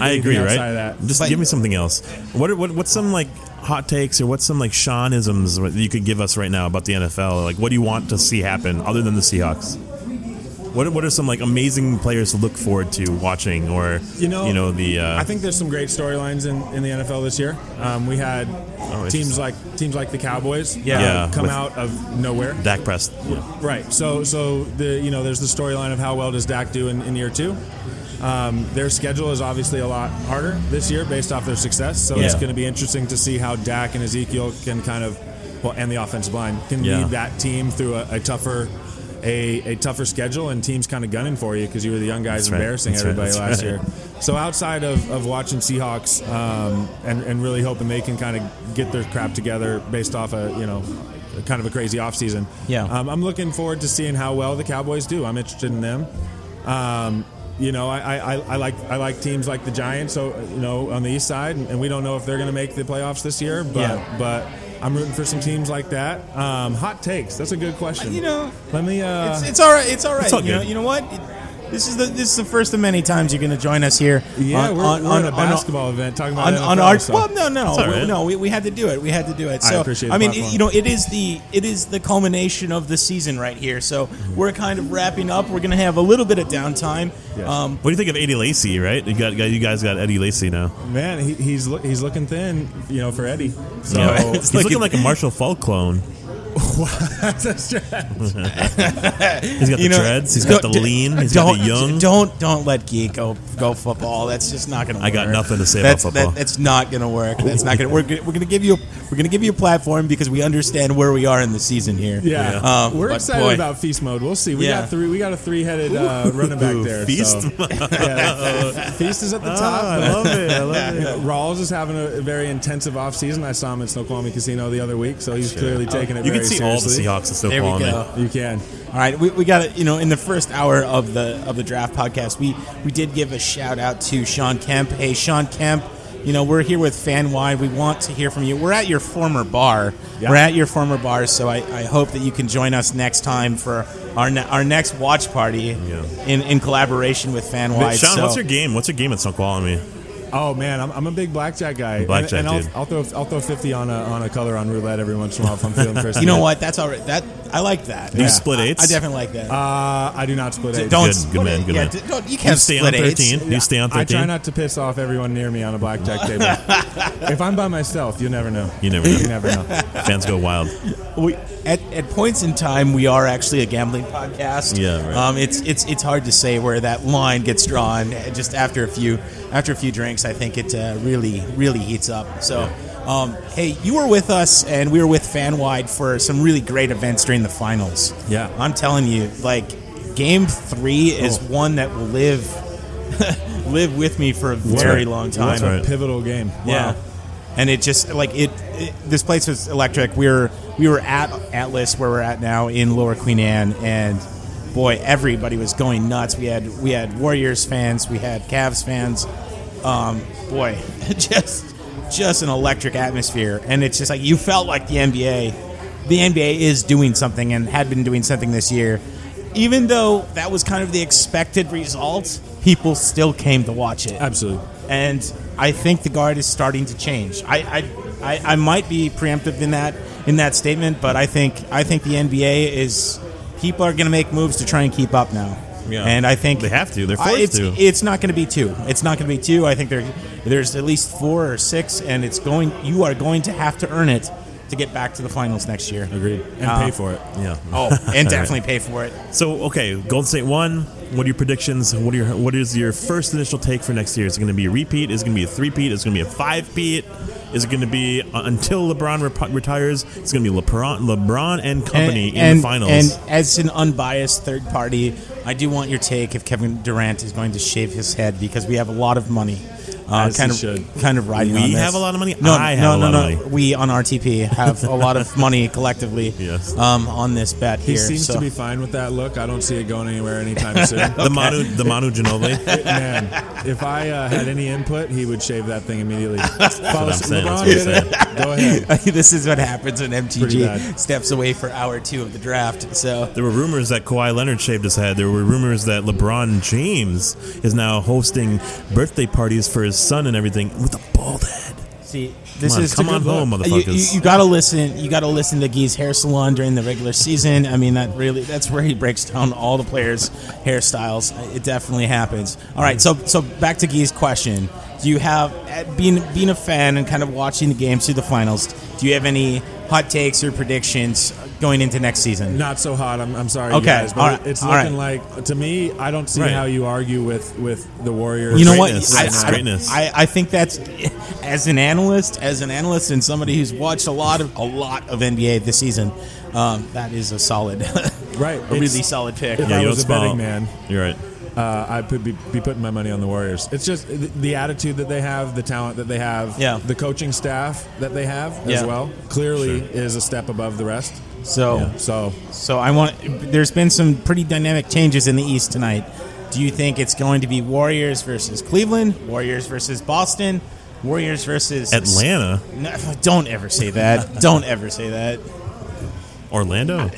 D: <laughs> I
L: anything
D: agree, right?
L: outside Of that.
D: Just
C: But-
D: give me something else. What, are, what what's some like hot takes or what's some like Seanisms that you could give us right now about the NFL? Like, what do you want to see happen other than the Seahawks? What, what are some like amazing players to look forward to watching or
L: You know,
D: the uh,
L: I think there's some great storylines in, in the NFL this year. Um, we had teams
D: interesting.
L: like teams like the Cowboys,
C: Yeah.
L: uh,
D: Oh, Yeah,
L: come
D: with-
L: out of nowhere.
D: Dak Press? Yeah.
L: Right. So so the you know there's the storyline of how well does Dak do in, in year two. Um, their schedule is obviously a lot harder this year based off their success. So it's
D: Yeah.
L: going to be interesting to see how Dak and Ezekiel can kind of well and the offensive line can
D: Yeah.
L: lead that team through a, a tougher. A, a tougher schedule and teams kind of gunning for you because you were the young guys
D: That's right.
L: embarrassing
D: That's right.
L: everybody
D: That's
L: last
D: right.
L: year. So outside of, of watching Seahawks um, and, and really hoping they can kind of get their crap together based off a you know kind of a crazy offseason.
C: Yeah.
L: Um, I'm looking forward to seeing how well the Cowboys do. I'm interested in them. Um, you know, I, I, I I like I like teams like the Giants. So you know, on the East Side, and we don't know if they're going to make the playoffs this year. But
C: Yeah.
L: but I'm rooting for some teams like that. Um, hot takes. That's a good question.
C: You know,
L: let me. Uh,
M: It's, it's all right. It's all right.
D: all
M: you, know,
D: good.
M: you know what?
C: This is the this is the first of many times you're going to join us here.
L: yeah,
C: on-
L: we're,
C: on-
L: we're
C: on-
L: at a
C: on-
L: basketball event talking about
C: on,
L: NFL,
C: on our
L: so-
C: well no no
D: all
C: we-
D: right.
C: no we, we had to do it we had to do it so
L: appreciate the
C: mean
L: platform.
C: it, you know it is the it is the culmination of the season right here so we're kind of wrapping up we're gonna have a little bit of downtime
L: Yes.
C: um,
D: What do you think of Eddie Lacy? Right, you got you guys got Eddie Lacy now.
L: Man, he, he's loo- he's looking thin, you know, for Eddie.
D: <laughs>
L: So <laughs>
D: Yeah. he's looking like a Marshall Falk clone.
L: That's
D: <laughs>
L: a stretch.
D: He's got the dreads. He's got the
C: don't-
D: lean. He's
C: don't,
D: got the young.
C: Don't don't let geek go go football. That's just not gonna. work.
D: I got nothing to say about
C: that's,
D: football.
C: That, that's not gonna work. That's not gonna. We're, gonna- we're gonna give you we're gonna give you a platform because we understand where we are in the season here.
L: Yeah,
C: Yeah. Um,
L: we're
C: but
L: excited
C: boy.
L: about feast mode. We'll see. We
C: Yeah.
L: got three. We got a three-headed uh, running back
D: Ooh,
L: there.
D: feast Ah,
L: so- <laughs> yeah. feast is at the top.
D: I love it.
L: <laughs>
D: I love
L: Yeah, Rawls is having a very intensive offseason. I saw him at Snoqualmie Casino the other week, so he's clearly taking it
D: You
L: very
D: can see
L: seriously.
D: all the Seahawks in
C: There we
D: Snoqualmie.
C: go.
L: You can.
C: All right, we, we got it. You know, in the first hour of the of the draft podcast, we we did give a shout out to Sean Kemp. Hey, Sean Kemp, you know we're here with FanWide. We want to hear from you. We're at your former bar.
L: Yeah.
C: We're at your former bar, so I, I hope that you can join us next time for our ne- our next watch party
D: Yeah.
C: in in collaboration with FanWide.
D: Sean,
C: so,
D: what's your game? What's your game at Snoqualmie?
L: Oh man, I'm, I'm a big blackjack guy. And-
D: Blackjack
L: and,
D: dude.
L: I'll, I'll throw I'll throw fifty on a on a color on roulette every once in a while if I'm feeling thirsty. Uh,
C: you know what? That's all right. That I like that.
D: Do you
C: Yeah.
D: split eights? Ah,
C: I, I definitely like that.
L: Uh, I do not split eight.
C: don't
D: Good- good
C: split
D: man,
C: it.
D: good
C: yeah,
D: man.
C: d- don't- you
D: You
C: can't
D: stay on
C: split eights.
D: thirteen. You stay on
L: I
D: thirteen.
L: try not to piss off everyone near me on a blackjack
D: <laughs>
L: table. if I'm by myself, you'll never know.
D: You never know.
L: You never know.
D: Fans go wild.
C: we, at, at points in time we are actually a gambling podcast.
D: Yeah, right.
C: Um, it's it's it's hard to say where that line gets drawn. Uh, Just after a few after a few drinks, I think it uh, really really heats up. So. Um, hey, you were with us, and we were with FanWide for some really great events during the finals.
L: Yeah.
C: I'm telling you, like Game Three is
D: Oh.
C: one that will live <laughs> live with me for a very
D: right.
C: long
D: That's
C: time.
L: That's a
D: right.
L: pivotal game.
C: Yeah.
L: Wow.
C: And it just like it, it- This place was electric. We were we were at Atlas where we're at now in Lower Queen Anne, and boy, everybody was going nuts. We had we had Warriors fans, we had Cavs fans. Um, boy, <laughs> just just an electric atmosphere, and it's just like you felt like the NBA. The NBA is doing something and had been doing something this year, even though that was kind of the expected result. People still came to watch it
L: Absolutely.
C: and I think the guard is starting to change. I I, I, I might be preemptive in that in that statement, but I think I think the NBA is people are going to make moves to try and keep up now.
D: Yeah.
C: and I think
D: They have to. They're forced
C: I, it's,
D: to.
C: It's not going to be two. It's not going to be two. I think there there's at least four or six, and it's going. You are going to have to earn it to get back to the finals next year.
L: Agreed. And
C: Uh,
L: pay for it.
D: Yeah.
C: Oh,
D: <laughs>
C: and definitely pay for it.
D: So okay, Golden State won. What are your predictions? What are your what is your first initial take for next year? Is it going to be a repeat? Is it going to be a three-peat? Is it going to be a five-peat? Is it going to be uh, until LeBron rep- retires? It's going to be LeBron, LeBron and company in the finals.
C: And as an unbiased third party, I do want your take if Kevin Durant is going to shave his head because we have a lot of money. Uh,
L: As
C: kind
L: he
C: of,
L: should.
C: kind of riding.
D: We
C: on this.
D: have a lot of money?
C: No,
D: I have
C: no,
D: a
C: no,
D: lot
C: no.
D: of money.
C: We on RTP have a lot of money collectively.
D: <laughs> Yes.
C: Um, on this bet
L: He
C: here.
L: seems
C: so.
L: to be fine with that look. I don't see it going anywhere anytime soon.
D: <laughs> the Manu the Manu
L: <laughs>
D: Ginobili.
L: Man, if I uh, had any input, he would shave that thing
D: <laughs>
L: immediately. That's
D: what I'm saying,
L: LeBron
D: that's what I'm
L: did it. Go ahead.
C: <laughs> this is what happens when
L: Pretty
C: MTG
L: bad.
C: steps away for hour two of the draft. So
D: There were rumors that Kawhi Leonard shaved his head. There were rumors that LeBron James is now hosting birthday parties for his son and everything with a bald head.
C: See, this
D: on,
C: is
D: come on home,
C: Uh, You, you,
D: motherfuckers.
C: you gotta listen. You gotta listen to Gee's hair salon during the regular season. I mean, that really that's where he breaks down all the players' hairstyles. It definitely happens. All right, so so back to Gee's question. Do you have eh, being being a fan and kind of watching the games through the finals? Do you have any hot takes or predictions going into next season?
L: Not so hot. I'm, I'm sorry,
C: Okay,
L: you guys. But
C: all right,
L: it's
C: all right.
L: looking like, to me, I don't see
D: Right.
L: how you argue with, with the Warriors.
C: you know what?
D: Greatness,
C: I,
D: that's
C: I-
D: greatness.
C: I, I think that's as an analyst, as an analyst, and somebody who's watched a lot of a lot of NBA this season. Um, that is a solid, <laughs>
L: Right,
C: A
L: it's-
C: really solid pick.
L: if
D: Yeah,
L: I
D: you
L: was
D: don't
L: a betting
D: smile.
L: man,
D: You're right.
L: uh, I would be, be putting my money on the Warriors. It's just the, the attitude that they have, the talent that they have,
C: Yeah.
L: the coaching staff that they have as
C: Yeah.
L: well. Clearly, is a step above the rest.
C: So,
L: So
C: so I want. There's been some pretty dynamic changes in the East tonight. Do you think it's going to be Warriors versus Cleveland, Warriors versus Boston, Warriors versus
D: Atlanta,
C: No, don't ever say that. don't ever say that.
D: Orlando.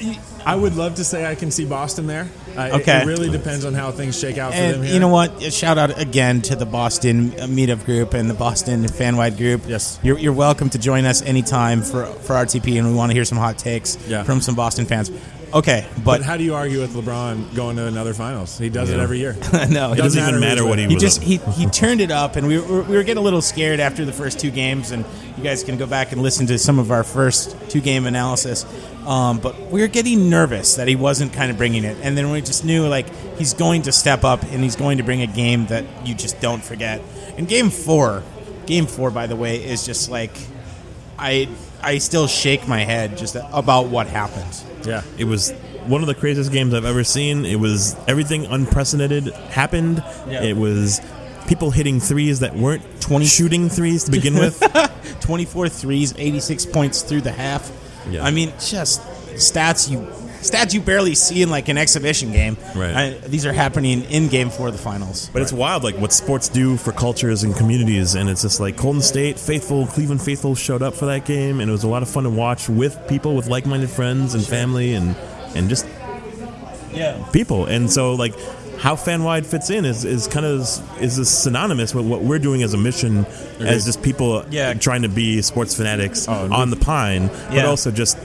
L: I would love to say I can see Boston there. I,
C: Okay.
L: It really depends on how things shake out for them
C: And
L: here.
C: you know what? A Shout out again to the Boston uh, Meetup Group and the Boston Fanwide Group.
L: Yes.
C: you're, you're welcome to join us anytime for for RTP, and we want to hear some hot takes
L: Yeah.
C: from some Boston fans. Okay,
L: But
C: but
L: <laughs> how do you argue with LeBron going to another finals? He does it
D: Yeah.
L: every year.
C: no,
D: It doesn't even matter what he,
L: He
D: was.
C: just he, he turned it up, and we were, we were getting a little scared after the first two games. And you guys can go back and listen to some of our first two game analysis. Um, but we were getting nervous that he wasn't kind of bringing it, and then we just knew like he's going to step up and he's going to bring a game that you just don't forget. And game four, game four, by the way, is just like I I still shake my head just about what happened.
L: Yeah.
D: It was one of the craziest games I've ever seen. It was everything unprecedented happened. It was people hitting threes that weren't
C: 20
D: shooting threes to
L: <laughs>
D: begin with.
C: 24 threes, 86 points through the half.
D: Yeah.
C: I mean, just stats you stats you barely see in like an exhibition game.
D: Right.
C: I, these are happening in game for the finals.
D: But it's wild, like what sports do for cultures and communities. And it's just like Colton State faithful, Cleveland faithful showed up for that game, and it was a lot of fun to watch with people, with like-minded friends and family, and and just yeah people. And so like how fan wide fits in is, is kind of is, is synonymous with what we're doing as a mission, as just people
C: Yeah.
D: trying to be sports fanatics
L: Oh,
D: on the pine, but
C: Yeah.
D: also just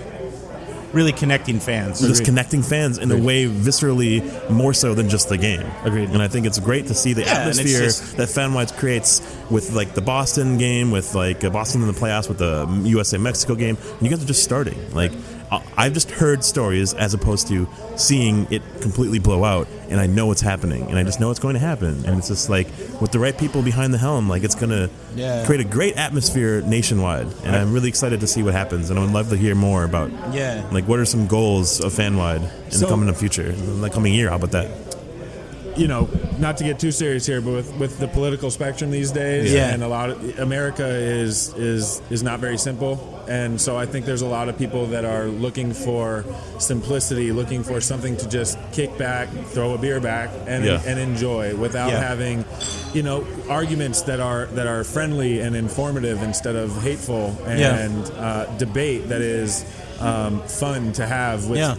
C: Really connecting fans.
D: just connecting fans in a way viscerally more so than just the game. Agreed. And I think it's great to see the
C: Yeah, and it's
D: atmosphere
C: just-
D: that FanWise creates with like the Boston game, with like uh, Boston in the playoffs, with the USA Mexico game. And you guys are just starting. Like I- I've just heard stories as opposed to seeing it completely blow out, and I know it's happening, and I just know it's going to happen. And it's just like with the right people behind the helm, like it's gonna
C: Yeah.
D: create a great atmosphere nationwide. And I'm really excited to see what happens, and I would love to hear more about
C: Yeah.
D: like, what are some goals of FanWide in the
L: So-
D: coming future, in the coming year? How about that?
L: you know, not to get too serious here, but with, with the political spectrum these days,
C: Yeah.
L: and a lot of America is is is not very simple, and so I think there's a lot of people that are looking for simplicity, looking for something to just kick back, throw a beer back, and
D: Yeah.
L: and enjoy without
C: Yeah.
L: having, you know, arguments that are that are friendly and informative instead of hateful and
C: Yeah.
L: uh, debate that is um, fun to have with.
C: Yeah.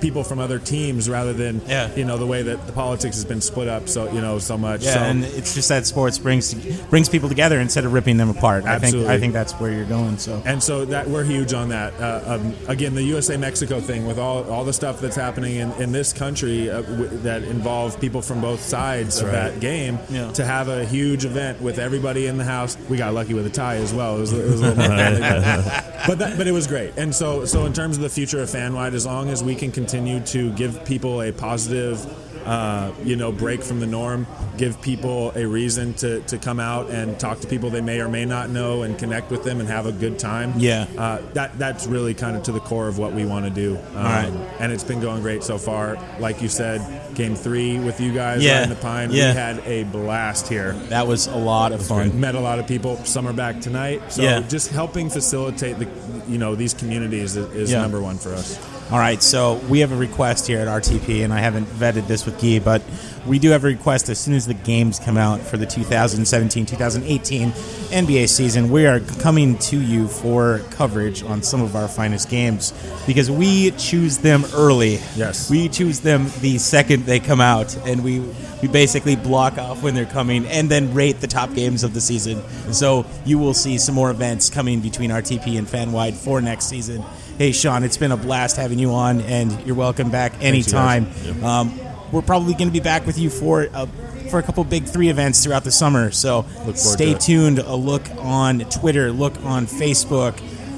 L: People from other teams, rather than
C: Yeah.
L: you know the way that the politics has been split up so you know so much
C: Yeah,
L: so
C: and it's just that sports brings brings people together instead of ripping them apart. I
L: Absolutely.
C: think I think that's where you're going. So
L: and so that we're huge on that. Uh, um, again, the USA Mexico thing with all, all the stuff that's happening in, in this country uh, w- that involved people from both sides of that game
C: Yeah.
L: to have a huge event with everybody in the house. We got lucky with a tie as well. It was, it
C: <laughs>
L: was a little more friendly, but, but that, but it was great. And so so in terms of the future of FanWide, as long as we can continue to give people a positive. Uh, you know, break from the norm, give people a reason to, to come out and talk to people they may or may not know and connect with them and have a good time
C: Yeah.
L: uh, that that's really kind of to the core of what we want to do. Um,
C: right.
L: And it's been going great so far. Like you said, game three with you guys
C: Yeah.
L: riding the pine,
C: Yeah.
L: we had a blast here.
C: that was a lot of fun.
L: Met a lot of people. Some are back tonight. So
C: Yeah.
L: just helping facilitate the, you know, these communities is, is
C: Yeah.
L: number one for us.
C: All right, so we have a request here at RTP, and I haven't vetted this with Guy, but we do have a request as soon as the games come out for the 2017 2018 NBA season. We are coming to you for coverage on some of our finest games because we choose them early.
L: Yes.
C: We choose them the second they come out, and we, we basically block off when they're coming and then rate the top games of the season. So you will see some more events coming between RTP and FanWide for next season. Hey, Sean, it's been a blast having you on, and you're welcome back anytime. Um, we're probably going to be back with you for a, for a couple big three events throughout the summer. So stay
L: to it.
C: tuned. A look on Twitter, look on Facebook.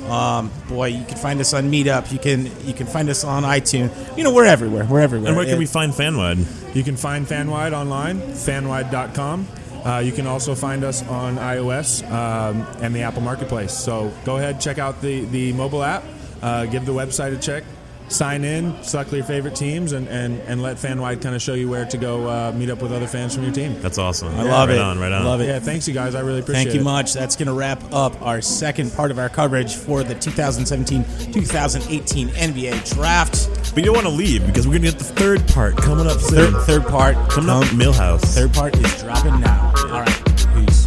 C: Um, boy, you can find us on Meetup. You can you can find us on iTunes. You know, we're everywhere. We're everywhere.
D: And where
C: It-
D: can we find FanWide?
L: You can find FanWide online, fanwide.com. Uh, you can also find us on iOS um, and the Apple Marketplace. So go ahead, check out the, the mobile app, uh, give the website a check, sign in, select your favorite teams, and, and, and let FanWide kind of show you where to go uh, meet up with other fans from your team.
D: That's awesome.
C: I love
D: right
C: it.
D: on, right on.
C: Love it.
L: Yeah, thanks, you guys. I really appreciate
C: Thank you
L: it.
C: much. That's going to wrap up our second part of our coverage for the 2017-2018 NBA draft.
D: But you don't want to leave because we're going to get the third part coming up soon.
C: Third third part
D: coming up,
C: come-
D: Millhouse.
C: Third part is dropping now. All right. Peace.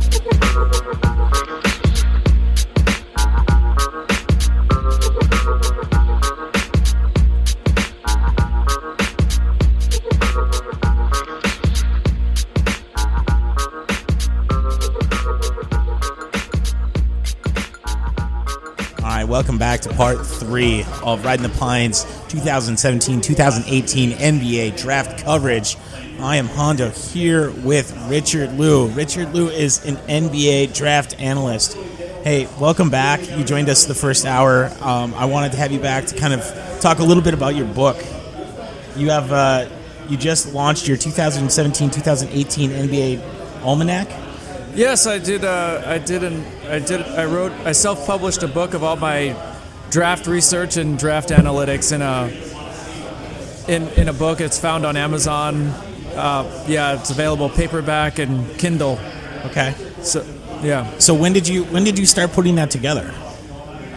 C: All right, welcome back to part three of Riding the Pines 2017 2018 NBA draft coverage. I am Hondo here with Richard Liu. Richard Liu is an NBA draft analyst. Hey, welcome back. You joined us the first hour. Um, I wanted to have you back to kind of talk a little bit about your book. You have uh, you just launched your 2017-2018 NBA almanac.
E: Yes, I did. Uh, I did. An, I did. I wrote. I self-published a book of all my draft research and draft analytics in a in in a book. It's found on Amazon. Uh, yeah, it's available paperback and Kindle.
C: Okay.
E: So yeah,
C: So when did you when did you start putting that together?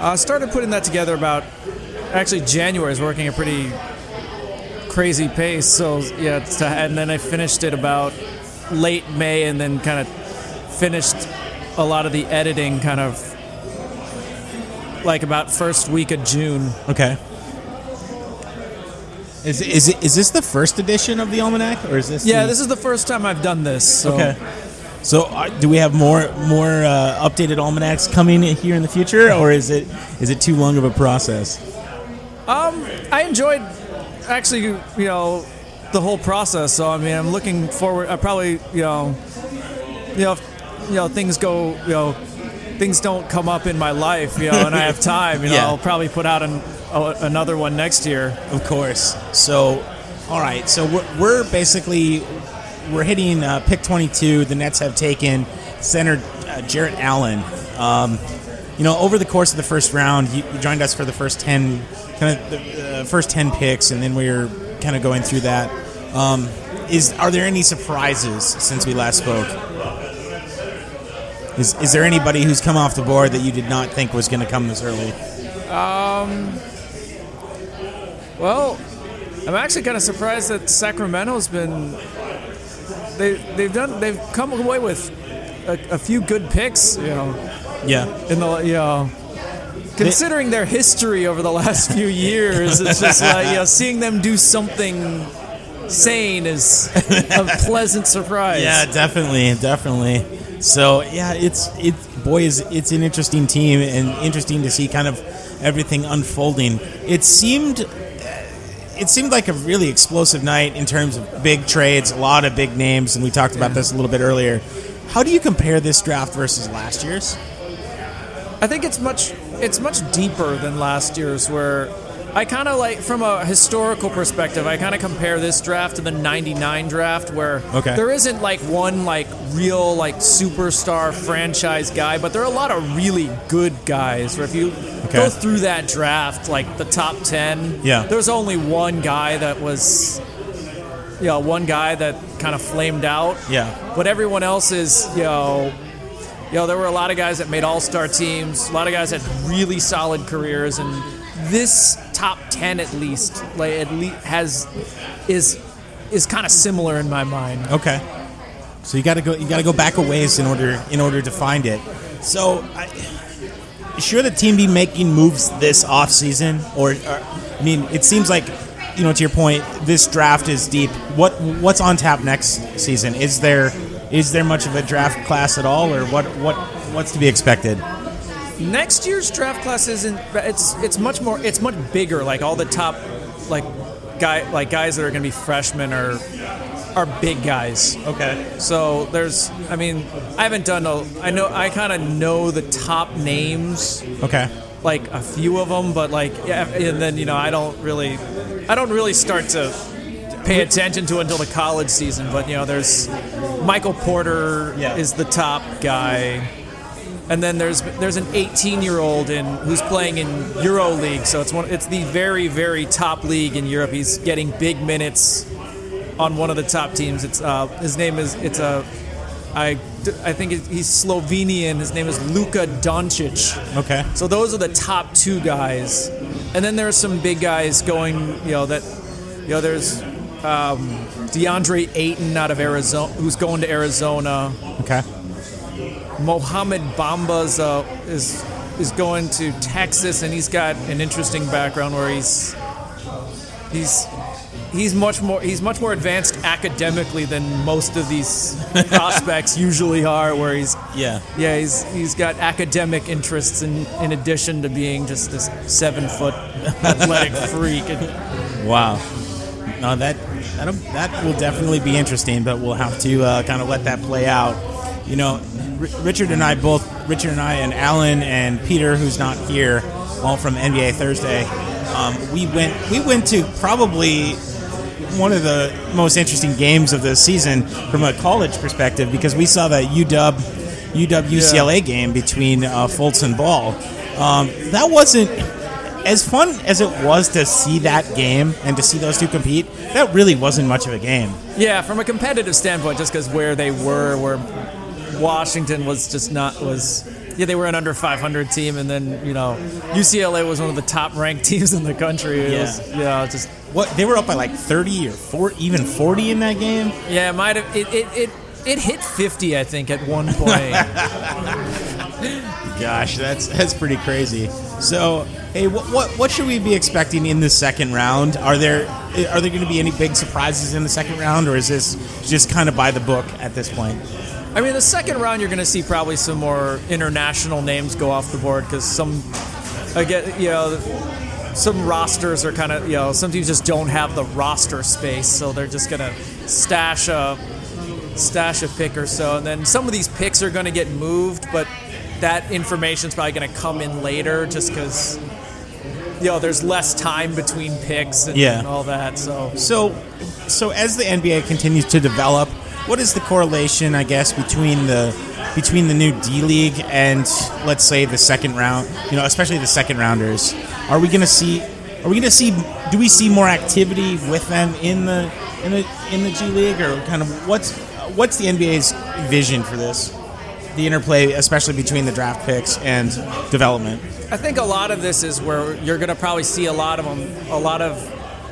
E: I Uh, started putting that together about actually January. I was working a pretty crazy pace. So yeah, it's to, and then I finished it about late May, and then kind of finished a lot of the editing kind of like about first week of June.
C: Okay. Is is is this the first edition of the almanac, or is this?
E: Yeah,
C: the-
E: this is the first time I've done this. So.
C: okay. So uh, do we have more more uh, updated almanacs coming here in the future, or is it is it too long of a process?
E: Um, I enjoyed actually, you know, the whole process. So I mean, I'm looking forward. I probably, you know, you know, if, you know, things go, you know, things don't come up in my life, you know, and I <laughs> have time. You know,
C: Yeah.
E: I'll probably put out an, a, another one next year.
C: Of course. So, all right. So we're, we're basically we're hitting uh, pick 22. The Nets have taken center uh, Jarrett Allen. Um, you know, over the course of the first round, you, you joined us for the first 10 kind of the uh, first 10 picks, and then we were kind of going through that. Um, is are there any surprises since we last spoke? Is, is there anybody who's come off the board that you did not think was going to come this early?
E: Well, I'm actually kind of surprised that Sacramento's been they they've done they've come away with a, a few good picks. You know.
C: Yeah,
E: in the you know, considering their history over the last few years, it's just like you know, seeing them do something sane is a pleasant surprise.
C: Yeah, definitely, definitely. So yeah, it's it's boy is it's an interesting team and interesting to see kind of everything unfolding. It seemed it seemed like a really explosive night in terms of big trades, a lot of big names, and we talked about this a little bit earlier. How do you compare this draft versus last year's?
E: I think it's much it's much deeper than last year's where I kind of like from a historical perspective I kind of compare this draft to the 99 draft where
C: Okay.
E: there isn't like one like real like superstar franchise guy but there are a lot of really good guys where if you go through that draft like the top 10
C: Yeah.
E: there's only one guy that was you know one guy that kind of flamed out
C: Yeah,
E: but everyone else is, you know, you know, there were a lot of guys that made all star teams, a lot of guys had really solid careers, and this top ten at least, like at least has is is kind of similar in my mind.
C: Okay. So you got to go. You got to go back a ways in order in order to find it. So, I, should the team be making moves this off season, or, or I mean, it seems like you know to your point, this draft is deep. What what's on tap next season? Is there is there much of a draft class at all, or what what what's to be expected?
E: Next year's draft class isn't it's it's much more it's much bigger. Like all the top like guy like guys that are going to be freshmen are are big guys.
C: Okay.
E: So there's, I mean, I haven't done a, I know, I kind of know the top names,
C: Okay.
E: like a few of them, but like, yeah, and then you know, I don't really, I don't really start to pay attention to until the college season. But you know, there's Michael Porter
C: Yeah.
E: is the top guy, and then there's there's an 18 year old in who's playing in Euro League, so it's one, it's the very very top league in Europe. He's getting big minutes on one of the top teams. It's uh, his name is it's a. I, I think he's Slovenian. His name is Luka Doncic.
C: Okay.
E: So those are the top two guys, and then there's some big guys going. You know that, you know there's um, DeAndre Ayton out of Arizona, who's going to Arizona.
C: Okay.
E: Mohamed Bamba's uh, is is going to Texas, and he's got an interesting background where he's he's he's much more he's much more advanced academically than most of these prospects usually are. Where he's
C: Yeah.
E: yeah he's he's got academic interests in in addition to being just this seven foot athletic freak. And
C: Wow. No, that that that will definitely be interesting, but we'll have to uh, kind of let that play out. You know, R- Richard and I both, Richard and I and Alan and Peter, who's not here, all from NBA Thursday. Um, we went we went to probably one of the most interesting games of the season from a college perspective because we saw that UW UW UCLA game between uh, Fultz and Ball. Um, that wasn't as fun as it was to see that game and to see those two compete, that really wasn't much of a game.
E: yeah, from a competitive standpoint, just because where they were, where Washington was just not was. Yeah, they were an under 500 team, and then you know UCLA was one of the top ranked <laughs> teams in the country. It
C: Yeah.
E: was, yeah, just
C: What they were up by like thirty or four, even forty in that game.
E: Yeah, it might have. It, it, it, it hit 50, I think, at one point.
C: Gosh, that's that's pretty crazy. So, hey, what what, what should we be expecting in the second round? Are there are there going to be any big surprises in the second round, or is this just kind of by the book at this point?
E: I mean, the second round, you're going to see probably some more international names go off the board because some, I get, you know, some rosters are kind of, you know, some teams just don't have the roster space, so they're just going to stash a stash a pick or so, and then some of these picks are going to get moved, but that information's probably going to come in later just because. You know, there's less time between picks and,
C: Yeah.
E: and all that. So
C: So, so as the NBA continues to develop, what is the correlation, I guess, between the between the new D League and let's say the second round? You know, especially the second rounders. Are we going to see? Are we going to see? Do we see more activity with them in the in the in the G League, or kind of what's what's the NBA's vision for this? The interplay, especially between the draft picks and development.
E: I think a lot of this is where you're going to probably see a lot of them. A lot of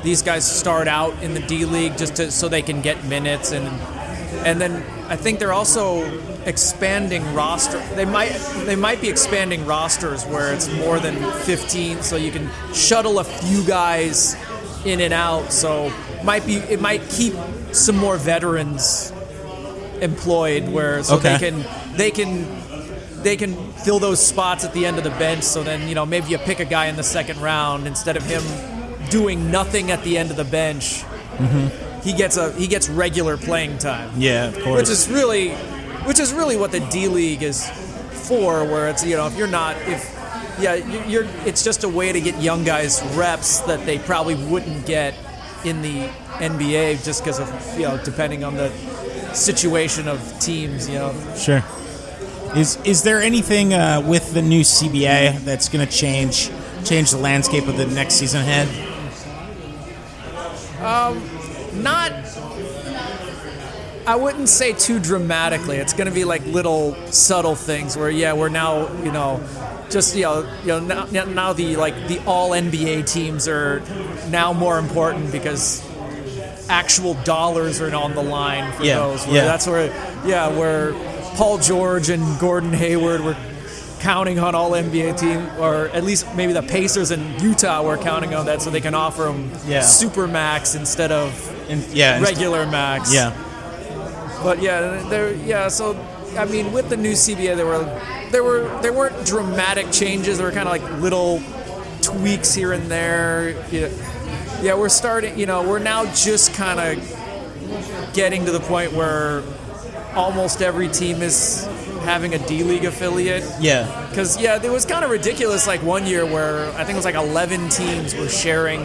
E: these guys start out in the D League just to, so they can get minutes, and and then I think they're also expanding roster. They might they might be expanding rosters where it's more than 15, so you can shuttle a few guys in and out. So might be it might keep some more veterans employed where so
C: Okay.
E: they can they can they can fill those spots at the end of the bench. So then, you know, maybe you pick a guy in the second round instead of him doing nothing at the end of the bench. He gets a he gets regular playing time,
C: Yeah, of course.
E: which is really, which is really what the D League is for. Where it's you know if you're not if yeah you- you're it's just a way to get young guys reps that they probably wouldn't get in the NBA just because of you know depending on the situation of teams you know
C: Sure. Is is there anything uh, with the new CBA that's going to change change the landscape of the next season ahead?
E: not I wouldn't say too dramatically. It's going to be like little subtle things where yeah, we're now, you know, just you know, you know now, now the like the all NBA teams are now more important because actual dollars are on the line for
C: Yeah,
E: those. Where
C: yeah.
E: That's where yeah, where Paul George and Gordon Hayward were counting on all NBA team or at least maybe the Pacers and Utah were counting on that so they can offer them
C: Yeah.
E: super max instead of
C: And, yeah. and-
E: regular max.
C: Yeah.
E: But yeah, there. Yeah, so I mean, with the new CBA, there were there were there weren't dramatic changes. There were kind of like little tweaks here and there. Yeah, yeah, we're starting. You know, we're now just kind of getting to the point where almost every team is having a D League affiliate.
C: Yeah.
E: Because yeah, it was kind of ridiculous. Like one year where I think it was like eleven teams were sharing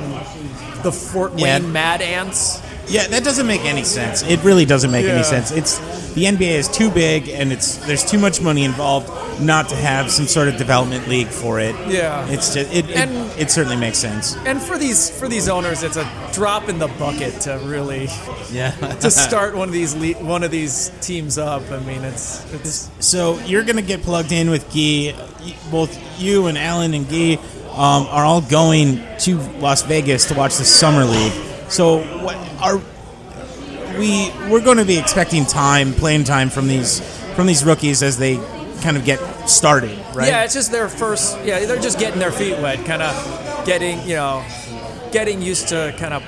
E: the Fort Wayne
C: Yeah.
E: Mad Ants.
C: Yeah. That doesn't make any sense. It really doesn't make any
E: Yeah.
C: sense. It's the NBA is too big, and it's there's too much money involved not to have some sort of development league for it.
E: Yeah.
C: It's just it it,
E: And-
C: it certainly makes sense.
E: And for these for these owners, it's a drop in the bucket to really
C: Yeah.
E: <laughs> to start
C: <laughs>
E: one of these le- one of these teams up. I mean, it's it's
C: So you're gonna get plugged in with Guy. Both you and Alan and Guy um, are all going to Las Vegas to watch the summer league. So what are we? We're going to be expecting time, playing time from these from these rookies as they kind of get started, right?
E: yeah, it's just their first. Yeah, they're just getting their feet wet, kind of getting you know getting used to kind of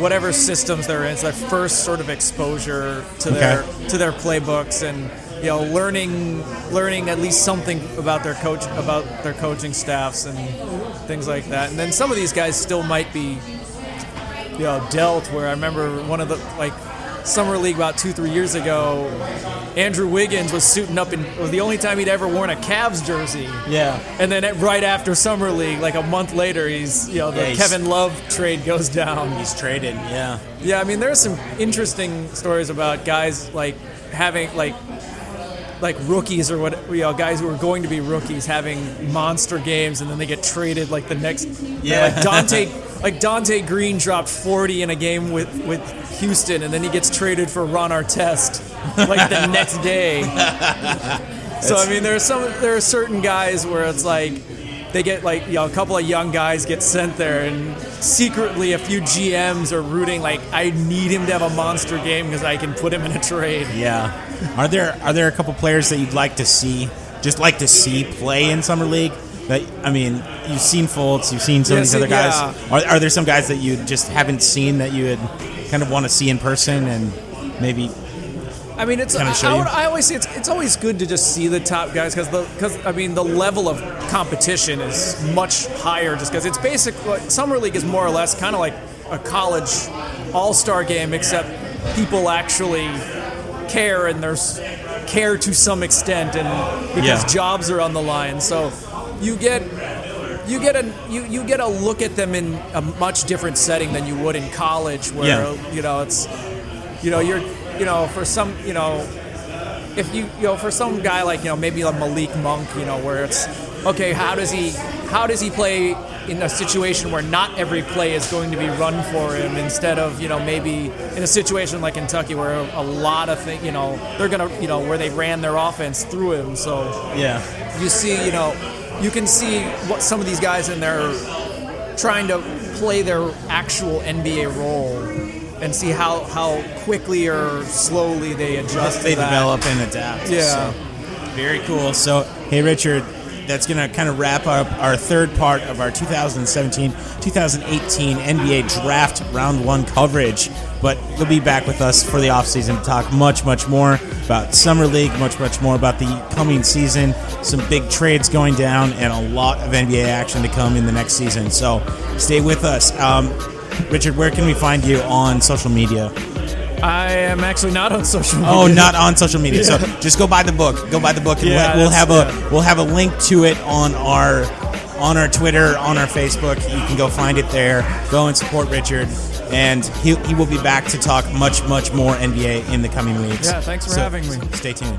E: whatever systems they're in. It's their first sort of exposure to their to their playbooks and you know learning learning at least something about their coach about their coaching staffs and things like that. And then some of these guys still might be you know dealt. Where I remember one of the like summer league about two three years ago, Andrew Wiggins was suiting up in was the only time he'd ever worn a Cavs jersey.
C: Yeah.
E: And then at, right after summer league, like a month later, he's you know the
C: Yeah, he's-
E: Kevin Love trade goes down.
C: He's traded. Yeah.
E: Yeah, I mean there's some interesting stories about guys like having like like rookies or what you know guys who are going to be rookies having monster games and then they get traded like the next
C: Yeah.
E: like Dante like Dante Green dropped 40 in a game with with Houston and then he gets traded for Ron Artest like the next
C: <laughs>
E: day. so I mean there are some there are certain guys where it's like they get like you know a couple of young guys get sent there and secretly a few GMs are rooting like I need him to have a monster game because I can put him in a trade.
C: Yeah. Are there are there a couple players that you'd like to see, just like to see play in summer league? That I mean, you've seen Fultz, you've seen some
E: Yeah,
C: of these
E: see-
C: other guys.
E: yeah.
C: Are, are there some guys that you just haven't seen that you would kind of want to see in person and maybe?
E: I mean, it's. I,
C: Kinda show
E: I,
C: you.
E: would- I always say it's, it's always good to just see the top guys because the because I mean the level of competition is much higher just because it's basic. Like, Summer league is more or less kind of like a college all star game, except people actually care and there's care to some extent, and because
C: Yeah.
E: jobs are on the line, so you get you get a you, you get a look at them in a much different setting than you would in college where
C: Yeah.
E: you know it's you know you're you know for some you know if you you know for some guy like you know maybe like Malik Monk you know where it's okay how does he how does he play in a situation where not every play is going to be run for him instead of you know maybe in a situation like Kentucky where a lot of things you know they're gonna you know where they ran their offense through him so
C: Yeah.
E: you see, you know, you can see what some of these guys in there trying to play their actual NBA role and see how, how quickly or slowly they adjust.
C: They
E: to that.
C: develop and adapt.
E: Yeah.
C: so. Very cool. So, hey, Richard, that's going to kind of wrap up our third part of our 2017 2018 NBA Draft Round 1 coverage. But you'll be back with us for the offseason to talk much, much more about Summer League, much, much more about the coming season, some big trades going down, and a lot of NBA action to come in the next season. So, stay with us. Um, Richard, where can we find you on social media?
E: I am actually not on <laughs> social media.
C: Oh, not on social media. So just go buy the book. Go buy the book, and
E: Yeah,
C: we'll, we'll
E: that's-
C: have a we'll have a link to it on our on our Twitter, on our Facebook. You can go find it there. Go and support Richard, and he, he will be back to talk much much more NBA in the coming weeks.
E: Yeah, thanks for having me.
C: Stay tuned.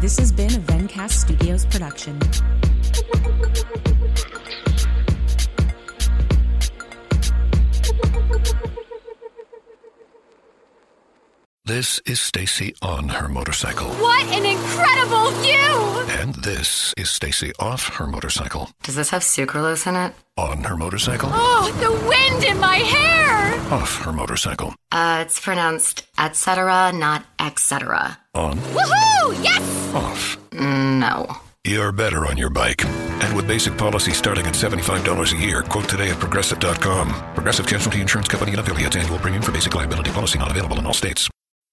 B: This has been a Vencast Studios production.
A: This is Stacy on her motorcycle.
L: What an incredible view!
A: And this is Stacy off her motorcycle.
N: Does this have sucralose in it?
A: On her motorcycle.
L: Oh, the wind in my hair!
A: Off her motorcycle.
N: Uh, it's pronounced etc., not etc.
A: On.
L: Woohoo! Yes!
A: Off.
N: Mm, No.
A: You're better on your bike. And with basic policy starting at $75 a year, quote today at progressive.com. Progressive Casualty Insurance Company and affiliates annual premium for basic liability policy not available in all states.